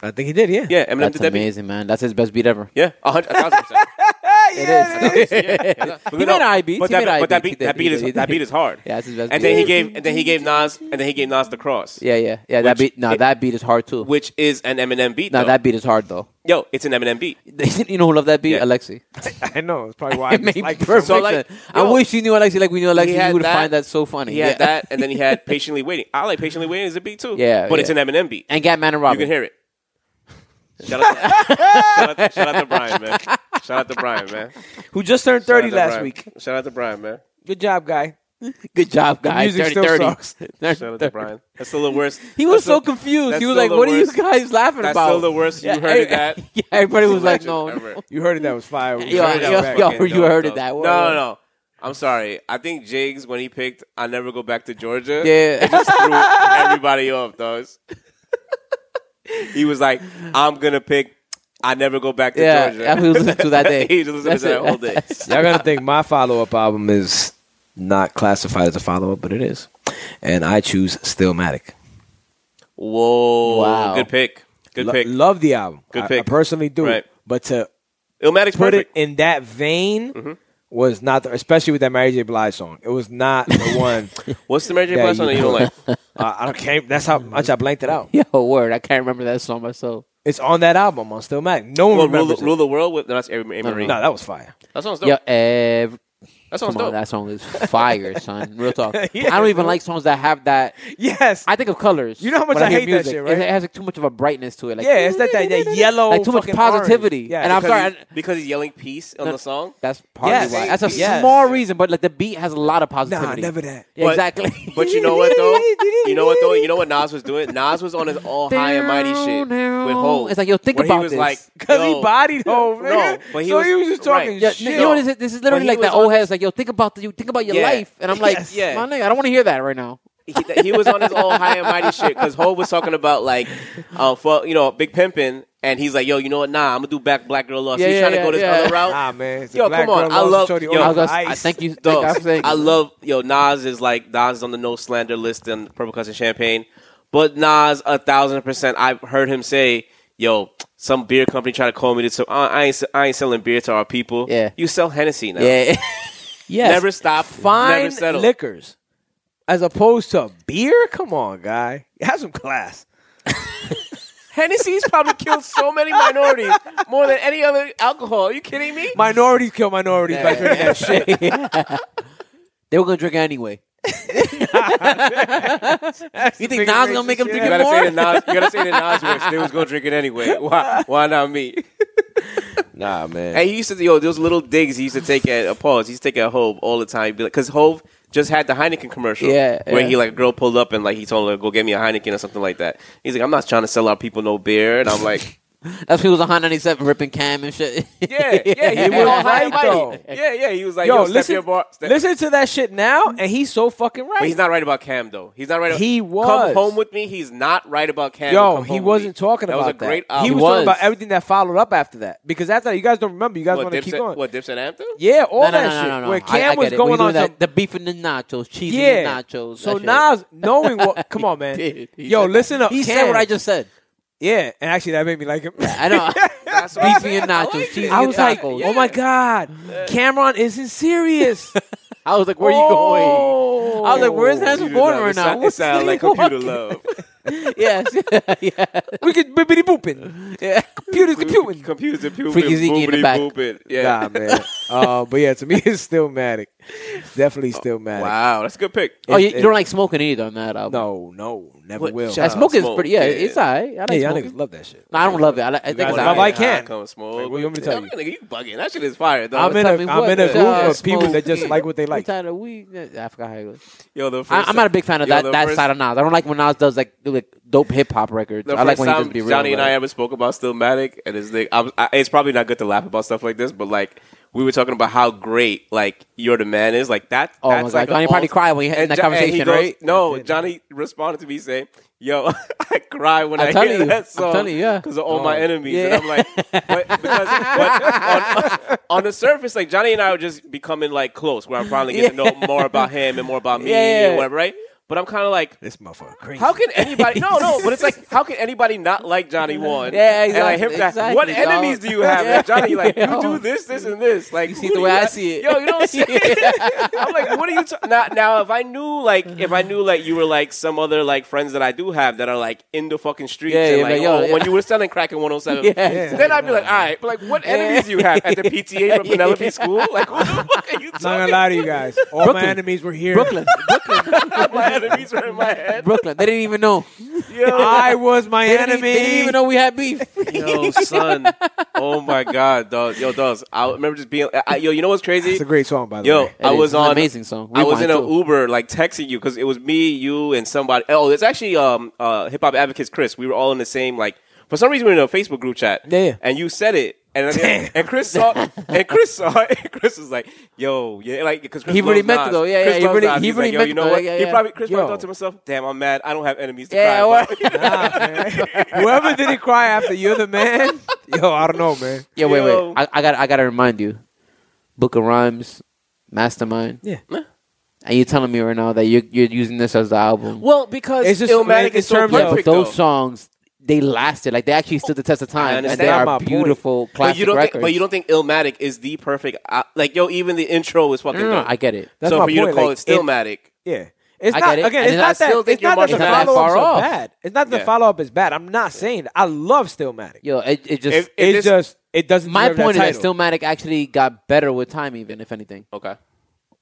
[SPEAKER 4] I think he did. Yeah.
[SPEAKER 3] yeah, Eminem
[SPEAKER 2] That's
[SPEAKER 3] did that. beat.
[SPEAKER 2] amazing, man. That's his best beat ever.
[SPEAKER 3] Yeah, a hundred, a thousand percent.
[SPEAKER 2] He made high beats.
[SPEAKER 3] But
[SPEAKER 2] He
[SPEAKER 3] that,
[SPEAKER 2] made
[SPEAKER 3] but
[SPEAKER 2] high beats.
[SPEAKER 3] that beat,
[SPEAKER 2] He
[SPEAKER 3] that
[SPEAKER 2] did,
[SPEAKER 3] beat
[SPEAKER 2] he
[SPEAKER 3] is
[SPEAKER 2] did,
[SPEAKER 3] that
[SPEAKER 2] he
[SPEAKER 3] beat
[SPEAKER 2] did.
[SPEAKER 3] is hard.
[SPEAKER 2] Yeah, that's his best
[SPEAKER 3] And
[SPEAKER 2] beat.
[SPEAKER 3] then he gave, and then he gave Nas, and then he gave Nas the cross.
[SPEAKER 2] Yeah, yeah, yeah. That
[SPEAKER 3] Which-
[SPEAKER 2] beat. No,
[SPEAKER 3] it-
[SPEAKER 2] that beat is hard too.
[SPEAKER 3] which is an Eminem beat.
[SPEAKER 2] No,
[SPEAKER 3] though.
[SPEAKER 2] that beat is hard though.
[SPEAKER 3] yo, it's an Eminem beat.
[SPEAKER 2] you know who loved that beat?
[SPEAKER 3] Yeah.
[SPEAKER 2] Alexi.
[SPEAKER 4] I know. It's probably why I
[SPEAKER 2] It made
[SPEAKER 4] like
[SPEAKER 2] perfect.
[SPEAKER 3] So,
[SPEAKER 4] So,
[SPEAKER 3] like,
[SPEAKER 2] sense. I
[SPEAKER 3] yo,
[SPEAKER 2] wish you knew Alexi like we knew
[SPEAKER 3] he
[SPEAKER 2] Alexi.
[SPEAKER 3] had
[SPEAKER 2] You would
[SPEAKER 3] that.
[SPEAKER 2] find that so funny.
[SPEAKER 3] He had
[SPEAKER 2] Yeah.
[SPEAKER 3] that, and then he had patiently waiting. I like patiently waiting is a beat too.
[SPEAKER 2] Yeah,
[SPEAKER 3] but it's an
[SPEAKER 2] yeah.
[SPEAKER 3] Eminem beat.
[SPEAKER 2] and Gatman and
[SPEAKER 3] you
[SPEAKER 2] Robin.
[SPEAKER 3] can hear it. Shout out, to, shout, out to, shout out to Brian, man. Shout out to Brian, man. Shout out
[SPEAKER 4] who just turned 30
[SPEAKER 3] to
[SPEAKER 4] last
[SPEAKER 3] Brian.
[SPEAKER 4] week.
[SPEAKER 3] Shout out to Brian, man.
[SPEAKER 4] Good job, guy.
[SPEAKER 2] Good job, guys.
[SPEAKER 6] music
[SPEAKER 2] 30
[SPEAKER 6] still
[SPEAKER 2] 30.
[SPEAKER 6] sucks.
[SPEAKER 3] Shout out to Brian. That's still the worst.
[SPEAKER 2] He was
[SPEAKER 3] That's still-
[SPEAKER 2] so confused.
[SPEAKER 3] that's
[SPEAKER 2] He was
[SPEAKER 3] still
[SPEAKER 2] like,
[SPEAKER 3] the
[SPEAKER 2] "What
[SPEAKER 3] worst-
[SPEAKER 2] are you guys laughing
[SPEAKER 3] That's
[SPEAKER 2] about?"
[SPEAKER 3] still the worst. You
[SPEAKER 2] Yeah,
[SPEAKER 3] heard of
[SPEAKER 2] every-
[SPEAKER 3] that.
[SPEAKER 2] yeah, everybody was like,
[SPEAKER 3] Legend
[SPEAKER 2] "No,
[SPEAKER 3] ever.
[SPEAKER 2] no."
[SPEAKER 6] You heard it. That was fire. We
[SPEAKER 2] Yo,
[SPEAKER 6] heard
[SPEAKER 3] That
[SPEAKER 6] that
[SPEAKER 2] yo,
[SPEAKER 3] was
[SPEAKER 6] back.
[SPEAKER 2] yo,
[SPEAKER 3] fucking
[SPEAKER 2] you
[SPEAKER 3] dope,
[SPEAKER 2] heard it
[SPEAKER 3] though.
[SPEAKER 2] that
[SPEAKER 3] No,
[SPEAKER 2] way.
[SPEAKER 3] no, no. I'm sorry. I think Jigs when he picked "I Never Go Back to Georgia,"
[SPEAKER 2] Yeah.
[SPEAKER 3] it just threw everybody off. Those. He was like, "I'm gonna pick "I Never Go Back to
[SPEAKER 2] Yeah,
[SPEAKER 3] Georgia."
[SPEAKER 2] that's what he was listening to that day.
[SPEAKER 3] he was listening
[SPEAKER 2] That's
[SPEAKER 3] to that
[SPEAKER 2] it.
[SPEAKER 3] whole day.
[SPEAKER 4] Y'all gotta think my follow up album is not classified as a follow up, but it is. And I choose Stillmatic.
[SPEAKER 3] Whoa!
[SPEAKER 2] Wow.
[SPEAKER 3] Good pick. Good
[SPEAKER 4] Lo-
[SPEAKER 3] pick.
[SPEAKER 4] Love the album.
[SPEAKER 3] Good
[SPEAKER 4] I- I
[SPEAKER 3] pick.
[SPEAKER 4] personally do.
[SPEAKER 3] Right.
[SPEAKER 4] But to
[SPEAKER 3] Illmatic's
[SPEAKER 4] put
[SPEAKER 3] perfect. Mm-hmm.
[SPEAKER 4] it in that vein was not, the, especially with that Mary J. Blige song. It was not the one.
[SPEAKER 3] What's the Mary J.
[SPEAKER 4] Yeah,
[SPEAKER 3] Blige song that
[SPEAKER 4] you-
[SPEAKER 3] you don't like?
[SPEAKER 4] I, I don't care. That's how much I blanked it out.
[SPEAKER 2] Yo, word. I can't remember that song myself.
[SPEAKER 4] It's on that album on Stillmatic. No one
[SPEAKER 3] Well, rule,
[SPEAKER 4] remembers
[SPEAKER 3] the- rule
[SPEAKER 4] it.
[SPEAKER 3] the world with no, that's Amy Amy Marie.
[SPEAKER 4] No, that was fire.
[SPEAKER 3] That song's dope.
[SPEAKER 2] Yo, ev-
[SPEAKER 3] That song's
[SPEAKER 2] come on,
[SPEAKER 3] dope.
[SPEAKER 2] that song is fire, son. Real talk.
[SPEAKER 4] Yeah,
[SPEAKER 2] I don't even
[SPEAKER 4] bro.
[SPEAKER 2] like songs that have that.
[SPEAKER 4] Yes.
[SPEAKER 2] I think of colors.
[SPEAKER 4] You know how much
[SPEAKER 2] when
[SPEAKER 4] I
[SPEAKER 2] hear
[SPEAKER 4] hate that shit, right?
[SPEAKER 2] It has like, too much of a brightness to it. Like,
[SPEAKER 4] yeah, it's that, that, that yellow.
[SPEAKER 2] like too much
[SPEAKER 4] fucking orange.
[SPEAKER 2] positivity.
[SPEAKER 4] Yeah.
[SPEAKER 2] And I'm
[SPEAKER 3] Because
[SPEAKER 2] sorry.
[SPEAKER 3] he- because he's yelling peace on
[SPEAKER 2] No.
[SPEAKER 3] the song.
[SPEAKER 2] That's partly
[SPEAKER 4] Yes.
[SPEAKER 2] why. That's a
[SPEAKER 4] Yes.
[SPEAKER 2] small reason, but like the beat has a lot of
[SPEAKER 4] Nah,
[SPEAKER 2] positivity.
[SPEAKER 4] never that.
[SPEAKER 2] Yeah,
[SPEAKER 3] But-
[SPEAKER 2] exactly.
[SPEAKER 3] But you know what though? You know what though? You know what Nas was doing? Nas was on his all high and mighty shit with Hov.
[SPEAKER 2] It's like, yo, think
[SPEAKER 3] where
[SPEAKER 2] about
[SPEAKER 3] he was
[SPEAKER 2] this.
[SPEAKER 3] like,
[SPEAKER 4] Because he
[SPEAKER 3] yo,
[SPEAKER 4] bodied Hove, nigga.
[SPEAKER 3] No, but he
[SPEAKER 4] so
[SPEAKER 3] was-
[SPEAKER 4] he was just talking
[SPEAKER 3] right.
[SPEAKER 2] Yeah,
[SPEAKER 4] shit.
[SPEAKER 2] you know what this is? This is literally
[SPEAKER 3] he
[SPEAKER 2] like that
[SPEAKER 3] was on
[SPEAKER 2] old head's like, yo, think about the, you think about your
[SPEAKER 3] Yeah.
[SPEAKER 2] life, and I'm like,
[SPEAKER 4] Yes.
[SPEAKER 2] yeah,
[SPEAKER 3] Yeah.
[SPEAKER 2] my nigga, I don't want to hear that right now.
[SPEAKER 3] he, he was on his all high and mighty shit because Hov was talking about like, um, for you know, big pimpin', and he's like, yo, you know what? Nah, I'm gonna do back black girl law. So
[SPEAKER 2] Yeah,
[SPEAKER 3] he's
[SPEAKER 2] yeah,
[SPEAKER 3] trying
[SPEAKER 2] yeah,
[SPEAKER 3] to go this
[SPEAKER 2] yeah.
[SPEAKER 3] other route.
[SPEAKER 4] Nah, man. It's a
[SPEAKER 3] Yo,
[SPEAKER 4] black
[SPEAKER 3] come on.
[SPEAKER 4] girl
[SPEAKER 3] I
[SPEAKER 4] loves
[SPEAKER 3] love-
[SPEAKER 4] Shorty
[SPEAKER 3] yo,
[SPEAKER 4] Oh, on
[SPEAKER 2] I was
[SPEAKER 4] the
[SPEAKER 2] gonna, s- I
[SPEAKER 4] ice.
[SPEAKER 2] thank you. Thank God
[SPEAKER 3] Dogs.
[SPEAKER 2] for saying.
[SPEAKER 3] I love yo Nas is like Nas is on the no slander list and Purple Custom Champagne, but Nas a thousand percent. I've heard him say, "Yo, some beer company tried to call me to so I, I ain't I ain't selling beer to our people.
[SPEAKER 2] Yeah.
[SPEAKER 3] you sell Hennessy now.
[SPEAKER 2] yeah,
[SPEAKER 4] Yes.
[SPEAKER 3] Never stop.
[SPEAKER 4] fine
[SPEAKER 3] never settle.
[SPEAKER 4] liquors as opposed to beer? Come on, guy. Have some class.
[SPEAKER 3] Hennessy's probably killed so many minorities more than any other alcohol. Are you kidding me?
[SPEAKER 4] Minorities kill minorities by drinking that shit.
[SPEAKER 2] they were gonna drink it anyway. you think
[SPEAKER 4] biggest
[SPEAKER 2] Nas gonna make
[SPEAKER 4] racist
[SPEAKER 2] him
[SPEAKER 4] shit
[SPEAKER 2] drink
[SPEAKER 3] you
[SPEAKER 2] it
[SPEAKER 3] gotta say
[SPEAKER 2] more?
[SPEAKER 3] the Nas. You gotta say the Nas words. They was gonna drink it anyway. Why? Why not me?
[SPEAKER 4] Nah, man.
[SPEAKER 3] And he used to, yo, those little digs he used to take at a pause. He used to take at Hove all the time. He'd be like, because Hove just had the Heineken commercial.
[SPEAKER 2] Yeah,
[SPEAKER 3] Where
[SPEAKER 2] yeah.
[SPEAKER 3] he, like, a girl pulled up and, like, he told her, go get me a Heineken or something like that. He's like, I'm not trying to sell our people no beer. And I'm like,
[SPEAKER 2] That's when he was 197 ripping Cam and shit.
[SPEAKER 3] yeah, yeah, he
[SPEAKER 4] He
[SPEAKER 3] was
[SPEAKER 4] was
[SPEAKER 3] all high
[SPEAKER 4] right,
[SPEAKER 3] and mighty.
[SPEAKER 4] though.
[SPEAKER 3] Yeah, yeah. He was like,
[SPEAKER 4] yo,
[SPEAKER 3] yo, step your
[SPEAKER 4] listen,
[SPEAKER 3] bar. Step.
[SPEAKER 4] listen to that shit now, and he's so fucking
[SPEAKER 3] But
[SPEAKER 4] right.
[SPEAKER 3] he's not right about Cam, though. He's not right.
[SPEAKER 4] He
[SPEAKER 3] Come
[SPEAKER 4] was.
[SPEAKER 3] home with me. He's not right about Cam.
[SPEAKER 4] Yo,
[SPEAKER 3] Come
[SPEAKER 4] he
[SPEAKER 3] Home With
[SPEAKER 4] wasn't
[SPEAKER 3] Me.
[SPEAKER 4] talking
[SPEAKER 3] that
[SPEAKER 4] about
[SPEAKER 3] was a great
[SPEAKER 4] that.
[SPEAKER 3] album.
[SPEAKER 4] He was,
[SPEAKER 2] was.
[SPEAKER 4] talking about everything that followed up after that. Because after that, you guys don't remember. You guys
[SPEAKER 3] what,
[SPEAKER 4] want to keep
[SPEAKER 3] Dipset,
[SPEAKER 4] going.
[SPEAKER 3] what, Dipset Anthem?
[SPEAKER 4] Yeah, all
[SPEAKER 2] No, no,
[SPEAKER 4] that
[SPEAKER 2] no,
[SPEAKER 4] shit.
[SPEAKER 2] no, no, no.
[SPEAKER 4] Where
[SPEAKER 2] I- I
[SPEAKER 4] Cam
[SPEAKER 2] get
[SPEAKER 4] was
[SPEAKER 2] it.
[SPEAKER 4] going
[SPEAKER 2] When he
[SPEAKER 4] on
[SPEAKER 2] doing
[SPEAKER 4] some
[SPEAKER 2] that, the beef and the nachos, cheese
[SPEAKER 4] yeah.
[SPEAKER 2] and the nachos.
[SPEAKER 4] so
[SPEAKER 2] that shit.
[SPEAKER 4] Nas, knowing what, come on, man.
[SPEAKER 2] He did. He
[SPEAKER 4] Yo,
[SPEAKER 2] said that.
[SPEAKER 4] listen up.
[SPEAKER 2] he
[SPEAKER 4] Cam.
[SPEAKER 2] said what I just said.
[SPEAKER 4] Yeah, and actually, that made me like him.
[SPEAKER 2] I know.
[SPEAKER 3] That's what I
[SPEAKER 2] Beefy
[SPEAKER 3] said.
[SPEAKER 2] and
[SPEAKER 3] I
[SPEAKER 2] nachos,
[SPEAKER 3] like
[SPEAKER 2] cheesy
[SPEAKER 3] it.
[SPEAKER 4] I
[SPEAKER 2] and
[SPEAKER 4] was like,
[SPEAKER 2] tacos.
[SPEAKER 4] oh my god, Cameron isn't serious.
[SPEAKER 2] I was like, where are you going?
[SPEAKER 4] Oh.
[SPEAKER 2] I was like, where's that
[SPEAKER 3] Computer
[SPEAKER 2] born
[SPEAKER 3] Love.
[SPEAKER 2] right
[SPEAKER 3] It sound-
[SPEAKER 2] now?
[SPEAKER 3] It sounds like computer love.
[SPEAKER 2] yes. yeah.
[SPEAKER 4] We could bibbity booping.
[SPEAKER 2] yeah.
[SPEAKER 4] Computers computing.
[SPEAKER 3] Computer pupil.
[SPEAKER 2] Freaky Zeke in the back.
[SPEAKER 3] Yeah.
[SPEAKER 4] Nah, man. Uh, but yeah, to me, it's still Matic. It's definitely still Matic.
[SPEAKER 3] Wow, that's a good pick.
[SPEAKER 2] Oh, you,
[SPEAKER 4] It-
[SPEAKER 2] you don't like smoking either on that album.
[SPEAKER 4] No, no, never
[SPEAKER 3] What-
[SPEAKER 4] will.
[SPEAKER 3] shut
[SPEAKER 2] I
[SPEAKER 3] up.
[SPEAKER 4] Nah,
[SPEAKER 2] smoke is
[SPEAKER 3] Smoke,
[SPEAKER 2] pretty. Yeah,
[SPEAKER 3] yeah.
[SPEAKER 2] it's alright. I like
[SPEAKER 4] yeah, y'all
[SPEAKER 2] smoking.
[SPEAKER 4] niggas love that shit.
[SPEAKER 2] No, I don't love it. I, li- I think
[SPEAKER 4] guys
[SPEAKER 2] it's
[SPEAKER 4] love
[SPEAKER 2] alright.
[SPEAKER 4] it? can.
[SPEAKER 3] Come smoke.
[SPEAKER 4] Like, what you want me to
[SPEAKER 3] Tell
[SPEAKER 4] tell
[SPEAKER 3] me,
[SPEAKER 4] you?
[SPEAKER 3] nigga, you bugging. That shit is fire, though.
[SPEAKER 4] I'm in
[SPEAKER 2] Tell
[SPEAKER 4] a,
[SPEAKER 2] me
[SPEAKER 4] I'm
[SPEAKER 2] what
[SPEAKER 4] in a
[SPEAKER 2] the
[SPEAKER 4] group
[SPEAKER 2] hell
[SPEAKER 4] of people that just
[SPEAKER 2] smoking.
[SPEAKER 4] like what they like.
[SPEAKER 2] Inside of weed. I forgot how it goes.
[SPEAKER 3] Yo, the first
[SPEAKER 2] I, I'm not a big fan of
[SPEAKER 3] yo,
[SPEAKER 2] that,
[SPEAKER 3] the
[SPEAKER 2] that
[SPEAKER 3] first-
[SPEAKER 2] side of Nas. I don't like when Nas does like, do, like dope hip hop records.
[SPEAKER 3] The
[SPEAKER 2] I like
[SPEAKER 3] first
[SPEAKER 2] when he
[SPEAKER 3] time
[SPEAKER 2] just be real.
[SPEAKER 3] Johnny and
[SPEAKER 2] about
[SPEAKER 3] I
[SPEAKER 2] it.
[SPEAKER 3] ever spoke about Stillmatic, and his thing, I was, I, it's probably not good to laugh about stuff like this, but like we were talking about how great like You're the Man is, like that.
[SPEAKER 2] Oh my
[SPEAKER 3] that's
[SPEAKER 2] God,
[SPEAKER 3] like an
[SPEAKER 2] Johnny probably
[SPEAKER 3] all-
[SPEAKER 2] cried when he had
[SPEAKER 3] and
[SPEAKER 2] that
[SPEAKER 3] Jo- and
[SPEAKER 2] conversation,
[SPEAKER 3] he goes-
[SPEAKER 2] right?
[SPEAKER 3] No, Johnny responded to me saying, "Yo, I cry when
[SPEAKER 2] I'm
[SPEAKER 3] I
[SPEAKER 2] telling
[SPEAKER 3] hear
[SPEAKER 2] you. I'm
[SPEAKER 3] that song
[SPEAKER 2] telling you, yeah.
[SPEAKER 3] because of all my enemies." And
[SPEAKER 2] yeah.
[SPEAKER 3] I'm like, but, because but on, on the surface, like Johnny and I are just becoming like close, where I'm finally getting to know more about him and more about me
[SPEAKER 2] Yeah, yeah, yeah.
[SPEAKER 3] and whatever, right? But I'm kind of like,
[SPEAKER 4] This motherfucker crazy.
[SPEAKER 3] how can anybody? No, no. But it's like, how can anybody not like Johnny One?
[SPEAKER 2] Yeah,
[SPEAKER 3] And like him
[SPEAKER 2] exactly,
[SPEAKER 3] to-
[SPEAKER 2] exactly,
[SPEAKER 3] what
[SPEAKER 2] dog.
[SPEAKER 3] enemies do you have,
[SPEAKER 2] Yeah.
[SPEAKER 3] that Johnny? Like you
[SPEAKER 2] Yo.
[SPEAKER 3] do this, this, and this. Like you
[SPEAKER 2] see it the way I see it.
[SPEAKER 3] Yo, you don't see it. I'm like, what are you? Ta- now, now, if I knew, like, if I knew, like, you were like some other like friends that I do have that are like in the fucking streets,
[SPEAKER 2] Yeah,
[SPEAKER 3] and
[SPEAKER 2] yeah,
[SPEAKER 3] like,
[SPEAKER 2] like, yo,
[SPEAKER 3] oh,
[SPEAKER 2] yeah.
[SPEAKER 3] when you were selling crack in 107,
[SPEAKER 2] Yeah. Yeah.
[SPEAKER 3] then I'd be like, all right, but like, what enemies do you have at the PTA from
[SPEAKER 2] Yeah.
[SPEAKER 3] Penelope School? Like, what the fuck are you
[SPEAKER 4] I'm not
[SPEAKER 3] talking?
[SPEAKER 4] gonna lie to you guys. All my enemies were here.
[SPEAKER 2] Brooklyn, Brooklyn.
[SPEAKER 3] about? enemies were in my head.
[SPEAKER 2] Brooklyn. They didn't even know.
[SPEAKER 4] I was my
[SPEAKER 2] They didn't,
[SPEAKER 4] enemy.
[SPEAKER 2] they didn't even know we had beef.
[SPEAKER 3] Yo, son. Oh my God, dog. Yo, dogs. I remember just being. I, yo, you know what's crazy?
[SPEAKER 4] It's a great song, by the
[SPEAKER 3] Yo,
[SPEAKER 4] way.
[SPEAKER 3] I
[SPEAKER 2] It is.
[SPEAKER 3] was
[SPEAKER 2] It's an
[SPEAKER 3] on
[SPEAKER 2] amazing song.
[SPEAKER 3] I was in
[SPEAKER 2] Rewind,
[SPEAKER 3] an
[SPEAKER 2] too.
[SPEAKER 3] Uber, like texting you because it was me, you, and somebody. Oh, it's actually um uh hip hop advocates Chris. We were all in the same like for some reason we were in a Facebook group chat.
[SPEAKER 4] Yeah, yeah.
[SPEAKER 3] And you said it, and I think- and Chris saw and Chris saw it. And Chris was like, "Yo, yeah," like because
[SPEAKER 2] He really meant it, though. Yeah, yeah,
[SPEAKER 3] Chris
[SPEAKER 2] he
[SPEAKER 3] loves
[SPEAKER 2] really-
[SPEAKER 3] Nas.
[SPEAKER 2] he
[SPEAKER 3] He's
[SPEAKER 2] really
[SPEAKER 3] like, Yo,
[SPEAKER 2] meant
[SPEAKER 3] you
[SPEAKER 2] it,
[SPEAKER 3] know
[SPEAKER 2] though.
[SPEAKER 3] what?
[SPEAKER 2] Yeah,
[SPEAKER 3] He
[SPEAKER 2] yeah,
[SPEAKER 3] probably Chris
[SPEAKER 4] Yo.
[SPEAKER 3] probably thought to himself, "Damn, I'm mad. I don't have enemies to
[SPEAKER 2] Yeah,
[SPEAKER 3] cry."
[SPEAKER 2] well-
[SPEAKER 3] about."
[SPEAKER 4] Whoever didn't cry after you're the man. Yo, I don't know, man.
[SPEAKER 2] Yeah, wait,
[SPEAKER 3] Yo.
[SPEAKER 2] wait. I, I got I gotta remind you. Book of Rhymes, Mastermind.
[SPEAKER 4] Yeah.
[SPEAKER 2] And you're telling me right now that you're you're using this as the album.
[SPEAKER 3] well, because
[SPEAKER 4] It's just-
[SPEAKER 3] Illmatic
[SPEAKER 4] in
[SPEAKER 3] is so
[SPEAKER 4] terms of-
[SPEAKER 2] yeah,
[SPEAKER 3] perfect.
[SPEAKER 2] but
[SPEAKER 3] though.
[SPEAKER 2] those songs they lasted. Like they actually stood the test of time. And
[SPEAKER 3] understand.
[SPEAKER 2] they
[SPEAKER 4] That's my
[SPEAKER 2] are
[SPEAKER 4] point.
[SPEAKER 2] beautiful classic
[SPEAKER 3] but you don't
[SPEAKER 2] records.
[SPEAKER 3] think, but you don't think Illmatic is the perfect uh, like yo even the intro is fucking
[SPEAKER 2] no, no, no,
[SPEAKER 3] dope.
[SPEAKER 2] I get it.
[SPEAKER 4] That's
[SPEAKER 3] so
[SPEAKER 4] my
[SPEAKER 3] for you to
[SPEAKER 4] point,
[SPEAKER 3] call
[SPEAKER 4] like,
[SPEAKER 3] it Stillmatic
[SPEAKER 4] Yeah. It's
[SPEAKER 2] I
[SPEAKER 4] not
[SPEAKER 2] get it.
[SPEAKER 4] again.
[SPEAKER 2] And
[SPEAKER 4] It's
[SPEAKER 2] then
[SPEAKER 4] not
[SPEAKER 2] I
[SPEAKER 4] that.
[SPEAKER 3] still think
[SPEAKER 4] It's not that the
[SPEAKER 3] your
[SPEAKER 2] money's not that
[SPEAKER 4] follow ups
[SPEAKER 2] far
[SPEAKER 4] are
[SPEAKER 2] off.
[SPEAKER 4] bad. It's not that the
[SPEAKER 3] Yeah.
[SPEAKER 4] follow up is bad. I'm not saying that. I love Stillmatic.
[SPEAKER 2] Yo, it, it just
[SPEAKER 3] If- if-
[SPEAKER 4] It
[SPEAKER 3] is-
[SPEAKER 4] just it doesn't.
[SPEAKER 2] my
[SPEAKER 4] deserve
[SPEAKER 2] point
[SPEAKER 4] that
[SPEAKER 2] is that
[SPEAKER 4] title.
[SPEAKER 2] Stillmatic actually got better with time, even if anything.
[SPEAKER 3] Okay.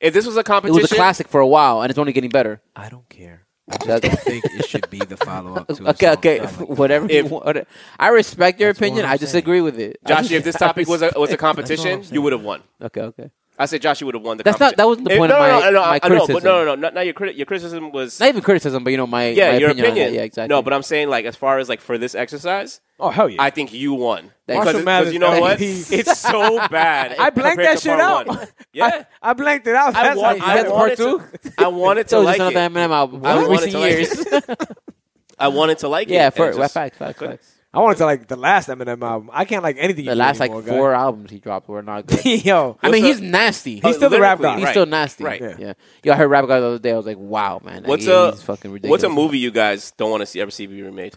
[SPEAKER 3] If this was a
[SPEAKER 2] It
[SPEAKER 3] competition,
[SPEAKER 2] was a classic for a while, and it's only getting better.
[SPEAKER 5] I don't care.
[SPEAKER 2] That-
[SPEAKER 5] I think it should be the follow up.
[SPEAKER 2] okay, okay, whatever. you
[SPEAKER 3] If-
[SPEAKER 2] want. I respect your opinion.
[SPEAKER 5] what I'm
[SPEAKER 2] I disagree with it. I
[SPEAKER 3] Josh,
[SPEAKER 2] just-
[SPEAKER 3] if this
[SPEAKER 2] I
[SPEAKER 3] topic was a was a
[SPEAKER 2] respect-
[SPEAKER 3] competition, you would have won.
[SPEAKER 2] okay, okay.
[SPEAKER 3] I said Josh, you would have won the.
[SPEAKER 2] That's not-
[SPEAKER 3] competition.
[SPEAKER 2] that wasn't the
[SPEAKER 3] If-
[SPEAKER 2] point
[SPEAKER 3] no,
[SPEAKER 2] of
[SPEAKER 3] no,
[SPEAKER 2] my-
[SPEAKER 3] no, no,
[SPEAKER 2] my
[SPEAKER 3] I know, but
[SPEAKER 2] criticism.
[SPEAKER 3] no, no, no, not, not your criti- your criticism was.
[SPEAKER 2] Not even criticism, but you know my
[SPEAKER 3] yeah,
[SPEAKER 2] my opinion.
[SPEAKER 3] your
[SPEAKER 2] on that.
[SPEAKER 3] opinion.
[SPEAKER 2] Yeah, exactly.
[SPEAKER 3] No, but I'm saying like as far as like for this exercise,
[SPEAKER 4] Oh hell yeah.
[SPEAKER 3] I think you won
[SPEAKER 2] Thanks.
[SPEAKER 3] because
[SPEAKER 2] Marshall
[SPEAKER 3] it-
[SPEAKER 4] Mathers
[SPEAKER 3] because you know what?
[SPEAKER 4] MVP.
[SPEAKER 3] It's so bad.
[SPEAKER 4] I blanked
[SPEAKER 3] compared
[SPEAKER 4] that
[SPEAKER 3] to
[SPEAKER 4] shit out.
[SPEAKER 3] part one. Yeah.
[SPEAKER 4] I, I blanked it out.
[SPEAKER 3] I,
[SPEAKER 4] That's
[SPEAKER 3] want,
[SPEAKER 4] how
[SPEAKER 3] I,
[SPEAKER 4] you got
[SPEAKER 3] wanted
[SPEAKER 4] the part
[SPEAKER 3] to, I wanted to
[SPEAKER 2] so it's
[SPEAKER 3] like
[SPEAKER 2] another
[SPEAKER 3] it.
[SPEAKER 2] Eminem album.
[SPEAKER 3] I
[SPEAKER 2] in
[SPEAKER 3] wanted
[SPEAKER 2] recent
[SPEAKER 3] to like
[SPEAKER 2] years.
[SPEAKER 3] I wanted to like it.
[SPEAKER 2] yeah,
[SPEAKER 3] and
[SPEAKER 2] for
[SPEAKER 3] it just-
[SPEAKER 2] facts, facts, facts.
[SPEAKER 4] I wanted to like the last Eminem album. I can't like anything. you
[SPEAKER 2] The
[SPEAKER 4] do
[SPEAKER 2] last like
[SPEAKER 4] anymore, guy.
[SPEAKER 2] four albums he dropped were not good.
[SPEAKER 4] Yo,
[SPEAKER 2] I mean,
[SPEAKER 3] What's
[SPEAKER 2] he's
[SPEAKER 3] up?
[SPEAKER 2] nasty.
[SPEAKER 4] He's still the rap
[SPEAKER 3] Oh, Lyrically,
[SPEAKER 4] god.
[SPEAKER 2] He's
[SPEAKER 3] right.
[SPEAKER 2] still nasty.
[SPEAKER 3] Right.
[SPEAKER 2] Yeah. Yo, I heard rap guy the other day. I was like, wow, man. Like,
[SPEAKER 3] What's
[SPEAKER 2] yeah,
[SPEAKER 3] a
[SPEAKER 2] he's fucking ridiculous.
[SPEAKER 3] what's a movie you guys don't want to see ever see be remade?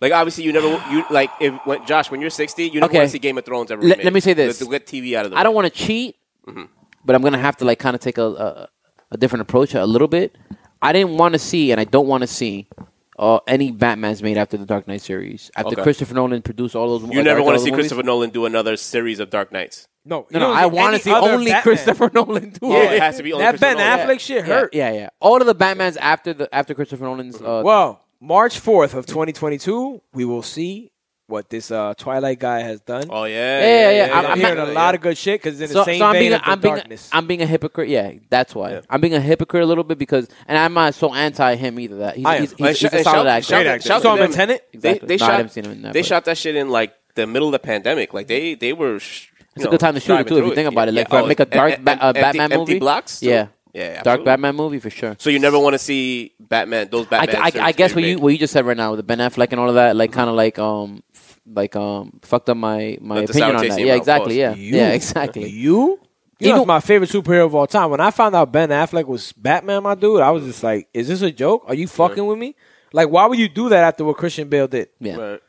[SPEAKER 3] Like obviously you never you like if when, Josh when you're 60 you never
[SPEAKER 2] Okay.
[SPEAKER 3] want to see Game of Thrones ever
[SPEAKER 2] Let-
[SPEAKER 3] remade.
[SPEAKER 2] let me say this.
[SPEAKER 3] Let's get TV out of the
[SPEAKER 2] I don't want to cheat,
[SPEAKER 3] Mm-hmm.
[SPEAKER 2] but I'm gonna have to like kind of take a, a a different approach a little bit. I didn't want to see, and I don't want to see. Uh, any Batman's made after the Dark Knight series, after
[SPEAKER 3] Okay.
[SPEAKER 2] Christopher Nolan produced all those,
[SPEAKER 3] You never want to see
[SPEAKER 2] Christopher.
[SPEAKER 3] Christopher Nolan do another series of Dark Knights.
[SPEAKER 4] no,
[SPEAKER 2] No,
[SPEAKER 4] you
[SPEAKER 2] no,
[SPEAKER 4] don't
[SPEAKER 2] I
[SPEAKER 4] get
[SPEAKER 2] want to
[SPEAKER 4] any
[SPEAKER 2] see
[SPEAKER 4] other
[SPEAKER 2] only
[SPEAKER 4] Batman.
[SPEAKER 2] Christopher Nolan do
[SPEAKER 3] Yeah,
[SPEAKER 2] it.
[SPEAKER 3] it has to be only
[SPEAKER 4] That
[SPEAKER 3] Christopher
[SPEAKER 4] Ben
[SPEAKER 3] Nolan.
[SPEAKER 4] Affleck shit
[SPEAKER 2] Yeah,
[SPEAKER 4] hurt.
[SPEAKER 2] yeah, yeah. All of the Batmans after the after Christopher Nolan's.
[SPEAKER 3] Mm-hmm.
[SPEAKER 2] Uh,
[SPEAKER 4] Well, March fourth of 2022, we will see what this uh, Twilight guy has done.
[SPEAKER 3] Oh yeah,
[SPEAKER 2] Yeah, yeah, yeah.
[SPEAKER 4] I'm,
[SPEAKER 2] I'm
[SPEAKER 4] hearing
[SPEAKER 2] not-
[SPEAKER 4] a lot of good shit because in the
[SPEAKER 2] so,
[SPEAKER 4] same
[SPEAKER 2] so I'm
[SPEAKER 4] vein
[SPEAKER 2] being
[SPEAKER 4] of
[SPEAKER 2] a,
[SPEAKER 4] the
[SPEAKER 2] I'm being a,
[SPEAKER 4] darkness.
[SPEAKER 2] I'm being a hypocrite. Yeah, that's why I'm being a hypocrite a little bit because, and I'm not so anti him either. That he's,
[SPEAKER 4] I am.
[SPEAKER 2] he's,
[SPEAKER 3] Like,
[SPEAKER 2] he's, he's
[SPEAKER 3] shout-
[SPEAKER 2] a solid
[SPEAKER 3] shout-
[SPEAKER 2] actor.
[SPEAKER 3] shout-
[SPEAKER 4] Great actor.
[SPEAKER 3] shout
[SPEAKER 4] You saw
[SPEAKER 3] to
[SPEAKER 4] him in
[SPEAKER 3] them.
[SPEAKER 4] Tenet?
[SPEAKER 2] Exactly.
[SPEAKER 3] They, they
[SPEAKER 2] No, I
[SPEAKER 3] shot.
[SPEAKER 2] haven't seen him in that,
[SPEAKER 3] they
[SPEAKER 2] but-
[SPEAKER 3] shot that shit in like the middle of the pandemic. Like they they were. It's
[SPEAKER 2] It's a good time to shoot it too if you think about it. Like, for, make a dark ba- uh, Batman movie.
[SPEAKER 3] Oh, e-, Empty blocks. too.
[SPEAKER 2] Yeah,
[SPEAKER 3] yeah.
[SPEAKER 2] dark
[SPEAKER 3] absolutely.
[SPEAKER 2] Batman movie for sure.
[SPEAKER 3] So you never want to see Batman. Those
[SPEAKER 2] I,
[SPEAKER 3] Batman.
[SPEAKER 2] I, I
[SPEAKER 3] series
[SPEAKER 2] guess
[SPEAKER 3] be Mm-hmm.
[SPEAKER 2] what you
[SPEAKER 3] remade.
[SPEAKER 2] what you just said right now with the Ben Affleck and all of that, like kind of like um f- like um fucked up my my
[SPEAKER 3] Let the sour
[SPEAKER 2] opinion on
[SPEAKER 3] taste
[SPEAKER 2] that.
[SPEAKER 3] in your
[SPEAKER 2] Yeah,
[SPEAKER 3] mouth,
[SPEAKER 2] exactly. Yeah,
[SPEAKER 3] pause.
[SPEAKER 2] yeah, exactly.
[SPEAKER 4] You? You know,
[SPEAKER 2] Even-
[SPEAKER 4] it's my favorite superhero of all time. When I found out Ben Affleck was Batman, my dude, I was just like, "Is this a joke? Are you fucking with me? Like, why would you do that after what Christian Bale did?
[SPEAKER 2] Yeah.
[SPEAKER 3] Right.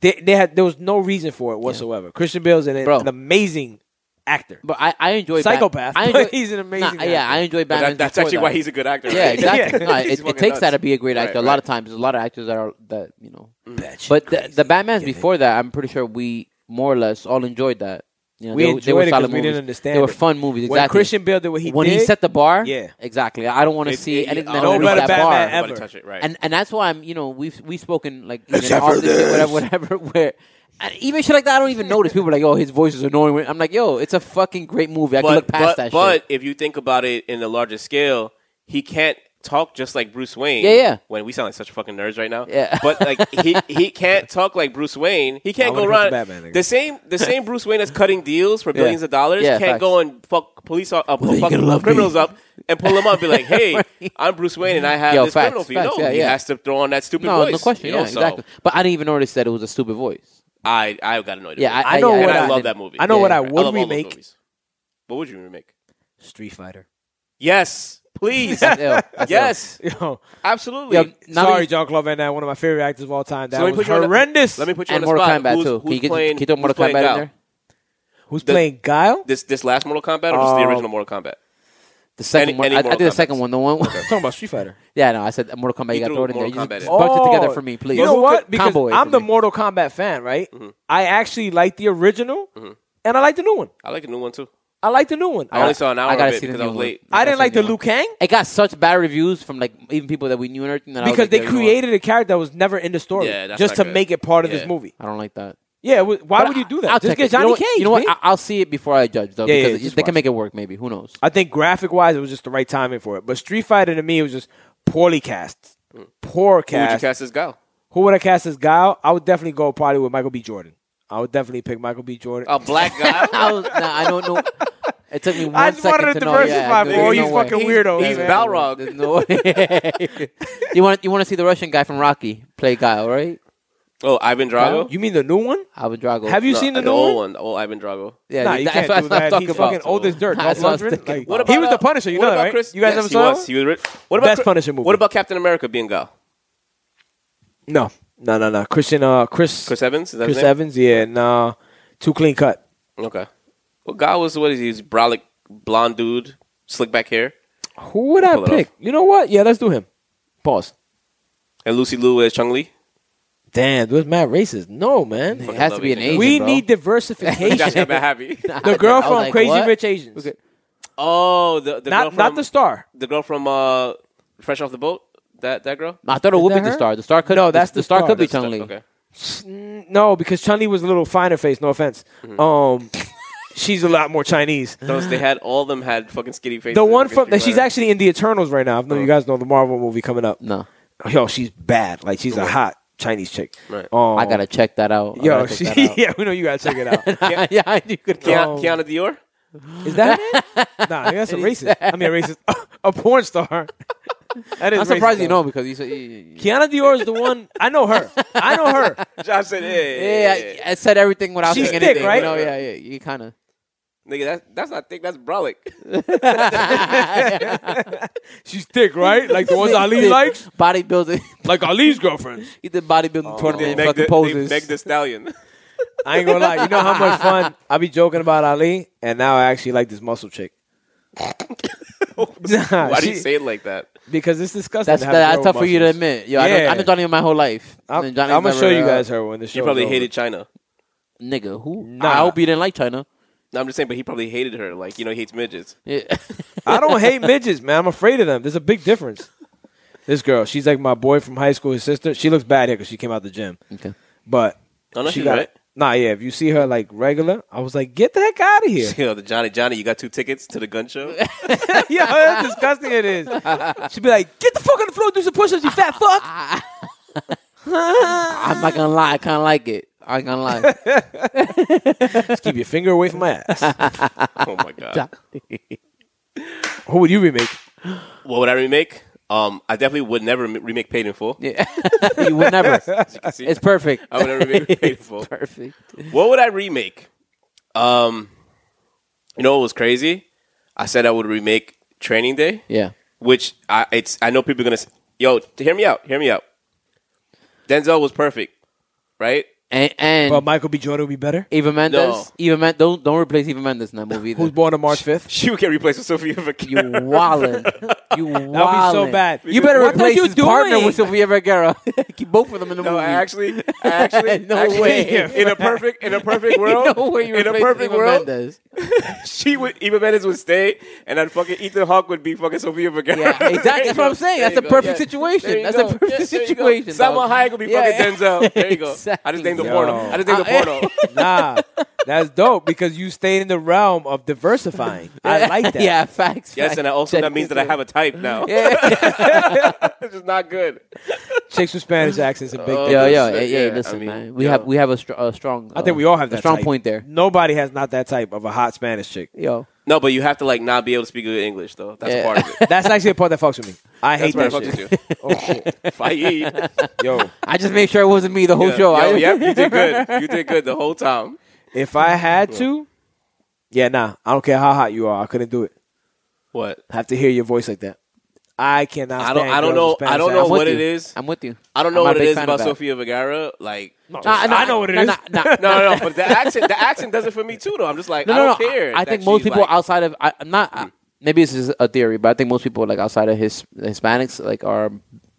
[SPEAKER 4] They, they had there was no reason for it whatsoever. Christian Bale's an,
[SPEAKER 2] Bro.
[SPEAKER 4] an amazing actor.
[SPEAKER 2] But I, I enjoy Bat-
[SPEAKER 4] Psychopath,
[SPEAKER 2] I
[SPEAKER 4] but
[SPEAKER 2] enjoy,
[SPEAKER 4] he's an amazing
[SPEAKER 2] Nah, yeah,
[SPEAKER 4] actor.
[SPEAKER 2] I enjoy
[SPEAKER 3] But
[SPEAKER 2] Batman.
[SPEAKER 3] that, that's actually why he's a good actor.
[SPEAKER 2] yeah,
[SPEAKER 3] right?
[SPEAKER 2] exactly. No,
[SPEAKER 3] He's
[SPEAKER 2] it, it
[SPEAKER 3] fucking
[SPEAKER 2] takes that
[SPEAKER 3] nuts.
[SPEAKER 2] to be a great
[SPEAKER 3] Right,
[SPEAKER 2] actor. A lot
[SPEAKER 3] right. Mm,
[SPEAKER 2] of times, there's a lot of actors that are that you know.
[SPEAKER 4] Batshit
[SPEAKER 2] But the,
[SPEAKER 4] crazy.
[SPEAKER 2] the Batman's before that, I'm pretty sure we more or less all enjoyed that. You know,
[SPEAKER 4] We
[SPEAKER 2] they, were- they
[SPEAKER 4] enjoyed
[SPEAKER 2] were
[SPEAKER 4] it 'cause
[SPEAKER 2] solid
[SPEAKER 4] we
[SPEAKER 2] movies.
[SPEAKER 4] didn't understand
[SPEAKER 2] They were
[SPEAKER 4] it.
[SPEAKER 2] fun movies.
[SPEAKER 4] when
[SPEAKER 2] Exactly.
[SPEAKER 4] Christian Bale did what he
[SPEAKER 2] when
[SPEAKER 4] did,
[SPEAKER 2] he set the bar,
[SPEAKER 4] Yeah.
[SPEAKER 2] exactly. I don't want to
[SPEAKER 3] It-
[SPEAKER 2] see
[SPEAKER 3] it-
[SPEAKER 2] anything
[SPEAKER 3] I
[SPEAKER 2] that
[SPEAKER 3] don't
[SPEAKER 2] knows
[SPEAKER 3] know
[SPEAKER 2] that
[SPEAKER 4] better
[SPEAKER 2] bar.
[SPEAKER 4] Batman
[SPEAKER 3] Nobody
[SPEAKER 4] ever.
[SPEAKER 3] touch it, right.
[SPEAKER 2] And and that's why I'm you know we've we've spoken like even off the shit, whatever whatever where and even shit like that I don't even notice people are like oh his voice is annoying I'm like yo it's a fucking great movie I can look past
[SPEAKER 3] but,
[SPEAKER 2] that
[SPEAKER 3] but
[SPEAKER 2] shit
[SPEAKER 3] if you think about it in the larger scale, he can't talk just like Bruce Wayne.
[SPEAKER 2] Yeah, yeah.
[SPEAKER 3] When we sound like such fucking nerds right now.
[SPEAKER 2] Yeah.
[SPEAKER 3] But like he he can't talk like Bruce Wayne. He can't
[SPEAKER 4] I wanna
[SPEAKER 3] go
[SPEAKER 4] come
[SPEAKER 3] around
[SPEAKER 4] to Batman again.
[SPEAKER 3] the same the same Bruce Wayne that's cutting deals for billions of dollars
[SPEAKER 2] Yeah,
[SPEAKER 3] can't
[SPEAKER 2] facts.
[SPEAKER 3] go and fuck police uh,
[SPEAKER 2] you
[SPEAKER 3] fuck
[SPEAKER 2] gonna love
[SPEAKER 3] criminals
[SPEAKER 2] me.
[SPEAKER 3] up and pull them up and be like, hey, I'm Bruce Wayne and I have
[SPEAKER 2] Yo,
[SPEAKER 3] this
[SPEAKER 2] facts,
[SPEAKER 3] criminal for you.
[SPEAKER 2] facts,
[SPEAKER 3] no,
[SPEAKER 2] yeah,
[SPEAKER 3] he
[SPEAKER 2] yeah.
[SPEAKER 3] has to throw on that stupid
[SPEAKER 2] no
[SPEAKER 3] voice.
[SPEAKER 2] no question
[SPEAKER 3] you know,
[SPEAKER 2] yeah
[SPEAKER 3] so
[SPEAKER 2] exactly but I didn't even notice that it was a stupid voice
[SPEAKER 3] I I got annoyed.
[SPEAKER 2] Yeah,
[SPEAKER 3] with it.
[SPEAKER 2] I-
[SPEAKER 4] I know
[SPEAKER 2] yeah,
[SPEAKER 4] what
[SPEAKER 3] and I,
[SPEAKER 2] I
[SPEAKER 3] love
[SPEAKER 2] didn't-
[SPEAKER 3] that movie.
[SPEAKER 4] I know what I
[SPEAKER 3] I
[SPEAKER 4] would
[SPEAKER 3] love all those
[SPEAKER 4] remake.
[SPEAKER 3] movies. What would you remake?
[SPEAKER 5] Street Fighter.
[SPEAKER 3] Yes, please.
[SPEAKER 2] Yo, that's
[SPEAKER 3] yes,
[SPEAKER 4] Yo,
[SPEAKER 3] absolutely.
[SPEAKER 2] Yo, now
[SPEAKER 4] sorry,
[SPEAKER 2] that
[SPEAKER 4] John Claude Van Damme, one of my favorite actors of all time. That
[SPEAKER 3] let me
[SPEAKER 4] was
[SPEAKER 3] put you on the-
[SPEAKER 4] horrendous.
[SPEAKER 3] Let me put you
[SPEAKER 2] and
[SPEAKER 3] on the
[SPEAKER 2] Mortal
[SPEAKER 3] spot.
[SPEAKER 2] Kombat
[SPEAKER 3] who's,
[SPEAKER 2] too
[SPEAKER 3] Who's
[SPEAKER 2] can you, get-
[SPEAKER 3] playing,
[SPEAKER 2] can you throw
[SPEAKER 3] who's
[SPEAKER 2] Mortal
[SPEAKER 3] playing
[SPEAKER 2] Kombat
[SPEAKER 3] Guile?
[SPEAKER 2] in there
[SPEAKER 4] Who's
[SPEAKER 3] the-
[SPEAKER 4] playing Guile?
[SPEAKER 3] This this last Mortal Kombat or just the
[SPEAKER 4] Um,
[SPEAKER 3] original Mortal Kombat?
[SPEAKER 2] the second
[SPEAKER 3] Any-
[SPEAKER 2] one
[SPEAKER 3] any
[SPEAKER 2] I, I
[SPEAKER 3] Mortal
[SPEAKER 2] think the
[SPEAKER 3] Kombat.
[SPEAKER 2] second one the one
[SPEAKER 4] talking about Street Fighter.
[SPEAKER 2] yeah no I said Mortal Kombat
[SPEAKER 3] He
[SPEAKER 2] you got to throw
[SPEAKER 3] throw
[SPEAKER 2] it in there you
[SPEAKER 3] Mortal
[SPEAKER 2] just
[SPEAKER 3] Kombat Oh. in.
[SPEAKER 2] bunch it together for me please
[SPEAKER 4] Oh. You know what? Because
[SPEAKER 2] Combo it
[SPEAKER 4] I'm
[SPEAKER 2] for
[SPEAKER 4] the
[SPEAKER 2] me. Mm-hmm.
[SPEAKER 4] Mortal Kombat fan, right? I actually like the original, and I like the new one.
[SPEAKER 3] I like the new one too.
[SPEAKER 4] I like the new one.
[SPEAKER 3] I only saw an hour
[SPEAKER 2] I gotta
[SPEAKER 3] of it
[SPEAKER 2] see the
[SPEAKER 3] because I
[SPEAKER 2] new
[SPEAKER 3] was
[SPEAKER 2] one.
[SPEAKER 3] late.
[SPEAKER 4] I didn't
[SPEAKER 2] gotta
[SPEAKER 4] like
[SPEAKER 2] see
[SPEAKER 4] the
[SPEAKER 2] the new
[SPEAKER 4] Liu Kang
[SPEAKER 2] It got such bad reviews from like even people that we knew and everything. That I was
[SPEAKER 4] because
[SPEAKER 2] like,
[SPEAKER 4] they
[SPEAKER 2] "Yo, you know what?
[SPEAKER 4] created a character that was never in the story
[SPEAKER 3] Yeah, that's
[SPEAKER 4] just to
[SPEAKER 3] not good.
[SPEAKER 4] make it part of this
[SPEAKER 3] Yeah.
[SPEAKER 4] movie.
[SPEAKER 2] I don't like that.
[SPEAKER 4] Yeah, wh- why
[SPEAKER 2] But
[SPEAKER 4] would you do
[SPEAKER 2] I'll
[SPEAKER 4] that? Just
[SPEAKER 2] check
[SPEAKER 4] get
[SPEAKER 2] it. You know
[SPEAKER 4] Johnny
[SPEAKER 2] what-
[SPEAKER 4] Cage.
[SPEAKER 2] You know what?
[SPEAKER 4] man.
[SPEAKER 2] I- I'll see it before I judge though.
[SPEAKER 4] Yeah, yeah,
[SPEAKER 2] because
[SPEAKER 4] just
[SPEAKER 2] they can
[SPEAKER 4] watch
[SPEAKER 2] make it work. Maybe who knows?
[SPEAKER 4] I think graphic wise, it was just the right timing for it. But Street Fighter to me, it was just poorly cast. Poor
[SPEAKER 3] Who would you
[SPEAKER 4] cast.
[SPEAKER 3] cast as Gal?
[SPEAKER 4] Who would I cast as Guile? I would definitely go probably with Michael B. Jordan. I would definitely pick Michael B. Jordan.
[SPEAKER 3] A black guy.
[SPEAKER 2] I, was, nah, I don't know. It took me one
[SPEAKER 4] I just
[SPEAKER 2] second
[SPEAKER 4] wanted to
[SPEAKER 2] know. Yeah,
[SPEAKER 4] diversify
[SPEAKER 2] dude,
[SPEAKER 4] for
[SPEAKER 2] there's
[SPEAKER 4] Oh, you
[SPEAKER 2] no way.
[SPEAKER 4] fucking weirdos.
[SPEAKER 3] He's
[SPEAKER 4] man.
[SPEAKER 3] Balrog.
[SPEAKER 2] There's no way. you want you want to see the Russian guy from Rocky play Guile, right?
[SPEAKER 3] Oh, Ivan Drago.
[SPEAKER 4] You mean the new one?
[SPEAKER 2] Ivan Drago.
[SPEAKER 4] Have you
[SPEAKER 3] No,
[SPEAKER 4] seen the
[SPEAKER 3] the
[SPEAKER 4] new
[SPEAKER 3] old
[SPEAKER 4] one?
[SPEAKER 3] one? The old Ivan Drago.
[SPEAKER 2] Yeah,
[SPEAKER 4] Nah,
[SPEAKER 2] dude,
[SPEAKER 4] you
[SPEAKER 2] that- that's
[SPEAKER 4] can't do
[SPEAKER 2] what I was
[SPEAKER 4] that.
[SPEAKER 2] talking
[SPEAKER 4] He's
[SPEAKER 2] about.
[SPEAKER 4] fucking old as dirt.
[SPEAKER 2] That's
[SPEAKER 4] Dolph
[SPEAKER 2] what I was
[SPEAKER 4] Lundgren?
[SPEAKER 2] thinking
[SPEAKER 4] Like,
[SPEAKER 2] about.
[SPEAKER 4] he was
[SPEAKER 3] uh,
[SPEAKER 4] the Punisher. You
[SPEAKER 3] what
[SPEAKER 4] know that,
[SPEAKER 3] about
[SPEAKER 4] right?
[SPEAKER 3] Chris?
[SPEAKER 4] you guys
[SPEAKER 3] yes,
[SPEAKER 4] ever
[SPEAKER 3] he
[SPEAKER 4] saw
[SPEAKER 3] was.
[SPEAKER 4] that?
[SPEAKER 3] He was. ri- What about
[SPEAKER 4] Best
[SPEAKER 3] Chris-
[SPEAKER 4] Punisher movie.
[SPEAKER 3] What about Captain America being Gal?
[SPEAKER 4] No, no, no, no. Christian, uh, Chris,
[SPEAKER 3] Chris Evans. Is that his
[SPEAKER 4] Chris
[SPEAKER 3] name?
[SPEAKER 4] Evans. Yeah, nah. Too clean cut.
[SPEAKER 3] Okay. Well, Gal was what is he? He's a brolic blonde dude, slick back hair,
[SPEAKER 4] Who would I
[SPEAKER 3] Pull it
[SPEAKER 4] pick?
[SPEAKER 3] off.
[SPEAKER 4] You know what? Yeah, let's do him. Pause.
[SPEAKER 3] and Lucy Liu as Chung Li.
[SPEAKER 4] Damn, was mad racist. No, man.
[SPEAKER 2] It has to be an Asian.
[SPEAKER 4] We
[SPEAKER 2] bro.
[SPEAKER 4] need
[SPEAKER 3] You guys
[SPEAKER 4] diversification.
[SPEAKER 3] got that happy.
[SPEAKER 4] the girl
[SPEAKER 2] I was
[SPEAKER 4] from
[SPEAKER 2] like,
[SPEAKER 4] Crazy
[SPEAKER 2] what?
[SPEAKER 4] Rich Asians.
[SPEAKER 3] Oh, the, the girl
[SPEAKER 4] Not
[SPEAKER 3] from
[SPEAKER 4] not the star.
[SPEAKER 3] the girl from uh, Fresh Off the Boat. That that girl.
[SPEAKER 2] I thought it would be
[SPEAKER 4] that
[SPEAKER 2] the
[SPEAKER 4] her?
[SPEAKER 2] star. The star could
[SPEAKER 4] No, that's
[SPEAKER 2] the,
[SPEAKER 4] the
[SPEAKER 2] star
[SPEAKER 4] star.
[SPEAKER 2] could be
[SPEAKER 3] That's-
[SPEAKER 2] Chun Li.
[SPEAKER 3] Okay.
[SPEAKER 4] Mm, No, because Chun Li was a little finer face. No offense. Um, she's a lot more Chinese.
[SPEAKER 3] Those they had all of them had fucking skinny faces.
[SPEAKER 4] The one
[SPEAKER 3] Fucking
[SPEAKER 4] from
[SPEAKER 3] skinny
[SPEAKER 4] that she's
[SPEAKER 3] letter.
[SPEAKER 4] actually in the Eternals right now. I know you guys know the Marvel movie coming up.
[SPEAKER 2] No,
[SPEAKER 4] Yo, she's bad. Like she's a hot Chinese chick.
[SPEAKER 3] Right.
[SPEAKER 4] Um,
[SPEAKER 2] I gotta check that out. I
[SPEAKER 4] Yo,
[SPEAKER 2] gotta
[SPEAKER 4] she,
[SPEAKER 2] check that out.
[SPEAKER 4] yeah, we know you gotta check it out.
[SPEAKER 2] yeah, yeah, you could.
[SPEAKER 3] Keanu,
[SPEAKER 4] Oh.
[SPEAKER 3] Keanu Dior.
[SPEAKER 4] Is that it? nah, that's a racist. I mean, a racist. a porn star. That is
[SPEAKER 2] I'm
[SPEAKER 4] racist,
[SPEAKER 2] surprised you
[SPEAKER 4] though.
[SPEAKER 2] know because you said. Yeah,
[SPEAKER 4] Kiana Dior is the one. I know her. I know her.
[SPEAKER 3] Josh said, "Hey,
[SPEAKER 2] I, I said everything without
[SPEAKER 4] She's
[SPEAKER 2] saying
[SPEAKER 4] thick,
[SPEAKER 2] anything.
[SPEAKER 4] right?
[SPEAKER 2] You know, yeah, yeah, you kind of.
[SPEAKER 3] nigga, that, that's not thick. That's brolic.
[SPEAKER 4] She's thick, right? Like the ones Ali likes,
[SPEAKER 2] bodybuilding.
[SPEAKER 4] like Ali's girlfriends.
[SPEAKER 2] he did
[SPEAKER 4] Oh,
[SPEAKER 2] bodybuilding tournament and fucking
[SPEAKER 3] the,
[SPEAKER 2] poses.
[SPEAKER 3] Meg the Stallion.
[SPEAKER 4] I ain't gonna lie. You know how much fun I be joking about Ali, and now I actually like this muscle chick. nah,
[SPEAKER 3] Why do
[SPEAKER 4] she-
[SPEAKER 3] you say it like that?
[SPEAKER 4] Because it's disgusting.
[SPEAKER 2] that's
[SPEAKER 4] to have a
[SPEAKER 2] that's
[SPEAKER 4] girl
[SPEAKER 2] tough for you to
[SPEAKER 4] muscles.
[SPEAKER 2] admit. Yo, I know,
[SPEAKER 4] Yeah.
[SPEAKER 2] I know Johnny my whole life.
[SPEAKER 4] I'm,
[SPEAKER 2] And Johnny's
[SPEAKER 4] I'm gonna
[SPEAKER 2] never,
[SPEAKER 4] show you
[SPEAKER 2] uh,
[SPEAKER 4] guys her when the show.
[SPEAKER 3] She probably
[SPEAKER 4] is over.
[SPEAKER 3] hated China.
[SPEAKER 2] nigga. Who? I
[SPEAKER 4] Nah.
[SPEAKER 2] hope you didn't like China.
[SPEAKER 3] No, I'm just saying, but he probably hated her. Like you know, he hates midgets.
[SPEAKER 2] Yeah.
[SPEAKER 4] I don't hate midgets, man. I'm afraid of them. There's a big difference. This girl, she's like my boy from high school. His sister. She looks bad here because she came out the gym.
[SPEAKER 2] okay.
[SPEAKER 4] But
[SPEAKER 3] Oh, no, she's
[SPEAKER 4] got
[SPEAKER 3] right.
[SPEAKER 4] Nah, yeah. If you see her like regular, I was like, get the heck out of here.
[SPEAKER 3] You know, the Johnny Johnny, you got two tickets to the gun show.
[SPEAKER 4] Yo, that's disgusting it is. She'd be like, get the fuck on the floor, do some push-ups, you fat fuck.
[SPEAKER 2] I'm not gonna lie. I kind of like it. I ain't gonna lie.
[SPEAKER 4] Just keep your finger away from my ass.
[SPEAKER 3] oh my god.
[SPEAKER 4] Who would you remake?
[SPEAKER 3] What would I remake? Um, I definitely would never rem- remake Paid in Full.
[SPEAKER 2] Yeah. you would never.
[SPEAKER 3] As you can see,
[SPEAKER 2] It's perfect.
[SPEAKER 4] Oh.
[SPEAKER 3] I would never remake Paid in Full.
[SPEAKER 2] perfect.
[SPEAKER 3] What would I remake? Um, you know what was crazy? I said I would remake Training Day,
[SPEAKER 2] Yeah.
[SPEAKER 3] which I it's I know people are gonna s- yo hear me out, hear me out. Denzel was perfect, right?
[SPEAKER 2] And and
[SPEAKER 4] But Michael B. Jordan would be better.
[SPEAKER 2] Eva Mendes.
[SPEAKER 3] No.
[SPEAKER 2] Eva Men- don't don't replace Eva Mendes in that movie.
[SPEAKER 4] Who's
[SPEAKER 2] Either.
[SPEAKER 4] born on March 5th?
[SPEAKER 3] She would get replaced with Sophia Vergara.
[SPEAKER 2] You wildin'. You wildin'.
[SPEAKER 4] That would be so bad.
[SPEAKER 2] You better
[SPEAKER 4] What
[SPEAKER 2] replace
[SPEAKER 4] are you
[SPEAKER 2] his partner
[SPEAKER 4] doing?
[SPEAKER 2] with Sofia Vergara. Keep both of them in the
[SPEAKER 3] No,
[SPEAKER 2] movie.
[SPEAKER 3] I actually, I actually,
[SPEAKER 2] No
[SPEAKER 3] actually,
[SPEAKER 2] way.
[SPEAKER 3] In a perfect, in a perfect world,
[SPEAKER 2] no way you
[SPEAKER 3] in a
[SPEAKER 2] replace
[SPEAKER 3] perfect
[SPEAKER 2] Eva
[SPEAKER 3] world,
[SPEAKER 2] Mendes.
[SPEAKER 3] she would Eva Mendes would stay, and then fucking Ethan Hawke would be fucking Sophia Vergara.
[SPEAKER 2] Yeah, exactly. That's what I'm saying. That's
[SPEAKER 3] There
[SPEAKER 2] the
[SPEAKER 3] you go.
[SPEAKER 2] perfect
[SPEAKER 3] Yeah. There
[SPEAKER 2] situation.
[SPEAKER 3] you
[SPEAKER 2] That's
[SPEAKER 3] go.
[SPEAKER 2] the perfect
[SPEAKER 3] Yes, there you go.
[SPEAKER 2] situation.
[SPEAKER 3] Salma
[SPEAKER 2] dog.
[SPEAKER 3] Hayek would be
[SPEAKER 2] Yeah.
[SPEAKER 3] fucking Denzel. There you go. I just
[SPEAKER 2] Exactly.
[SPEAKER 3] named the
[SPEAKER 2] Yo.
[SPEAKER 3] porno. I just named the
[SPEAKER 2] Uh,
[SPEAKER 3] porno.
[SPEAKER 4] Nah, that's dope because you stayed in the realm of diversifying. I like that.
[SPEAKER 2] yeah, facts.
[SPEAKER 3] Yes, and I also that means that I have a type now. it's just not good.
[SPEAKER 4] Chicks with Spanish accents and big
[SPEAKER 3] Oh,
[SPEAKER 4] things.
[SPEAKER 2] Yo, yo,
[SPEAKER 3] Yeah,
[SPEAKER 2] hey, hey,
[SPEAKER 3] I
[SPEAKER 2] listen,
[SPEAKER 3] mean,
[SPEAKER 2] man. We
[SPEAKER 3] yo.
[SPEAKER 2] have we have a, str- a strong.
[SPEAKER 4] I
[SPEAKER 2] uh,
[SPEAKER 4] think we all have
[SPEAKER 2] a
[SPEAKER 4] that
[SPEAKER 2] strong
[SPEAKER 4] type.
[SPEAKER 2] point there.
[SPEAKER 4] Nobody has not that type of a hot Spanish chick.
[SPEAKER 2] Yo,
[SPEAKER 3] No, but you have to like not be able to speak good English though. That's
[SPEAKER 2] Yeah.
[SPEAKER 3] part of it.
[SPEAKER 4] That's actually a part that fucks with me. I
[SPEAKER 3] That's
[SPEAKER 4] hate
[SPEAKER 3] what I
[SPEAKER 4] that
[SPEAKER 3] fucked
[SPEAKER 4] shit.
[SPEAKER 3] with you.
[SPEAKER 4] Oh, shit.
[SPEAKER 3] If I eat,
[SPEAKER 4] Yo,
[SPEAKER 2] I just made sure it wasn't me the whole
[SPEAKER 3] yeah.
[SPEAKER 2] show. I,
[SPEAKER 3] Yo, yep, you did good. You did good the whole time.
[SPEAKER 4] if I had to, yeah, nah, I don't care how hot you are, I couldn't do it.
[SPEAKER 3] What?
[SPEAKER 4] have to hear your voice like that. I cannot.
[SPEAKER 3] I don't.
[SPEAKER 4] stand
[SPEAKER 3] I
[SPEAKER 4] girls
[SPEAKER 3] don't know.
[SPEAKER 4] with Spanish
[SPEAKER 3] I don't know
[SPEAKER 4] accents.
[SPEAKER 2] I'm with
[SPEAKER 3] what it
[SPEAKER 2] you.
[SPEAKER 3] is.
[SPEAKER 2] I'm with you.
[SPEAKER 3] I don't know
[SPEAKER 2] I'm a
[SPEAKER 3] what it
[SPEAKER 2] big
[SPEAKER 3] is
[SPEAKER 2] fan
[SPEAKER 3] about
[SPEAKER 2] of that.
[SPEAKER 3] Sofia Vergara. Like, no,
[SPEAKER 2] Nah, nah,
[SPEAKER 4] I know what it
[SPEAKER 2] nah,
[SPEAKER 4] is.
[SPEAKER 2] nah, nah, nah.
[SPEAKER 3] no, no. But the accent, the accent does it for me too. Though I'm just like,
[SPEAKER 2] No,
[SPEAKER 3] I
[SPEAKER 2] no,
[SPEAKER 3] don't
[SPEAKER 2] no.
[SPEAKER 3] care.
[SPEAKER 2] I, I
[SPEAKER 3] that
[SPEAKER 2] think most
[SPEAKER 3] she's,
[SPEAKER 2] people
[SPEAKER 3] like-
[SPEAKER 2] outside of I, I'm not. I, maybe this is a theory, but I think most people like outside of his Hispanics like are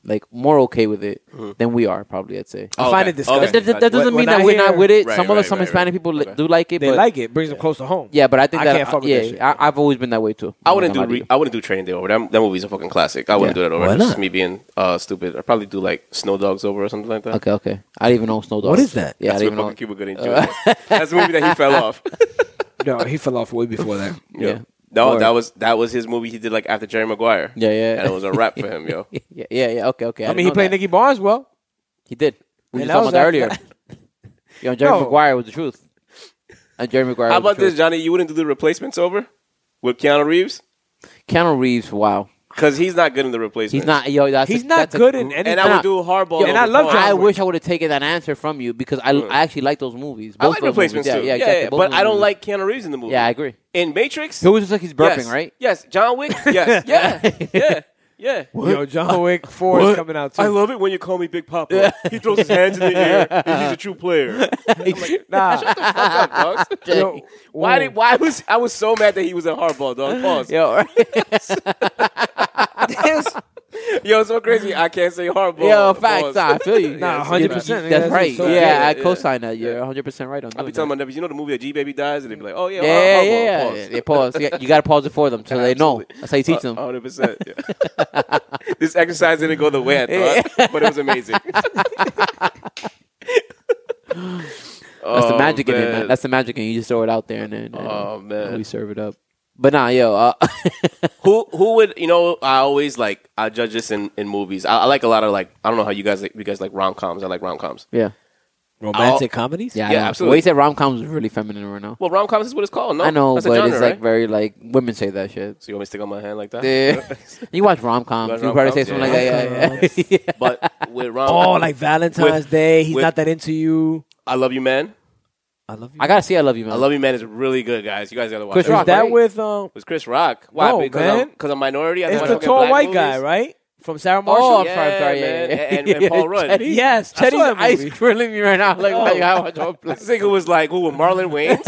[SPEAKER 2] like more okay with it than we are. Probably, I'd say.
[SPEAKER 3] Oh,
[SPEAKER 4] find
[SPEAKER 3] okay.
[SPEAKER 4] it
[SPEAKER 2] That,
[SPEAKER 4] disgusting.
[SPEAKER 2] that- that
[SPEAKER 3] Okay.
[SPEAKER 2] doesn't mean
[SPEAKER 4] When- when
[SPEAKER 2] that
[SPEAKER 4] I
[SPEAKER 2] we're not
[SPEAKER 4] hear-
[SPEAKER 2] with it.
[SPEAKER 3] Right,
[SPEAKER 2] some other
[SPEAKER 3] right,
[SPEAKER 2] some
[SPEAKER 3] right,
[SPEAKER 2] Hispanic
[SPEAKER 3] right.
[SPEAKER 2] people li-
[SPEAKER 3] Okay.
[SPEAKER 2] do like it.
[SPEAKER 4] They
[SPEAKER 2] but,
[SPEAKER 4] like it. Brings them close to home.
[SPEAKER 2] Yeah, but I think
[SPEAKER 4] I
[SPEAKER 2] that
[SPEAKER 4] can't fuck with
[SPEAKER 2] yeah,
[SPEAKER 4] that shit.
[SPEAKER 2] I, I've always been that way too.
[SPEAKER 3] I wouldn't do
[SPEAKER 2] I'm not
[SPEAKER 3] re-
[SPEAKER 2] either.
[SPEAKER 3] I wouldn't do Training Day over. That, that movie's a fucking classic. I wouldn't
[SPEAKER 2] Yeah.
[SPEAKER 3] do that over.
[SPEAKER 5] Why
[SPEAKER 3] That's
[SPEAKER 5] not?
[SPEAKER 3] me being uh, stupid. I'd probably do like Snow Dogs over or something like that.
[SPEAKER 2] Okay, okay. I didn't even know Snow Dogs.
[SPEAKER 5] What is that?
[SPEAKER 2] Yeah,
[SPEAKER 3] That's
[SPEAKER 2] I
[SPEAKER 3] what
[SPEAKER 2] didn't even
[SPEAKER 3] fucking
[SPEAKER 2] know.
[SPEAKER 3] Cuba Gooding Jr. That's the movie that he fell off.
[SPEAKER 4] No, he fell off way before that.
[SPEAKER 3] Yo.
[SPEAKER 2] Yeah.
[SPEAKER 3] No,
[SPEAKER 2] Word.
[SPEAKER 3] that was that was his movie he did like after Jerry Maguire.
[SPEAKER 2] Yeah, yeah.
[SPEAKER 3] And it was a wrap for him, yo.
[SPEAKER 2] Yeah, yeah, yeah. Okay, okay.
[SPEAKER 4] I
[SPEAKER 2] didn't
[SPEAKER 4] mean, he
[SPEAKER 2] know
[SPEAKER 4] played
[SPEAKER 2] that.
[SPEAKER 4] Nicky Barnes well.
[SPEAKER 2] He did. We were
[SPEAKER 4] And
[SPEAKER 2] just talking about that
[SPEAKER 4] that
[SPEAKER 2] earlier.
[SPEAKER 4] was-
[SPEAKER 2] Yo, Jerry
[SPEAKER 4] No.
[SPEAKER 2] Maguire was the truth. And Jerry Maguire.
[SPEAKER 3] How
[SPEAKER 2] was the
[SPEAKER 3] about this,
[SPEAKER 2] truth.
[SPEAKER 3] Johnny? You wouldn't do the replacements over with Keanu Reeves
[SPEAKER 2] Keanu Reeves. Wow,
[SPEAKER 3] because he's not good in the replacements.
[SPEAKER 2] he's not. Yo, that's a-
[SPEAKER 4] He's not
[SPEAKER 2] that's a-
[SPEAKER 4] good in any.
[SPEAKER 3] And I would
[SPEAKER 2] Nah.
[SPEAKER 3] do Hardball.
[SPEAKER 4] Yo, and I love John
[SPEAKER 2] I
[SPEAKER 4] Wick.
[SPEAKER 2] wish I would have taken that answer from you because I, I actually like those movies.
[SPEAKER 3] I
[SPEAKER 2] Both
[SPEAKER 3] like
[SPEAKER 2] those
[SPEAKER 3] replacements
[SPEAKER 2] movies.
[SPEAKER 3] too.
[SPEAKER 2] Yeah, yeah,
[SPEAKER 3] yeah,
[SPEAKER 2] exactly.
[SPEAKER 3] yeah,
[SPEAKER 2] Both
[SPEAKER 3] But
[SPEAKER 2] those
[SPEAKER 3] I don't
[SPEAKER 2] movies.
[SPEAKER 3] like Keanu Reeves in the movie.
[SPEAKER 2] Yeah, I agree.
[SPEAKER 3] In Matrix,
[SPEAKER 2] It was just like he's burping,
[SPEAKER 3] yes.
[SPEAKER 2] right?
[SPEAKER 3] Yes, John Wick. Yes, yeah, yeah, yeah.
[SPEAKER 4] Yo, John Wick Four is coming out too.
[SPEAKER 3] I love it when you call me Big Papa. He throws his hands in the air. And he's a true player.
[SPEAKER 4] nah,
[SPEAKER 3] Fuck up, dogs.
[SPEAKER 4] yo,
[SPEAKER 3] Why did? Why was I was so mad that he was in hardball, dog? Pause. Yo,
[SPEAKER 2] Yo,
[SPEAKER 3] it's so crazy. I can't say hardball.
[SPEAKER 2] yo,
[SPEAKER 3] Pause.
[SPEAKER 2] facts. I feel you.
[SPEAKER 4] Nah,
[SPEAKER 2] Yes, you-
[SPEAKER 4] 100%, nigga,
[SPEAKER 2] That's
[SPEAKER 4] that's
[SPEAKER 2] right.
[SPEAKER 4] so-
[SPEAKER 2] yeah,
[SPEAKER 3] yeah,
[SPEAKER 2] I
[SPEAKER 3] yeah.
[SPEAKER 2] co-sign that. You're 100 right on.
[SPEAKER 3] I be
[SPEAKER 2] doing
[SPEAKER 3] telling my
[SPEAKER 2] that.
[SPEAKER 3] nephews, you know the movie that G Baby dies, and they be like, oh yeah,
[SPEAKER 2] Yeah, yeah,
[SPEAKER 3] hardball,
[SPEAKER 2] yeah.
[SPEAKER 3] Pause. Uh,
[SPEAKER 2] Yeah, pause. You- You got to pause it for them so they know. That's how you teach them.
[SPEAKER 3] hundred percent. This exercise didn't go the way I thought, but it was amazing.
[SPEAKER 2] That's the magic in it, man. That's the magic, and you just throw it out there, and then and
[SPEAKER 3] oh
[SPEAKER 2] then we
[SPEAKER 3] man.
[SPEAKER 2] serve it up. But nah, yo, uh,
[SPEAKER 3] Who who would you know? I always like I judge this in, in movies. I, I like a lot of like I don't know how you guys like you guys like rom coms. I like rom coms.
[SPEAKER 2] yeah,
[SPEAKER 5] Romantic comedies?
[SPEAKER 2] yeah, absolutely.
[SPEAKER 3] Yeah, absolutely.
[SPEAKER 2] What you said, rom coms is really feminine right now.
[SPEAKER 3] Well, rom coms is what it's called. No,
[SPEAKER 2] I know,
[SPEAKER 3] That's a
[SPEAKER 2] but
[SPEAKER 3] genre,
[SPEAKER 2] it's
[SPEAKER 3] right?
[SPEAKER 2] like very like women say that shit.
[SPEAKER 3] So you want me to stick on my hand like that?
[SPEAKER 2] Yeah. you watch rom
[SPEAKER 3] You watch
[SPEAKER 2] coms, you probably say something
[SPEAKER 3] rom-coms?
[SPEAKER 2] like
[SPEAKER 3] Yeah.
[SPEAKER 2] that. Yeah, yeah. yeah.
[SPEAKER 3] But with rom,
[SPEAKER 5] Oh, like Valentine's Day. He's
[SPEAKER 3] with-
[SPEAKER 5] not that into you.
[SPEAKER 3] I love you, man.
[SPEAKER 5] I love you.
[SPEAKER 2] I gotta see. I love you, man.
[SPEAKER 3] I love you, man is really good, guys. You guys gotta watch.
[SPEAKER 2] Chris
[SPEAKER 3] it.
[SPEAKER 2] Rock,
[SPEAKER 5] Is that
[SPEAKER 2] right?
[SPEAKER 5] with um?
[SPEAKER 3] It was Chris Rock. Why?
[SPEAKER 5] No,
[SPEAKER 3] because
[SPEAKER 5] man.
[SPEAKER 3] I'm because I'm minority. I
[SPEAKER 5] It's
[SPEAKER 3] think
[SPEAKER 5] the
[SPEAKER 3] fucking
[SPEAKER 5] tall
[SPEAKER 3] black
[SPEAKER 5] white
[SPEAKER 3] movies.
[SPEAKER 5] guy, right? From Sarah
[SPEAKER 2] Oh,
[SPEAKER 5] Marshall.
[SPEAKER 2] I'm sorry, I'm sorry.
[SPEAKER 3] Yeah,
[SPEAKER 2] Yeah,
[SPEAKER 3] man.
[SPEAKER 2] yeah.
[SPEAKER 3] And- and Paul Rudd.
[SPEAKER 2] Chetty-
[SPEAKER 5] Yes, I
[SPEAKER 2] Chetty's
[SPEAKER 5] saw that
[SPEAKER 2] ice
[SPEAKER 5] movie.
[SPEAKER 2] grilling me right now. Like, like I watch one place.
[SPEAKER 3] This nigga was like, "Who with Marlon Wayans?"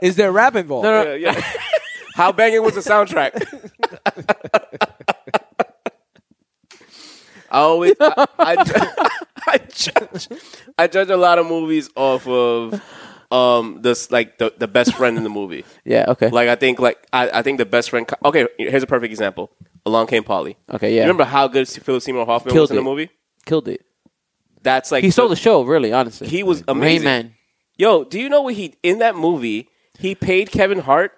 [SPEAKER 4] is there rap involved?
[SPEAKER 2] No, no.
[SPEAKER 3] Yeah, yeah. How banging was the soundtrack? I always I, I, ju- I judge I judge a lot of movies off of um this like the, the best friend in the movie.
[SPEAKER 2] Yeah, okay,
[SPEAKER 3] Like I think like I, I think the best friend. co- Okay, here's a perfect example. Along Came Polly.
[SPEAKER 2] okay, yeah.
[SPEAKER 3] Remember how good Philip Seymour Hoffman
[SPEAKER 2] Killed
[SPEAKER 3] was in the
[SPEAKER 2] it.
[SPEAKER 3] movie?
[SPEAKER 2] killed it.
[SPEAKER 3] That's like
[SPEAKER 2] He stole
[SPEAKER 3] the-
[SPEAKER 2] the show, really. Honestly,
[SPEAKER 3] He was amazing.
[SPEAKER 2] Rain Man.
[SPEAKER 3] Yo, do you know what he in that movie? He paid Kevin Hart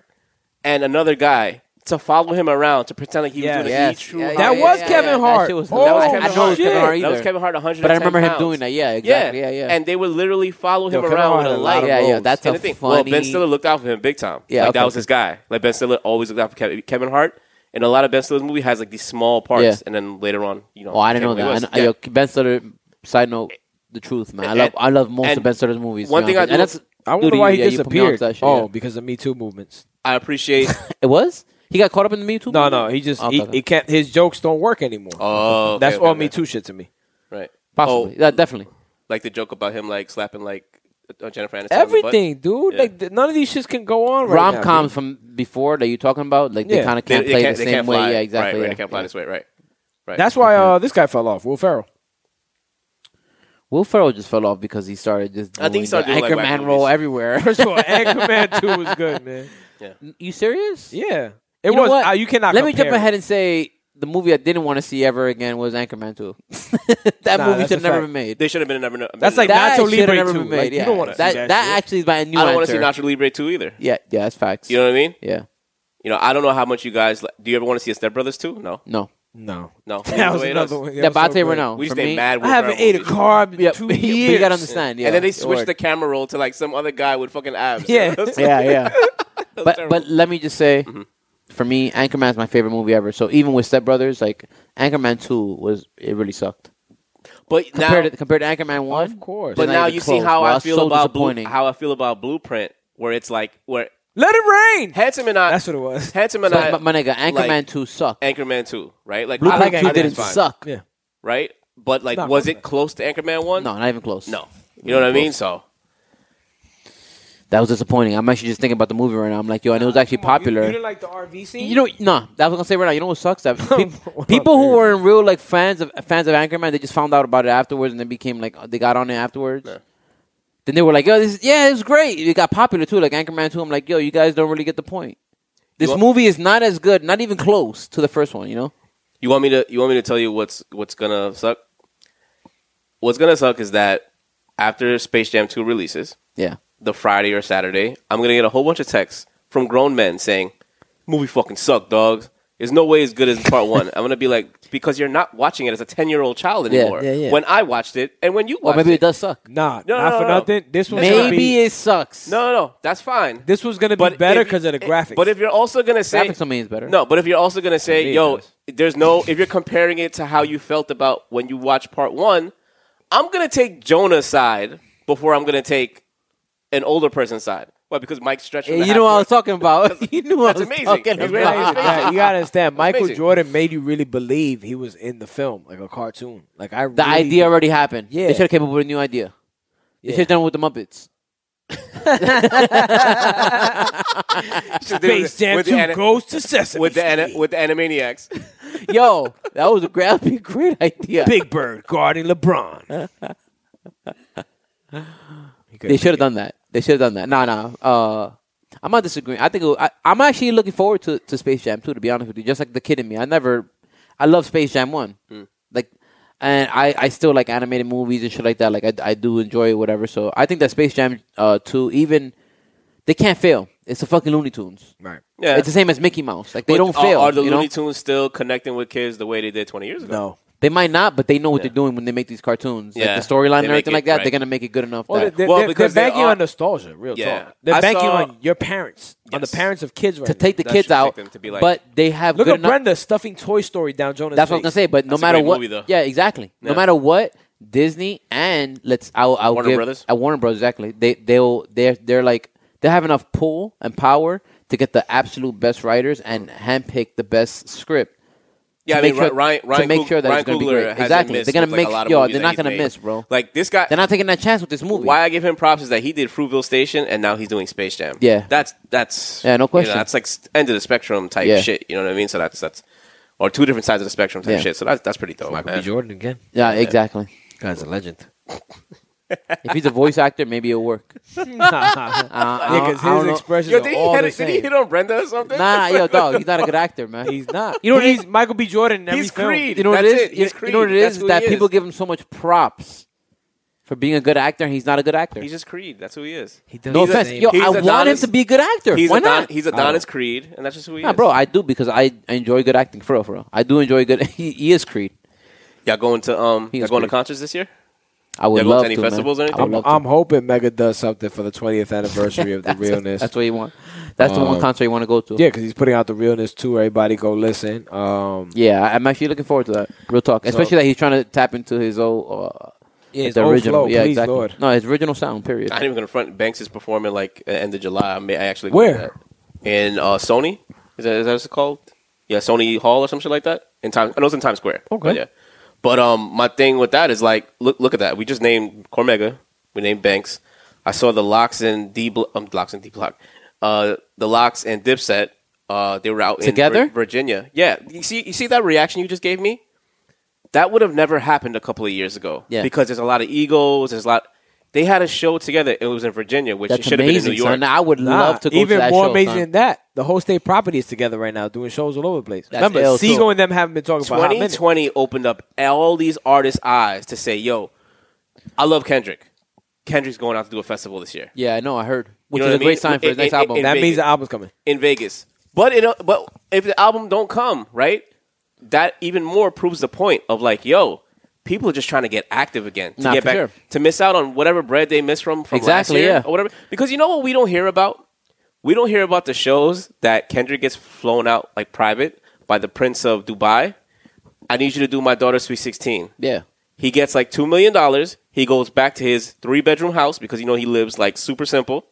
[SPEAKER 3] and another guy to follow him around to pretend like he
[SPEAKER 4] Yeah.
[SPEAKER 3] was doing
[SPEAKER 2] Yes.
[SPEAKER 3] a true.
[SPEAKER 2] Yeah, yeah,
[SPEAKER 4] That
[SPEAKER 3] holiday.
[SPEAKER 2] yeah,
[SPEAKER 4] was
[SPEAKER 2] yeah,
[SPEAKER 4] Kevin
[SPEAKER 2] yeah. That
[SPEAKER 4] Hart.
[SPEAKER 2] shit was-
[SPEAKER 4] Oh,
[SPEAKER 3] That was Kevin
[SPEAKER 2] I know it was
[SPEAKER 3] Hart.
[SPEAKER 2] Kevin Hart
[SPEAKER 3] That was
[SPEAKER 2] either.
[SPEAKER 3] Kevin Hart. 100.
[SPEAKER 2] But I remember him doing that. Yeah, exactly. Yeah, yeah.
[SPEAKER 3] And they would literally follow him
[SPEAKER 4] Kevin
[SPEAKER 3] around
[SPEAKER 4] Hart
[SPEAKER 3] with a
[SPEAKER 4] had a
[SPEAKER 3] light.
[SPEAKER 4] lot of
[SPEAKER 2] yeah, yeah.
[SPEAKER 4] roles.
[SPEAKER 2] That's
[SPEAKER 3] And
[SPEAKER 2] a
[SPEAKER 3] the thing,
[SPEAKER 2] funny.
[SPEAKER 3] well, Ben Stiller looked out for him big time.
[SPEAKER 2] Yeah,
[SPEAKER 3] like
[SPEAKER 2] okay.
[SPEAKER 3] that was his guy. Like Ben Stiller always looked out for Kevin, Kevin Hart. And a lot of Ben Stiller's movie has like these small parts,
[SPEAKER 2] Yeah.
[SPEAKER 3] and then later on, you know.
[SPEAKER 2] Oh, I didn't know
[SPEAKER 3] Kevin
[SPEAKER 2] that. I
[SPEAKER 3] Lewis.
[SPEAKER 2] know,
[SPEAKER 3] Yeah.
[SPEAKER 2] yo, ben Stiller. Side note, the truth, man. I
[SPEAKER 3] And-
[SPEAKER 2] love I love most
[SPEAKER 3] and
[SPEAKER 2] of Ben Stiller's movies. to
[SPEAKER 3] one
[SPEAKER 2] be
[SPEAKER 3] thing
[SPEAKER 2] honest.
[SPEAKER 3] I
[SPEAKER 2] and
[SPEAKER 3] do-
[SPEAKER 2] that's
[SPEAKER 4] I
[SPEAKER 2] due to
[SPEAKER 4] wonder why
[SPEAKER 2] you,
[SPEAKER 4] he
[SPEAKER 2] yeah, you put me onto
[SPEAKER 4] disappeared.
[SPEAKER 2] that shit,
[SPEAKER 4] oh,
[SPEAKER 2] yeah.
[SPEAKER 4] because of Me Too movements.
[SPEAKER 3] I appreciate.
[SPEAKER 2] it was he got caught up in the Me Too.
[SPEAKER 4] No,
[SPEAKER 2] movement?
[SPEAKER 4] no, he just
[SPEAKER 2] Oh,
[SPEAKER 4] he,
[SPEAKER 2] okay.
[SPEAKER 4] he can't. His jokes don't work anymore.
[SPEAKER 3] Oh, okay,
[SPEAKER 4] That's
[SPEAKER 3] okay,
[SPEAKER 4] all
[SPEAKER 3] okay.
[SPEAKER 4] Me Too shit to me.
[SPEAKER 3] Right.
[SPEAKER 2] possibly.
[SPEAKER 3] Oh,
[SPEAKER 2] Yeah, definitely.
[SPEAKER 3] like the joke about him like slapping like uh, Jennifer Aniston. On the butt.
[SPEAKER 4] Everything, dude.
[SPEAKER 3] Yeah.
[SPEAKER 4] Like th- none of these shits can go on. Right
[SPEAKER 2] Rom coms
[SPEAKER 4] now,
[SPEAKER 2] from before that you talking about, like they
[SPEAKER 4] Yeah.
[SPEAKER 2] kind of
[SPEAKER 3] They,
[SPEAKER 2] can't
[SPEAKER 3] they
[SPEAKER 2] play
[SPEAKER 3] can't,
[SPEAKER 2] the
[SPEAKER 3] they
[SPEAKER 2] same
[SPEAKER 3] can't
[SPEAKER 2] way.
[SPEAKER 3] fly.
[SPEAKER 2] Yeah, exactly.
[SPEAKER 3] Right, right,
[SPEAKER 2] yeah.
[SPEAKER 3] They can't fly this way. Right. Right.
[SPEAKER 4] dude. That's why uh, this guy fell off. Will Ferrell.
[SPEAKER 2] Will Ferrell just fell off because he started just.
[SPEAKER 3] I think he
[SPEAKER 2] doing
[SPEAKER 3] started
[SPEAKER 2] the
[SPEAKER 3] doing, like,
[SPEAKER 2] Anchorman
[SPEAKER 3] whack
[SPEAKER 2] role
[SPEAKER 3] movies.
[SPEAKER 2] everywhere.
[SPEAKER 4] First of all, Anchorman Two was good, man.
[SPEAKER 2] you serious?
[SPEAKER 4] Yeah, it
[SPEAKER 2] You know
[SPEAKER 4] was.
[SPEAKER 2] what?
[SPEAKER 4] Uh, you cannot.
[SPEAKER 2] Let me jump
[SPEAKER 4] compare it.
[SPEAKER 2] ahead and say the movie I didn't want to see ever again was Anchorman 2. that
[SPEAKER 4] Nah,
[SPEAKER 2] movie should have
[SPEAKER 4] that's a
[SPEAKER 2] never
[SPEAKER 4] fact.
[SPEAKER 2] been made.
[SPEAKER 3] They should have been a number.
[SPEAKER 4] That's like
[SPEAKER 2] that
[SPEAKER 4] Nacho
[SPEAKER 2] should have
[SPEAKER 4] Libre
[SPEAKER 2] never
[SPEAKER 4] 2.
[SPEAKER 2] been made.
[SPEAKER 4] Like, you
[SPEAKER 2] yeah.
[SPEAKER 4] don't wanna see
[SPEAKER 2] that,
[SPEAKER 4] that shit.
[SPEAKER 2] actually is my new
[SPEAKER 3] I don't want
[SPEAKER 2] answer.
[SPEAKER 3] to see Nacho Libre two either.
[SPEAKER 2] Yeah, yeah, that's facts.
[SPEAKER 3] You know what I mean?
[SPEAKER 2] yeah,
[SPEAKER 3] You know, I don't know how much you guys. Like, do you ever want to see a Step Brothers two? No,
[SPEAKER 2] no.
[SPEAKER 5] no.
[SPEAKER 3] no.
[SPEAKER 4] That was
[SPEAKER 3] Wait,
[SPEAKER 4] another
[SPEAKER 3] us.
[SPEAKER 4] one.
[SPEAKER 2] Yeah,
[SPEAKER 4] That was
[SPEAKER 2] Bate
[SPEAKER 4] so good.
[SPEAKER 2] Renault.
[SPEAKER 3] We
[SPEAKER 2] for
[SPEAKER 3] stay
[SPEAKER 2] me,
[SPEAKER 3] mad.
[SPEAKER 4] I haven't ate a carb in
[SPEAKER 2] Yeah,
[SPEAKER 4] two
[SPEAKER 2] but
[SPEAKER 4] years.
[SPEAKER 2] you gotta understand. Yeah,
[SPEAKER 3] And then they switched
[SPEAKER 2] Word.
[SPEAKER 3] the camera roll to like some other guy with fucking abs.
[SPEAKER 4] Yeah.
[SPEAKER 2] Yeah, yeah. but
[SPEAKER 3] terrible.
[SPEAKER 2] but let me just say, for me, Anchorman is my favorite movie ever. So even with Step Brothers, like Anchorman Two was it really sucked
[SPEAKER 3] but now,
[SPEAKER 2] compared to compared to Anchorman One.
[SPEAKER 4] Of course.
[SPEAKER 3] but
[SPEAKER 2] not
[SPEAKER 3] now
[SPEAKER 2] even
[SPEAKER 3] you see
[SPEAKER 2] close,
[SPEAKER 3] how
[SPEAKER 2] bro.
[SPEAKER 3] I
[SPEAKER 2] That's
[SPEAKER 3] feel
[SPEAKER 2] so
[SPEAKER 3] about Blue,
[SPEAKER 2] disappointing.
[SPEAKER 3] how I feel about Blueprint, where it's like where
[SPEAKER 4] Let it rain.
[SPEAKER 3] handsome and I.
[SPEAKER 4] That's what it was.
[SPEAKER 3] Handsome and
[SPEAKER 2] So,
[SPEAKER 3] I.
[SPEAKER 2] my, my nigga, Anchorman
[SPEAKER 3] like, eh,
[SPEAKER 2] Two sucked.
[SPEAKER 3] Anchorman two, right? Like
[SPEAKER 2] Blueprint
[SPEAKER 3] I like
[SPEAKER 2] Two
[SPEAKER 3] Anchorman,
[SPEAKER 2] didn't
[SPEAKER 3] it's fine,
[SPEAKER 2] suck.
[SPEAKER 4] Yeah.
[SPEAKER 3] right? But like,
[SPEAKER 4] Nah,
[SPEAKER 3] was
[SPEAKER 4] Blueprint.
[SPEAKER 3] it close to Anchorman one?
[SPEAKER 2] No, not even close.
[SPEAKER 3] No. You know what I mean? So
[SPEAKER 2] that was disappointing. I'm actually just thinking about the movie right now. I'm like, yo, and it was actually popular.
[SPEAKER 4] You, didn't like the RV scene?
[SPEAKER 2] You know, nah. That was gonna say right now. You know what sucks? That peop- people,
[SPEAKER 4] What up,
[SPEAKER 2] who
[SPEAKER 4] dude?
[SPEAKER 2] were in real like fans of fans of Anchorman, they just found out about it afterwards, and they became like they got on it afterwards. Then they were like, "Yo, this yeah, it was great. It got popular too, like Anchorman 2. I'm like, "Yo, you guys don't really get the point. This
[SPEAKER 3] You want-
[SPEAKER 2] movie is not as good, not even close to the first one. You know,
[SPEAKER 3] You want me to? You want me to tell you what's what's gonna suck? What's gonna suck is that after Space Jam Two releases,
[SPEAKER 2] yeah,
[SPEAKER 3] the Friday or Saturday, I'm gonna get a whole bunch of texts from grown men saying, "Movie fucking sucked, dogs. There's no way as good as part one." I'm gonna be like, "Because you're not watching it as a ten year old child
[SPEAKER 2] Yeah,
[SPEAKER 3] anymore.
[SPEAKER 2] yeah, yeah.
[SPEAKER 3] When I watched it, and when you
[SPEAKER 2] or
[SPEAKER 3] watched
[SPEAKER 2] maybe it
[SPEAKER 3] it,
[SPEAKER 2] does suck.
[SPEAKER 4] Nah,
[SPEAKER 3] No,
[SPEAKER 4] not
[SPEAKER 3] no,
[SPEAKER 4] for
[SPEAKER 3] no, no.
[SPEAKER 4] nothing. This was gonna
[SPEAKER 2] Maybe
[SPEAKER 4] be,
[SPEAKER 2] it sucks.
[SPEAKER 3] no, no, no, that's fine.
[SPEAKER 4] this was gonna be
[SPEAKER 3] But
[SPEAKER 4] better
[SPEAKER 3] if you- eh,
[SPEAKER 4] because of the graphics.
[SPEAKER 3] But if you're also gonna say
[SPEAKER 2] graphics on me is better.
[SPEAKER 3] No, but if you're also gonna say,
[SPEAKER 5] me, it
[SPEAKER 3] yo,
[SPEAKER 5] does.
[SPEAKER 3] there's no if you're comparing it to how you felt about when you watched part one, I'm gonna take Jonah's side before I'm gonna take an older person's side. Why? Because Mike stretched.
[SPEAKER 2] Hey, Eh, you know what I was talking about. you knew what I
[SPEAKER 3] That's
[SPEAKER 2] was
[SPEAKER 3] amazing.
[SPEAKER 2] talking
[SPEAKER 3] It's
[SPEAKER 4] you, gotta
[SPEAKER 2] about.
[SPEAKER 3] really-
[SPEAKER 4] understand, you gotta understand, Michael
[SPEAKER 3] amazing.
[SPEAKER 4] Jordan made you really believe he was in the film, like a cartoon. Like I,
[SPEAKER 2] The
[SPEAKER 4] really,
[SPEAKER 2] idea already happened. Yeah,
[SPEAKER 4] Yeah.
[SPEAKER 2] they should have came up with a new idea. They
[SPEAKER 4] Yeah.
[SPEAKER 2] should have done it with the Muppets.
[SPEAKER 4] Space Jam
[SPEAKER 3] with the
[SPEAKER 4] Two
[SPEAKER 3] ana-
[SPEAKER 4] goes to Sesame
[SPEAKER 3] with the ana-
[SPEAKER 4] Street.
[SPEAKER 3] with the Animaniacs.
[SPEAKER 2] Yo, that was a gra- that'd be a great idea.
[SPEAKER 4] Big Bird guarding LeBron.
[SPEAKER 2] They should have done that. They should have done that. Nah, nah. Uh, I'm not disagreeing. I think it, I, I'm actually looking forward to, to Space Jam 2, to be honest with you. Just like the kid in me. I never, I love Space Jam 1.
[SPEAKER 3] Hmm.
[SPEAKER 2] Like, and I, I still like animated movies and shit like that. Like, I, I do enjoy it, whatever. So I think that Space Jam uh, 2, even, they can't fail. It's the fucking Looney Tunes.
[SPEAKER 4] Right.
[SPEAKER 3] Yeah,
[SPEAKER 2] It's the same as Mickey Mouse. Like, they
[SPEAKER 3] But
[SPEAKER 2] don't
[SPEAKER 3] are,
[SPEAKER 2] fail.
[SPEAKER 3] Are the
[SPEAKER 2] you know?
[SPEAKER 3] Looney Tunes still connecting with kids the way they did 20 years ago?
[SPEAKER 4] No.
[SPEAKER 2] They might not, but they know what they're doing when they make these cartoons.
[SPEAKER 3] Yeah.
[SPEAKER 2] Like the storyline
[SPEAKER 3] They
[SPEAKER 2] and
[SPEAKER 3] make
[SPEAKER 2] everything
[SPEAKER 3] it
[SPEAKER 2] like that,
[SPEAKER 3] right.
[SPEAKER 2] they're gonna make it good enough.
[SPEAKER 4] Well,
[SPEAKER 2] that-
[SPEAKER 4] they're,
[SPEAKER 3] Well,
[SPEAKER 4] they're,
[SPEAKER 3] because they
[SPEAKER 4] they're banking
[SPEAKER 3] are-
[SPEAKER 4] on nostalgia, real
[SPEAKER 3] Yeah.
[SPEAKER 4] talk. They're
[SPEAKER 3] I
[SPEAKER 4] banking
[SPEAKER 3] saw-
[SPEAKER 4] on your parents, on the
[SPEAKER 3] Yes.
[SPEAKER 4] parents of kids right
[SPEAKER 2] to
[SPEAKER 4] now.
[SPEAKER 2] take the
[SPEAKER 3] That
[SPEAKER 2] kids
[SPEAKER 3] should take
[SPEAKER 2] out,
[SPEAKER 3] them to be like-
[SPEAKER 2] but they have
[SPEAKER 4] Look
[SPEAKER 2] good
[SPEAKER 4] at
[SPEAKER 2] enough.
[SPEAKER 4] Brenda stuffing Toy Story down Jonas'
[SPEAKER 2] That's what I was gonna
[SPEAKER 4] face.
[SPEAKER 2] say. But no
[SPEAKER 3] That's a
[SPEAKER 2] matter
[SPEAKER 3] great
[SPEAKER 2] what,
[SPEAKER 3] movie, though.
[SPEAKER 2] yeah, exactly. No
[SPEAKER 3] Yeah.
[SPEAKER 2] matter what, Disney and let's I'll, I'll
[SPEAKER 3] Warner
[SPEAKER 2] give-
[SPEAKER 3] Brothers?
[SPEAKER 2] uh, Warner Brothers exactly. They they'll they're they're like they have enough pull and power to get the absolute best writers and handpick the best script. to
[SPEAKER 3] Yeah, I mean
[SPEAKER 2] make sure-
[SPEAKER 3] Ry- Ryan
[SPEAKER 2] to
[SPEAKER 3] Ryan
[SPEAKER 2] make
[SPEAKER 3] Coog-
[SPEAKER 2] sure that
[SPEAKER 3] Ryan
[SPEAKER 2] it's gonna be
[SPEAKER 3] Coogler
[SPEAKER 2] great.
[SPEAKER 3] hasn't
[SPEAKER 2] Exactly.
[SPEAKER 3] missed
[SPEAKER 2] They're gonna
[SPEAKER 3] with, like,
[SPEAKER 2] make-
[SPEAKER 3] a lot of
[SPEAKER 2] yo,
[SPEAKER 3] movies
[SPEAKER 2] they're
[SPEAKER 3] that
[SPEAKER 2] not
[SPEAKER 3] he's
[SPEAKER 2] gonna
[SPEAKER 3] made.
[SPEAKER 2] miss, bro.
[SPEAKER 3] Like this guy,
[SPEAKER 2] They're not taking that chance with this movie.
[SPEAKER 3] why I give him props is that he did Fruitville Station and now he's doing Space Jam.
[SPEAKER 2] Yeah.
[SPEAKER 3] that's that's
[SPEAKER 2] Yeah, no
[SPEAKER 3] you know,
[SPEAKER 2] question.
[SPEAKER 3] that's like st- end of the spectrum type
[SPEAKER 2] Yeah.
[SPEAKER 3] shit. You know what I mean? So that's that's or two different sides of the spectrum type
[SPEAKER 2] Yeah.
[SPEAKER 3] shit. So that's that's pretty dope.
[SPEAKER 5] Michael
[SPEAKER 3] Oh, man.
[SPEAKER 5] B. Jordan again.
[SPEAKER 2] Yeah, exactly.
[SPEAKER 5] Guy's a legend.
[SPEAKER 2] if he's a voice actor, maybe it'll work. Uh,
[SPEAKER 4] yeah, because
[SPEAKER 2] I don't
[SPEAKER 4] his
[SPEAKER 2] know.
[SPEAKER 4] expressions
[SPEAKER 3] Yo,
[SPEAKER 4] are
[SPEAKER 3] did he,
[SPEAKER 4] all
[SPEAKER 3] hit,
[SPEAKER 4] the
[SPEAKER 3] did he
[SPEAKER 4] same.
[SPEAKER 3] hit on Brenda or something?
[SPEAKER 2] Nah, nah, yo, dog, he's not a good actor, man.
[SPEAKER 4] He's not.
[SPEAKER 2] You know what it
[SPEAKER 4] he's
[SPEAKER 2] is?
[SPEAKER 4] Michael B. Jordan. In every
[SPEAKER 3] He's
[SPEAKER 4] film.
[SPEAKER 3] Creed.
[SPEAKER 2] You know what
[SPEAKER 3] That's
[SPEAKER 2] it is?
[SPEAKER 3] it.
[SPEAKER 2] You-
[SPEAKER 3] He's
[SPEAKER 2] You know what it
[SPEAKER 3] Creed. That's
[SPEAKER 2] is?
[SPEAKER 3] who
[SPEAKER 2] that
[SPEAKER 3] he
[SPEAKER 2] people
[SPEAKER 3] is.
[SPEAKER 2] give him so much props for being a good actor, and he's not a good actor.
[SPEAKER 3] He's just Creed. That's who he is.
[SPEAKER 5] He does
[SPEAKER 2] no
[SPEAKER 5] the
[SPEAKER 2] offense,
[SPEAKER 5] same-
[SPEAKER 2] yo,
[SPEAKER 3] He's
[SPEAKER 2] I want him
[SPEAKER 3] Adonis.
[SPEAKER 2] to be a good actor.
[SPEAKER 3] He's
[SPEAKER 2] Why
[SPEAKER 3] Adon-
[SPEAKER 2] not?
[SPEAKER 3] He's Adonis Creed, and that's just who he
[SPEAKER 2] Nah,
[SPEAKER 3] is.
[SPEAKER 2] bro, I do because I I enjoy good acting. For real, for real, I do enjoy good. He, he is Creed.
[SPEAKER 3] Y'all going to um?
[SPEAKER 2] He
[SPEAKER 3] Y'all
[SPEAKER 2] is
[SPEAKER 3] going to
[SPEAKER 2] Creed.
[SPEAKER 3] concerts this year?
[SPEAKER 2] I would
[SPEAKER 3] Y'all go to
[SPEAKER 2] love
[SPEAKER 3] any
[SPEAKER 2] to. man.
[SPEAKER 3] festivals or
[SPEAKER 2] I would
[SPEAKER 3] anything?
[SPEAKER 2] love to.
[SPEAKER 4] I'm hoping Mega does something for the 20th anniversary of the realness.
[SPEAKER 2] That's what you want. That's the
[SPEAKER 3] Uh,
[SPEAKER 2] one
[SPEAKER 4] Um,
[SPEAKER 2] concert you want to go to.
[SPEAKER 4] Yeah, because he's putting out the realness too. Everybody go listen. Um,
[SPEAKER 2] Yeah, I- I'm actually looking forward to that. Real talk, especially that he's trying to tap into his old, uh,
[SPEAKER 4] his
[SPEAKER 2] the
[SPEAKER 4] old
[SPEAKER 2] original,
[SPEAKER 4] flow,
[SPEAKER 2] yeah,
[SPEAKER 4] please,
[SPEAKER 2] exactly.
[SPEAKER 4] Lord.
[SPEAKER 2] No, his original sound. Period.
[SPEAKER 3] I ain't even gonna front. Banks is performing like uh, end of July. I may I actually go
[SPEAKER 4] Where?
[SPEAKER 3] to that. in uh, Sony. Is that, is that what it's called? Yeah, Sony Hall or some shit like that. In time, I know it's in Times Square.
[SPEAKER 4] Okay.
[SPEAKER 3] But yeah, but um, my thing with that is like, look, look at that. We just named Cormega. We named Banks. I saw the Locks and D Block. Um, Locks and D Block. Uh, the Locks and Dipset. Uh, they were out
[SPEAKER 2] Together?
[SPEAKER 3] in Vir- Virginia. Yeah, you see, you see that reaction you just gave me. That would have never happened a couple of years ago.
[SPEAKER 2] Yeah.
[SPEAKER 3] because there's a lot of egos. There's a lot. They had a show together. It was in Virginia, which it
[SPEAKER 2] That's
[SPEAKER 3] should have been in New
[SPEAKER 2] amazing,
[SPEAKER 3] York.
[SPEAKER 2] son. I would
[SPEAKER 4] Nah,
[SPEAKER 2] love to go
[SPEAKER 4] even
[SPEAKER 2] to that
[SPEAKER 4] more
[SPEAKER 2] show,
[SPEAKER 4] amazing
[SPEAKER 2] son.
[SPEAKER 4] than that, the whole state property is together right now doing shows all over the place.
[SPEAKER 2] That's
[SPEAKER 4] Remember,
[SPEAKER 2] ill,
[SPEAKER 4] Seago
[SPEAKER 2] too.
[SPEAKER 4] and them haven't been talking about how many.
[SPEAKER 3] 2020 opened up all these artists' eyes to say, "Yo, I love Kendrick. Kendrick's going out to do a festival this year
[SPEAKER 2] Yeah, I know. I heard, which
[SPEAKER 3] know
[SPEAKER 2] is
[SPEAKER 3] what
[SPEAKER 2] a
[SPEAKER 3] I mean?
[SPEAKER 2] great sign for his
[SPEAKER 3] It-
[SPEAKER 2] next
[SPEAKER 3] it-
[SPEAKER 2] album.
[SPEAKER 3] it-
[SPEAKER 4] That means
[SPEAKER 3] Vegas.
[SPEAKER 4] the album's coming.
[SPEAKER 3] in Vegas." But it, but if the album don't come right, that even more proves the point of like, yo, people are just trying to get active again to
[SPEAKER 2] Nah,
[SPEAKER 3] get
[SPEAKER 2] for
[SPEAKER 3] back
[SPEAKER 2] sure.
[SPEAKER 3] to miss out on whatever bread they missed from from
[SPEAKER 2] Exactly,
[SPEAKER 3] last year
[SPEAKER 2] yeah.
[SPEAKER 3] or whatever. Because you know what we don't hear about? We don't hear about the shows that Kendrick gets flown out like private by the Prince of Dubai. I need you to do my daughter's sweet sixteen.
[SPEAKER 2] yeah,
[SPEAKER 3] He gets like two million dollars. He goes back to his three bedroom house because you know he lives like super simple,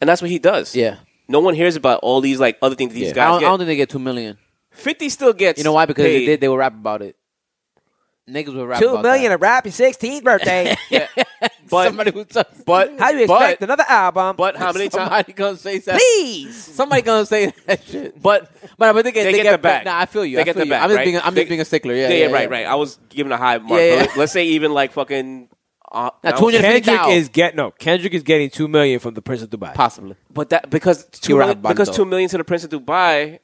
[SPEAKER 3] and that's what he does.
[SPEAKER 2] Yeah.
[SPEAKER 3] No one hears about all these like other things these
[SPEAKER 2] I don't,
[SPEAKER 3] guys
[SPEAKER 2] I don't
[SPEAKER 3] get.
[SPEAKER 2] think they get two million.
[SPEAKER 3] Fifty still gets.
[SPEAKER 2] You know why? Because
[SPEAKER 3] paid.
[SPEAKER 2] they did. They will rap about it. niggas would rap
[SPEAKER 4] Two
[SPEAKER 2] about
[SPEAKER 4] million
[SPEAKER 2] that.
[SPEAKER 4] a rap your 16th birthday.
[SPEAKER 3] But-
[SPEAKER 2] somebody who talks,
[SPEAKER 3] But
[SPEAKER 4] How do you expect
[SPEAKER 3] but,
[SPEAKER 4] another album?
[SPEAKER 3] but how many times?
[SPEAKER 2] somebody gonna say that?
[SPEAKER 4] Please.
[SPEAKER 2] Somebody gonna say that shit.
[SPEAKER 3] But
[SPEAKER 2] But but they get
[SPEAKER 3] They get the back.
[SPEAKER 2] Nah, I feel you.
[SPEAKER 3] They
[SPEAKER 2] I
[SPEAKER 3] get
[SPEAKER 2] feel
[SPEAKER 3] the
[SPEAKER 2] you.
[SPEAKER 3] back,
[SPEAKER 2] I'm just
[SPEAKER 3] right?
[SPEAKER 2] being I'm
[SPEAKER 3] They-
[SPEAKER 2] just being a stickler. Yeah,
[SPEAKER 3] yeah,
[SPEAKER 2] yeah,
[SPEAKER 3] yeah, right, right. I was giving a high mark.
[SPEAKER 2] Yeah, yeah.
[SPEAKER 3] But Let's say even like fucking. Uh,
[SPEAKER 2] Now,
[SPEAKER 3] that
[SPEAKER 2] 200
[SPEAKER 3] was-
[SPEAKER 4] Kendrick
[SPEAKER 2] Now.
[SPEAKER 4] is get no. Kendrick is getting two million from the Prince of Dubai.
[SPEAKER 2] Possibly.
[SPEAKER 3] but that because two
[SPEAKER 2] were
[SPEAKER 3] million,
[SPEAKER 2] out of
[SPEAKER 3] because
[SPEAKER 2] bundle.
[SPEAKER 3] two million to the Prince of Dubai.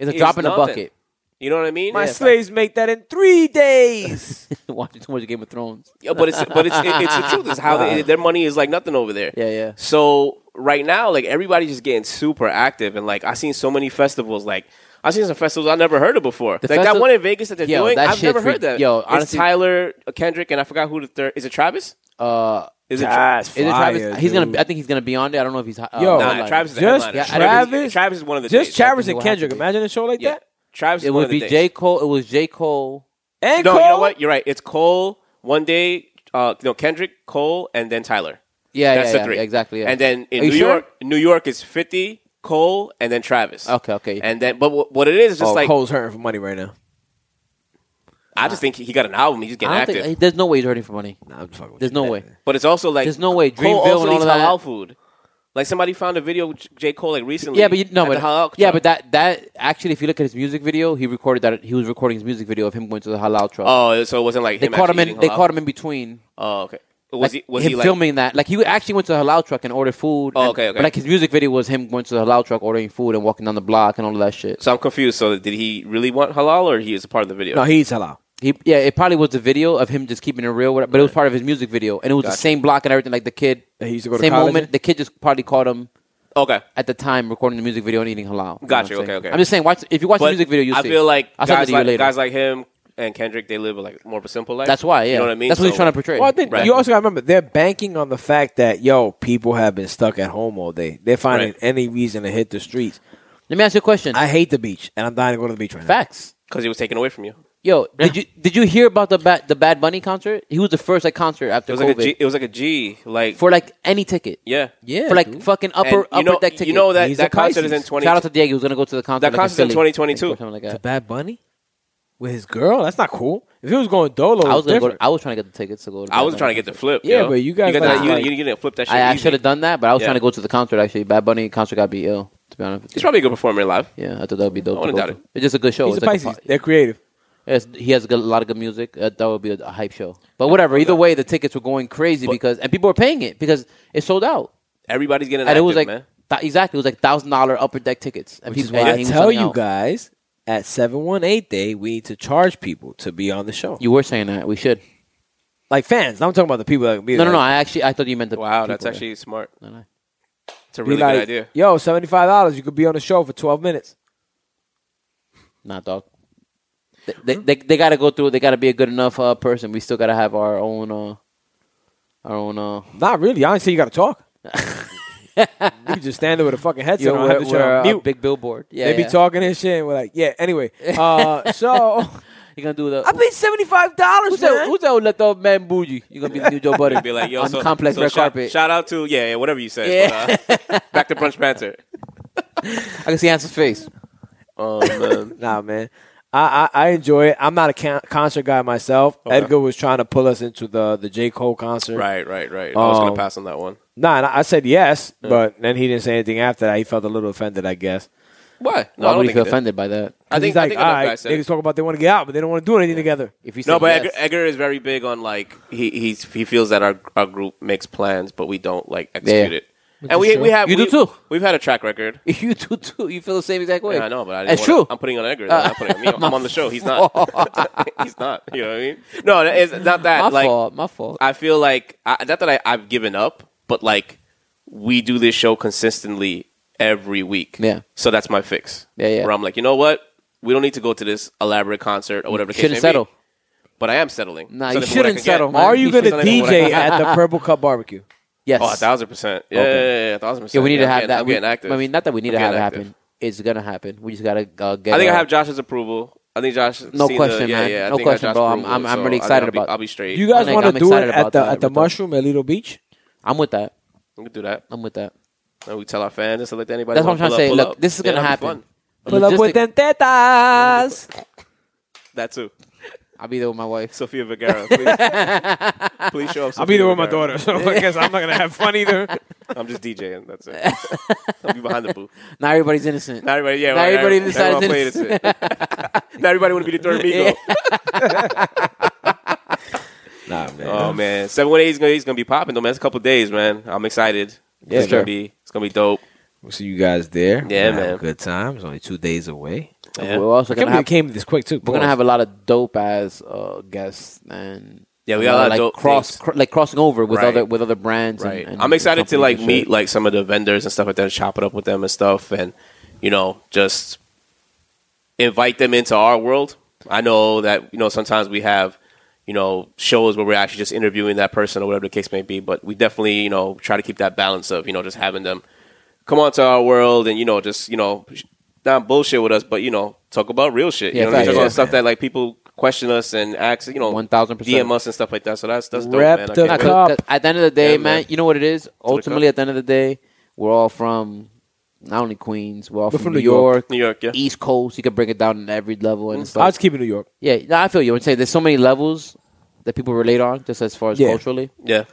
[SPEAKER 2] It's a
[SPEAKER 3] It's
[SPEAKER 2] drop in the
[SPEAKER 3] nothing.
[SPEAKER 2] bucket.
[SPEAKER 3] You know what I mean?
[SPEAKER 4] My
[SPEAKER 3] Yeah.
[SPEAKER 4] slaves make that in three days.
[SPEAKER 2] Watching too much Game of Thrones.
[SPEAKER 3] Yeah, but it's but it's it, it's the truth. Is how they, their money is like nothing over there.
[SPEAKER 2] Yeah, yeah.
[SPEAKER 3] So right now, like everybody's just getting super active, and like I seen so many festivals. Like I seen some festivals I never heard of before. like that
[SPEAKER 2] festival-
[SPEAKER 3] one in Vegas that they're
[SPEAKER 2] Yo,
[SPEAKER 3] doing,
[SPEAKER 2] that
[SPEAKER 3] I've
[SPEAKER 2] shit
[SPEAKER 3] never
[SPEAKER 2] freak-
[SPEAKER 3] heard that.
[SPEAKER 2] yo,
[SPEAKER 3] it's
[SPEAKER 2] honestly-
[SPEAKER 3] Tyler Kendrick, and I forgot who the third is. It Travis?
[SPEAKER 2] Uh,
[SPEAKER 3] Is it?
[SPEAKER 4] That's
[SPEAKER 2] is it
[SPEAKER 4] fire,
[SPEAKER 2] Travis? he's gonna.
[SPEAKER 4] dude.
[SPEAKER 2] Be, I think he's gonna be on there. I don't know if he's. Uh,
[SPEAKER 4] Yo,
[SPEAKER 3] Nah,
[SPEAKER 2] headlining.
[SPEAKER 3] Travis is the
[SPEAKER 4] Just
[SPEAKER 3] headliner.
[SPEAKER 4] Travis-
[SPEAKER 3] Travis is one of the
[SPEAKER 4] Just
[SPEAKER 3] days.
[SPEAKER 4] Travis and
[SPEAKER 2] what happened
[SPEAKER 4] Kendrick.
[SPEAKER 2] to me.
[SPEAKER 4] Imagine a show like
[SPEAKER 3] Yeah,
[SPEAKER 4] that.
[SPEAKER 3] Travis is
[SPEAKER 2] It
[SPEAKER 3] one
[SPEAKER 2] would
[SPEAKER 3] of the
[SPEAKER 2] be
[SPEAKER 3] days.
[SPEAKER 2] J Cole. It was J Cole.
[SPEAKER 4] And
[SPEAKER 3] No,
[SPEAKER 4] Cole?
[SPEAKER 3] you know what? You're right. It's Cole one day. Uh, no, Kendrick, Cole, and then Tyler.
[SPEAKER 2] Yeah,
[SPEAKER 3] That's
[SPEAKER 2] yeah,
[SPEAKER 3] the
[SPEAKER 2] yeah,
[SPEAKER 3] three.
[SPEAKER 2] exactly. Yeah.
[SPEAKER 3] And then in
[SPEAKER 2] Are you
[SPEAKER 3] New
[SPEAKER 2] sure?
[SPEAKER 3] York, New York is fifty, Cole, and then Travis.
[SPEAKER 2] Okay, okay.
[SPEAKER 3] And then, but what what it is, is just
[SPEAKER 4] Oh,
[SPEAKER 3] like
[SPEAKER 4] Cole's hurting for money right now.
[SPEAKER 3] I just think he he got an album. He's just getting
[SPEAKER 2] I don't
[SPEAKER 3] active.
[SPEAKER 2] think there's no way he's hurting for money.
[SPEAKER 4] Nah, I'm fucking with
[SPEAKER 2] There's
[SPEAKER 4] you.
[SPEAKER 2] no way.
[SPEAKER 3] but it's also like
[SPEAKER 2] There's no way.
[SPEAKER 3] Cole
[SPEAKER 2] Dreamville
[SPEAKER 3] also
[SPEAKER 2] and all
[SPEAKER 3] needs
[SPEAKER 2] of that.
[SPEAKER 3] halal food. Like somebody found a video with J Cole like recently.
[SPEAKER 2] Yeah, but you, no,
[SPEAKER 3] at
[SPEAKER 2] but
[SPEAKER 3] the halal
[SPEAKER 2] yeah,
[SPEAKER 3] truck.
[SPEAKER 2] but that that actually, if you look at his music video, he recorded that he was recording his music video of him going to the halal truck.
[SPEAKER 3] oh, so it wasn't like
[SPEAKER 2] they
[SPEAKER 3] him
[SPEAKER 2] caught him
[SPEAKER 3] actually
[SPEAKER 2] in.
[SPEAKER 3] eating
[SPEAKER 2] They
[SPEAKER 3] halal.
[SPEAKER 2] caught him in between.
[SPEAKER 3] Oh, okay. Was
[SPEAKER 2] like,
[SPEAKER 3] he was
[SPEAKER 2] him
[SPEAKER 3] he like
[SPEAKER 2] filming that? Like he actually went to the halal truck and ordered food.
[SPEAKER 3] Oh,
[SPEAKER 2] and-
[SPEAKER 3] okay, okay.
[SPEAKER 2] But like his music video was him going to the halal truck, ordering food, and walking down the block and all of that shit.
[SPEAKER 3] So I'm confused. So did he really want halal, or he is a part of the video?
[SPEAKER 4] No, he's halal.
[SPEAKER 2] He, yeah, it probably was the video of him just keeping it real, but it was part of his music video, and it was the same block and everything. Like the kid,
[SPEAKER 4] That he used to go to
[SPEAKER 2] same
[SPEAKER 4] college in?
[SPEAKER 2] moment. The kid just probably caught him
[SPEAKER 3] okay.
[SPEAKER 2] at the time recording the music video and eating halal. You know
[SPEAKER 3] Gotcha,
[SPEAKER 2] what I'm saying?
[SPEAKER 3] okay, okay.
[SPEAKER 2] I'm just saying, watch if you watch
[SPEAKER 3] But
[SPEAKER 2] the music video, you
[SPEAKER 3] I
[SPEAKER 2] see.
[SPEAKER 3] feel like
[SPEAKER 2] I'll send it
[SPEAKER 3] guys
[SPEAKER 2] to you
[SPEAKER 3] like
[SPEAKER 2] later.
[SPEAKER 3] guys like him and Kendrick, they live like more of a simple life.
[SPEAKER 2] that's why. Yeah,
[SPEAKER 3] you know what I mean.
[SPEAKER 2] That's what he's
[SPEAKER 3] So-
[SPEAKER 2] trying to portray.
[SPEAKER 4] Well, I think
[SPEAKER 3] Right.
[SPEAKER 4] you also got to remember they're banking on the fact that yo people have been stuck at home all day. They're finding
[SPEAKER 3] Right.
[SPEAKER 4] any reason to hit the streets.
[SPEAKER 2] Let me ask you a question.
[SPEAKER 4] I hate the beach, and I'm dying to go to the beach right now.
[SPEAKER 2] Facts.
[SPEAKER 3] because it was taken away from you.
[SPEAKER 2] Yo, did you did you hear about the bad the Bad Bunny concert? He was the first like concert
[SPEAKER 3] It
[SPEAKER 2] after
[SPEAKER 3] was
[SPEAKER 2] COVID
[SPEAKER 3] like a G. It was like a G. Like
[SPEAKER 2] for like any ticket.
[SPEAKER 3] yeah,
[SPEAKER 4] Yeah,
[SPEAKER 2] for like
[SPEAKER 4] dude.
[SPEAKER 2] fucking
[SPEAKER 3] And
[SPEAKER 2] upper
[SPEAKER 3] you
[SPEAKER 2] upper
[SPEAKER 3] know,
[SPEAKER 2] deck ticket.
[SPEAKER 3] You know that
[SPEAKER 4] He's a
[SPEAKER 3] that concert is in
[SPEAKER 4] Pisces.
[SPEAKER 3] twenty.
[SPEAKER 2] Shout out to Diego. He was gonna go to the concert.
[SPEAKER 3] That
[SPEAKER 2] like,
[SPEAKER 3] concert's in
[SPEAKER 2] Philly.
[SPEAKER 3] 2022.
[SPEAKER 2] Or something like
[SPEAKER 4] to
[SPEAKER 2] that.
[SPEAKER 4] Bad Bunny with his girl. That's not cool. If he was going dolo,
[SPEAKER 2] I was gonna go
[SPEAKER 4] different.
[SPEAKER 2] to, I was trying to get the tickets to go. To
[SPEAKER 3] I
[SPEAKER 2] Bad
[SPEAKER 3] was
[SPEAKER 2] Bunny
[SPEAKER 3] trying to get the
[SPEAKER 2] concert.
[SPEAKER 3] flip.
[SPEAKER 4] Yeah,
[SPEAKER 3] yo.
[SPEAKER 4] but you guys
[SPEAKER 3] got
[SPEAKER 4] like-
[SPEAKER 3] that, you,
[SPEAKER 4] like-
[SPEAKER 3] you didn't flip that shit.
[SPEAKER 2] I, I
[SPEAKER 3] easy.
[SPEAKER 2] should have done that, but I was
[SPEAKER 3] Yeah.
[SPEAKER 2] trying to go to the concert. Actually, Bad Bunny concert got me ill. To be honest, with you.
[SPEAKER 3] He's probably a good performer live.
[SPEAKER 2] yeah, I thought that would be dope.
[SPEAKER 3] I
[SPEAKER 2] to
[SPEAKER 3] wouldn't
[SPEAKER 2] go to.
[SPEAKER 3] doubt it.
[SPEAKER 2] It's just a good show.
[SPEAKER 4] He's a
[SPEAKER 2] It's like a
[SPEAKER 4] Pisces.
[SPEAKER 2] fu-
[SPEAKER 4] They're creative.
[SPEAKER 2] Yes, he has a, good, a lot of good music. Uh, that would be a, a hype show. But whatever. Either way, the tickets were going crazy because and people were paying it because it sold out.
[SPEAKER 3] Everybody's getting
[SPEAKER 2] And it
[SPEAKER 3] active,
[SPEAKER 2] was like
[SPEAKER 3] man.
[SPEAKER 2] th- exactly it was like thousand dollar upper deck tickets. And
[SPEAKER 4] Which is
[SPEAKER 2] people-
[SPEAKER 4] why
[SPEAKER 2] and
[SPEAKER 4] I
[SPEAKER 2] he was
[SPEAKER 4] tell
[SPEAKER 2] selling
[SPEAKER 4] you
[SPEAKER 2] out.
[SPEAKER 4] guys at seven one eight day we need to charge people to be on the show.
[SPEAKER 2] You were saying that we should.
[SPEAKER 4] Like fans, I'm talking about the people that can be
[SPEAKER 2] No, no, no.
[SPEAKER 4] there.
[SPEAKER 2] I actually I thought you meant the
[SPEAKER 3] Wow,
[SPEAKER 2] people
[SPEAKER 3] that's
[SPEAKER 2] there.
[SPEAKER 3] actually smart.
[SPEAKER 2] No, no.
[SPEAKER 3] It's a
[SPEAKER 4] Be
[SPEAKER 3] really
[SPEAKER 4] like,
[SPEAKER 3] good idea.
[SPEAKER 4] Yo, seventy five dollars, you could be on the show for twelve minutes.
[SPEAKER 2] Nah, dog. They, they, they, they got to go through. They got to be a good enough uh, person. We still got to have our own, uh, our own. Uh,
[SPEAKER 4] Not really. I didn't say you got to talk. you could just stand there with a fucking headset on, have the shit
[SPEAKER 3] uh,
[SPEAKER 4] on mute.
[SPEAKER 2] big billboard. Yeah,
[SPEAKER 4] they be talking and shit, and we're like, yeah. Anyway, uh, so
[SPEAKER 2] You're gonna do the.
[SPEAKER 4] I paid seventy five dollars,
[SPEAKER 2] who's that?
[SPEAKER 4] man.
[SPEAKER 2] Who's that left off man bougie? You're gonna be the new Joe Budden.
[SPEAKER 3] Be like, yo,
[SPEAKER 2] on
[SPEAKER 3] so,
[SPEAKER 2] complex
[SPEAKER 3] so
[SPEAKER 2] red
[SPEAKER 3] shout,
[SPEAKER 2] carpet.
[SPEAKER 3] Shout out to yeah, yeah whatever you said.
[SPEAKER 2] Yeah.
[SPEAKER 3] But, uh, back to Brunch Panther.
[SPEAKER 2] I can see Hanson's face.
[SPEAKER 3] Oh man,
[SPEAKER 4] Nah, man. I, I, I enjoy it. I'm not a con- concert guy myself. Edgar was trying to pull us into the the J Cole concert.
[SPEAKER 3] right, right, right. I was
[SPEAKER 4] Um,
[SPEAKER 3] gonna pass on that one.
[SPEAKER 4] Nah, and I I said yes, but then he didn't say anything after that. He felt a little offended, I guess.
[SPEAKER 3] Why? No, I
[SPEAKER 2] Why
[SPEAKER 3] don't
[SPEAKER 2] would you
[SPEAKER 3] think
[SPEAKER 2] feel
[SPEAKER 3] it did.
[SPEAKER 2] offended by that?
[SPEAKER 3] I think
[SPEAKER 4] he's like,
[SPEAKER 3] I think
[SPEAKER 4] all
[SPEAKER 3] enough
[SPEAKER 4] right,
[SPEAKER 3] guys said it.
[SPEAKER 4] niggas talk about they want to get out, but they don't want to do anything together.
[SPEAKER 2] If you say
[SPEAKER 3] No, but
[SPEAKER 2] yes,
[SPEAKER 3] Edgar, Edgar is very big on like he he's, he feels that our our group makes plans, but we don't like execute
[SPEAKER 2] Yeah.
[SPEAKER 3] it. And we we have
[SPEAKER 2] You do
[SPEAKER 3] we-
[SPEAKER 2] too.
[SPEAKER 3] We've had a track record.
[SPEAKER 2] you do too, you feel the same exact way.
[SPEAKER 3] Yeah, I know, but I didn't
[SPEAKER 2] that's
[SPEAKER 3] wanna-
[SPEAKER 2] true.
[SPEAKER 3] I'm putting on Edgar. I'm not putting on me. I'm on the show. He's not. he's not. You know what I mean? No, it's not that.
[SPEAKER 2] my
[SPEAKER 3] like
[SPEAKER 2] fault. My fault.
[SPEAKER 3] I feel like I, not that I, I've given up, but like we do this show consistently every week.
[SPEAKER 2] Yeah.
[SPEAKER 3] So that's my fix.
[SPEAKER 2] Yeah, yeah.
[SPEAKER 3] Where I'm like, you know what? We don't need to go to this elaborate concert or whatever. the case
[SPEAKER 2] Shouldn't
[SPEAKER 3] may be.
[SPEAKER 2] settle.
[SPEAKER 3] But I am settling.
[SPEAKER 2] Nah,
[SPEAKER 3] So
[SPEAKER 2] you
[SPEAKER 3] that's what I
[SPEAKER 2] shouldn't
[SPEAKER 3] can get.
[SPEAKER 2] settle, man.
[SPEAKER 4] Are you
[SPEAKER 2] He
[SPEAKER 4] going to
[SPEAKER 3] feels like they wanna
[SPEAKER 4] DJ
[SPEAKER 3] get
[SPEAKER 4] at the Purple Cup Barbecue?
[SPEAKER 2] Yes.
[SPEAKER 3] Oh, a thousand percent. Yeah, yeah, yeah, a thousand percent.
[SPEAKER 2] Yeah, we need to
[SPEAKER 3] I'm
[SPEAKER 2] have
[SPEAKER 3] getting-
[SPEAKER 2] that.
[SPEAKER 3] I'm
[SPEAKER 2] We-
[SPEAKER 3] getting active.
[SPEAKER 2] I mean, not that we need
[SPEAKER 3] I'm
[SPEAKER 2] to have it
[SPEAKER 3] getting
[SPEAKER 2] happen.
[SPEAKER 3] active.
[SPEAKER 2] It's gonna happen. We just gotta uh, get.
[SPEAKER 3] I think I
[SPEAKER 2] uh,
[SPEAKER 3] have Josh's approval. I think Josh.
[SPEAKER 2] No
[SPEAKER 3] seen
[SPEAKER 2] question,
[SPEAKER 3] the, yeah,
[SPEAKER 2] man.
[SPEAKER 3] Yeah, I
[SPEAKER 2] No
[SPEAKER 3] think I got
[SPEAKER 2] question,
[SPEAKER 3] Josh's
[SPEAKER 2] bro. I'm-
[SPEAKER 3] approval,
[SPEAKER 2] I'm- I'm
[SPEAKER 3] so
[SPEAKER 2] really
[SPEAKER 3] I think
[SPEAKER 2] excited
[SPEAKER 3] I'll be-
[SPEAKER 2] about
[SPEAKER 3] I'll be straight.
[SPEAKER 4] Do you guys
[SPEAKER 2] Nick,
[SPEAKER 4] want
[SPEAKER 2] I'm
[SPEAKER 4] to do it
[SPEAKER 2] excited
[SPEAKER 4] at
[SPEAKER 2] about
[SPEAKER 4] the
[SPEAKER 2] that,
[SPEAKER 4] at the
[SPEAKER 2] but don't-
[SPEAKER 4] Mushroom at Little Beach?
[SPEAKER 2] I'm with that.
[SPEAKER 3] We can do that.
[SPEAKER 2] I'm with that.
[SPEAKER 3] And we tell our fans and select anybody.
[SPEAKER 2] That's
[SPEAKER 3] who
[SPEAKER 2] what I'm trying
[SPEAKER 3] wanna
[SPEAKER 2] to say.
[SPEAKER 3] pull up, pull
[SPEAKER 2] Look,
[SPEAKER 3] up.
[SPEAKER 2] this is
[SPEAKER 3] Yeah,
[SPEAKER 2] gonna
[SPEAKER 3] that'd be
[SPEAKER 2] happen.
[SPEAKER 3] fun.
[SPEAKER 4] Pull up with
[SPEAKER 2] Logistic-
[SPEAKER 4] them tetas.
[SPEAKER 3] That too.
[SPEAKER 2] I'll be there with my wife.
[SPEAKER 3] Sofia Vergara. Please, please show up.
[SPEAKER 4] I'll be
[SPEAKER 3] Sofia
[SPEAKER 4] there with my daughter,
[SPEAKER 3] Vergara.
[SPEAKER 4] so I guess I'm not gonna have fun either.
[SPEAKER 3] I'm just DJing. That's it. I'll be behind the booth.
[SPEAKER 2] Not everybody's innocent.
[SPEAKER 3] Not everybody. Yeah.
[SPEAKER 2] Not
[SPEAKER 3] right,
[SPEAKER 2] everybody
[SPEAKER 3] right,
[SPEAKER 2] decides
[SPEAKER 3] everyone
[SPEAKER 2] it's-
[SPEAKER 3] played it. Not everybody want to be the third Migo.
[SPEAKER 5] Nah, man.
[SPEAKER 3] Oh man, seven one eight is gonna he's gonna be popping though, man. It's a couple days, man. I'm excited.
[SPEAKER 5] Yeah,
[SPEAKER 3] it's
[SPEAKER 5] sure.
[SPEAKER 3] gonna be it's gonna be dope.
[SPEAKER 5] We'll see you guys there.
[SPEAKER 3] Yeah,
[SPEAKER 5] We'll have a
[SPEAKER 3] man.
[SPEAKER 5] Good time. It's only two days away.
[SPEAKER 3] Yeah,
[SPEAKER 2] We're also
[SPEAKER 5] Can't
[SPEAKER 2] gonna
[SPEAKER 5] believe
[SPEAKER 2] have
[SPEAKER 5] it came this quick too.
[SPEAKER 2] we're gonna have a lot of dope ass uh, guests and
[SPEAKER 3] Yeah, we got a lot of
[SPEAKER 2] like
[SPEAKER 3] dope
[SPEAKER 2] cross
[SPEAKER 3] things.
[SPEAKER 2] cr- like crossing over with
[SPEAKER 3] Right.
[SPEAKER 2] other with other brands. and-
[SPEAKER 3] right.
[SPEAKER 2] and
[SPEAKER 3] I'm excited to
[SPEAKER 2] companies
[SPEAKER 3] like
[SPEAKER 2] and
[SPEAKER 3] meet
[SPEAKER 2] shit.
[SPEAKER 3] like some of the vendors and stuff like that, and chop it up with them and stuff, and you know just invite them into our world. I know that you know sometimes we have you know shows where we're actually just interviewing that person or whatever the case may be, but we definitely you know try to keep that balance of you know just having them come onto our world and you know just you know sh- not bullshit with us, but you know talk about real shit. You
[SPEAKER 2] Yeah,
[SPEAKER 3] know what I
[SPEAKER 2] facts,
[SPEAKER 3] mean? Talk
[SPEAKER 2] yeah.
[SPEAKER 3] about stuff that like people question us and ask you know
[SPEAKER 2] 1000%.
[SPEAKER 3] DM us and stuff like that. So that's that's dope,
[SPEAKER 4] Rep
[SPEAKER 3] man. I
[SPEAKER 4] the
[SPEAKER 3] can't
[SPEAKER 2] Nah,
[SPEAKER 3] wait.
[SPEAKER 4] cup.
[SPEAKER 2] cause- 'cause at the end of the day,
[SPEAKER 3] Yeah,
[SPEAKER 2] man,
[SPEAKER 3] man.
[SPEAKER 2] you know what it is. Ultimately,
[SPEAKER 3] cup.
[SPEAKER 2] at the end of the day, we're all from not only Queens, we're all from,
[SPEAKER 4] from
[SPEAKER 2] New
[SPEAKER 4] New York.
[SPEAKER 2] York,
[SPEAKER 3] New York, yeah.
[SPEAKER 2] East Coast. You can break it down in every level,
[SPEAKER 3] Mm.
[SPEAKER 2] and it's
[SPEAKER 4] I'll
[SPEAKER 2] like,
[SPEAKER 4] just keep it New York.
[SPEAKER 2] yeah, nah, I feel you. And say there's so many levels that people relate on, just as far as
[SPEAKER 4] Yeah.
[SPEAKER 2] culturally.
[SPEAKER 3] Yeah.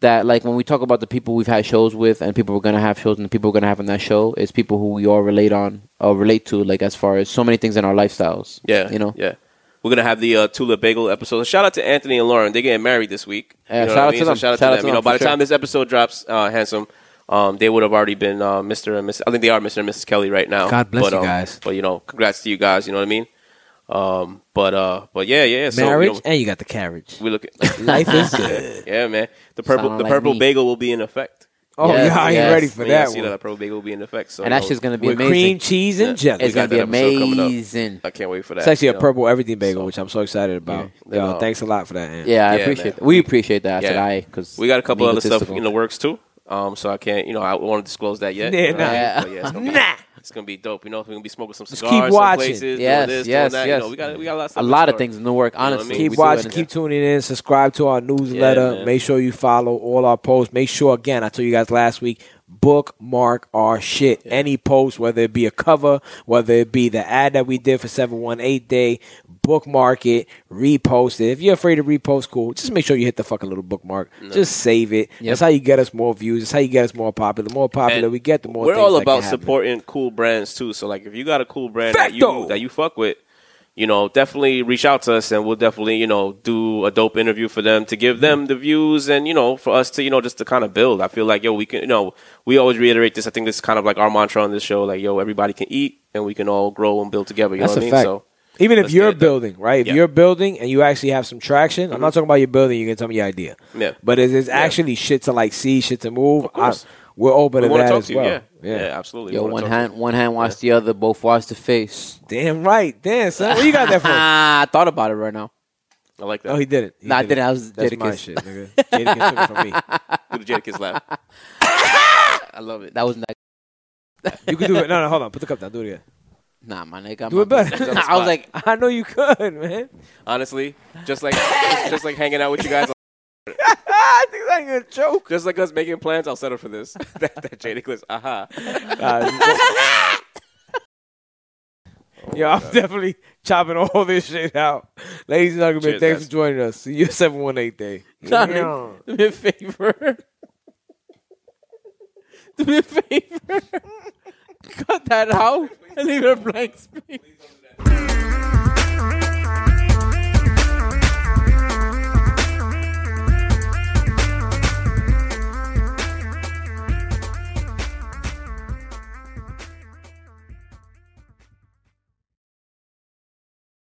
[SPEAKER 2] that like when we talk about the people we've had shows with and people we're gonna have shows and the people we're gonna have in that show is people who we all relate on or relate to like as far as so many things in our lifestyles.
[SPEAKER 3] Yeah,
[SPEAKER 2] you know.
[SPEAKER 3] yeah. We're gonna have the uh, Tulip Bagel episode. Shout out to Anthony and Lauren. They're getting married this week.
[SPEAKER 2] Yeah,
[SPEAKER 3] You know
[SPEAKER 2] shout
[SPEAKER 3] what I
[SPEAKER 2] out
[SPEAKER 3] mean?
[SPEAKER 2] to
[SPEAKER 3] So
[SPEAKER 2] them.
[SPEAKER 3] Shout out to them. You know,
[SPEAKER 2] for
[SPEAKER 3] by the
[SPEAKER 2] sure.
[SPEAKER 3] time this episode drops, uh, handsome, um, they would have already been uh, Mr. and Miss. I think they are Mr. and Mrs. Kelly right now.
[SPEAKER 5] God bless
[SPEAKER 3] but,
[SPEAKER 5] you
[SPEAKER 3] um,
[SPEAKER 5] guys.
[SPEAKER 3] But you know, congrats to you guys. You know what I mean? Um, but uh, but yeah, yeah. So, you know,
[SPEAKER 5] marriage, and you got the carriage.
[SPEAKER 3] we look at
[SPEAKER 5] Life is good.
[SPEAKER 3] yeah, man. The purple,
[SPEAKER 2] Sound
[SPEAKER 3] the
[SPEAKER 2] like
[SPEAKER 3] purple
[SPEAKER 2] me.
[SPEAKER 3] bagel will be in effect.
[SPEAKER 4] Oh
[SPEAKER 2] Yes,
[SPEAKER 4] yeah, I ain't
[SPEAKER 2] yes.
[SPEAKER 4] ready for
[SPEAKER 3] When you guys
[SPEAKER 4] that
[SPEAKER 3] See
[SPEAKER 4] one.
[SPEAKER 3] that the purple bagel will be in effect. So
[SPEAKER 2] And
[SPEAKER 3] you
[SPEAKER 2] that's
[SPEAKER 3] know,
[SPEAKER 2] just gonna be
[SPEAKER 4] With
[SPEAKER 2] amazing.
[SPEAKER 4] cream cheese and
[SPEAKER 3] Yeah.
[SPEAKER 4] jelly.
[SPEAKER 2] It's
[SPEAKER 3] We
[SPEAKER 2] gonna
[SPEAKER 3] got
[SPEAKER 2] be
[SPEAKER 3] that episode coming up.
[SPEAKER 2] amazing.
[SPEAKER 3] I can't wait for that.
[SPEAKER 4] It's actually
[SPEAKER 3] you
[SPEAKER 4] a
[SPEAKER 3] know?
[SPEAKER 4] purple everything bagel, which I'm so excited about.
[SPEAKER 3] Yeah.
[SPEAKER 4] Yo, thanks a lot for that. Ant.
[SPEAKER 2] Yeah, I
[SPEAKER 3] Yeah,
[SPEAKER 2] appreciate
[SPEAKER 3] man.
[SPEAKER 2] that. We appreciate that. I said
[SPEAKER 3] Yeah.
[SPEAKER 2] I because
[SPEAKER 3] We got a couple other stuff in
[SPEAKER 2] You
[SPEAKER 3] the works too. Um, so I can't, you know, I want to disclose that yet.
[SPEAKER 4] Yeah,
[SPEAKER 3] You know what
[SPEAKER 2] nah.
[SPEAKER 3] I mean? But yeah, it's gonna be, it's gonna be dope. You know, we're gonna be smoking some
[SPEAKER 4] keep
[SPEAKER 3] cigars, some
[SPEAKER 4] watching.
[SPEAKER 3] places, doing
[SPEAKER 2] Yes,
[SPEAKER 3] this,
[SPEAKER 2] yes,
[SPEAKER 3] doing that.
[SPEAKER 2] yes.
[SPEAKER 3] You know, we got we got a lot of
[SPEAKER 2] a
[SPEAKER 3] stuff in
[SPEAKER 2] lot of
[SPEAKER 3] store.
[SPEAKER 2] things in the work.
[SPEAKER 3] what I
[SPEAKER 2] Honestly,
[SPEAKER 3] mean?
[SPEAKER 2] We
[SPEAKER 4] Keep
[SPEAKER 2] do that
[SPEAKER 4] watching,
[SPEAKER 2] in-
[SPEAKER 4] keep tuning in, subscribe to our newsletter.
[SPEAKER 3] man.
[SPEAKER 4] Make sure you follow all our posts. Make sure again, I told you guys last week, bookmark our shit. Any post, whether it be a cover, whether it be the ad that we did for 718 Day, bookmark it, repost it. If you're afraid to repost, cool. Just make sure you hit the fucking little bookmark. Just save it. That's how you get us more views. That's how you get us more popular. The more popular
[SPEAKER 3] And
[SPEAKER 4] we get, the more
[SPEAKER 3] We're
[SPEAKER 4] things
[SPEAKER 3] all
[SPEAKER 4] that can
[SPEAKER 3] about
[SPEAKER 4] happen.
[SPEAKER 3] supporting cool brands too. So like, if you got a cool brand that
[SPEAKER 4] Facto.
[SPEAKER 3] you that you fuck with, you know, definitely reach out to us, and we'll definitely you know do a dope interview for them to give them the views, and you know, for us to you know just to kind of build. I feel like yo, we can you know we always reiterate this. I think this is kind of like our mantra on this show. Like yo, everybody can eat, and we can all grow and build together. You
[SPEAKER 4] That's
[SPEAKER 3] know
[SPEAKER 4] a
[SPEAKER 3] what I mean?
[SPEAKER 4] fact.
[SPEAKER 3] So.
[SPEAKER 4] Even if
[SPEAKER 3] Let's
[SPEAKER 4] you're
[SPEAKER 3] get it done.
[SPEAKER 4] building, right? If
[SPEAKER 3] Yeah. Mm-hmm.
[SPEAKER 4] you're building and you actually have some traction, I'm not talking about your building. You can tell me your idea.
[SPEAKER 3] Yeah.
[SPEAKER 4] But if it's
[SPEAKER 3] Yeah.
[SPEAKER 4] actually shit to like see, shit to move, I,
[SPEAKER 3] course.
[SPEAKER 4] we're open
[SPEAKER 3] We
[SPEAKER 4] to
[SPEAKER 3] want
[SPEAKER 4] that
[SPEAKER 3] to talk
[SPEAKER 4] as
[SPEAKER 3] to you.
[SPEAKER 4] well.
[SPEAKER 3] Yeah. yeah, absolutely.
[SPEAKER 2] Yo,
[SPEAKER 3] We wanna
[SPEAKER 2] one
[SPEAKER 3] talk to
[SPEAKER 2] hand one hand wash the other, both wash the face.
[SPEAKER 4] Damn right. Damn, son. Where you got that from?
[SPEAKER 2] Ah, I thought about it right now.
[SPEAKER 3] you. I like that.
[SPEAKER 4] oh, he did it. He
[SPEAKER 2] Nah, I
[SPEAKER 4] did it.
[SPEAKER 2] didn't. I was
[SPEAKER 4] That's
[SPEAKER 2] Jadakiss.
[SPEAKER 4] my shit, nigga. Jadakiss took it from me.
[SPEAKER 3] Do the Jadakiss laugh.
[SPEAKER 2] I love it. That was nice.
[SPEAKER 4] You can do it. No, no, hold on. Put the cup down. Do it again.
[SPEAKER 2] Nah, my nigga, I'm
[SPEAKER 4] Do it
[SPEAKER 2] not-
[SPEAKER 4] better.
[SPEAKER 2] Nah, I was like,
[SPEAKER 4] I know you could, man.
[SPEAKER 3] Honestly, just like just, just like hanging out with you guys,
[SPEAKER 4] Ah, I think I'm going to choke.
[SPEAKER 3] just like us making plans, I'll settle for this. that that Jadakiss. Aha.
[SPEAKER 4] Uh, Yeah, I'm definitely chopping all this shit out. Ladies and gentlemen,
[SPEAKER 3] Cheers,
[SPEAKER 4] thanks
[SPEAKER 3] guys.
[SPEAKER 4] for joining us. See you 718 day.
[SPEAKER 2] Tommy, do me a favor. do me a favor. Cut that out and leave it a blank space.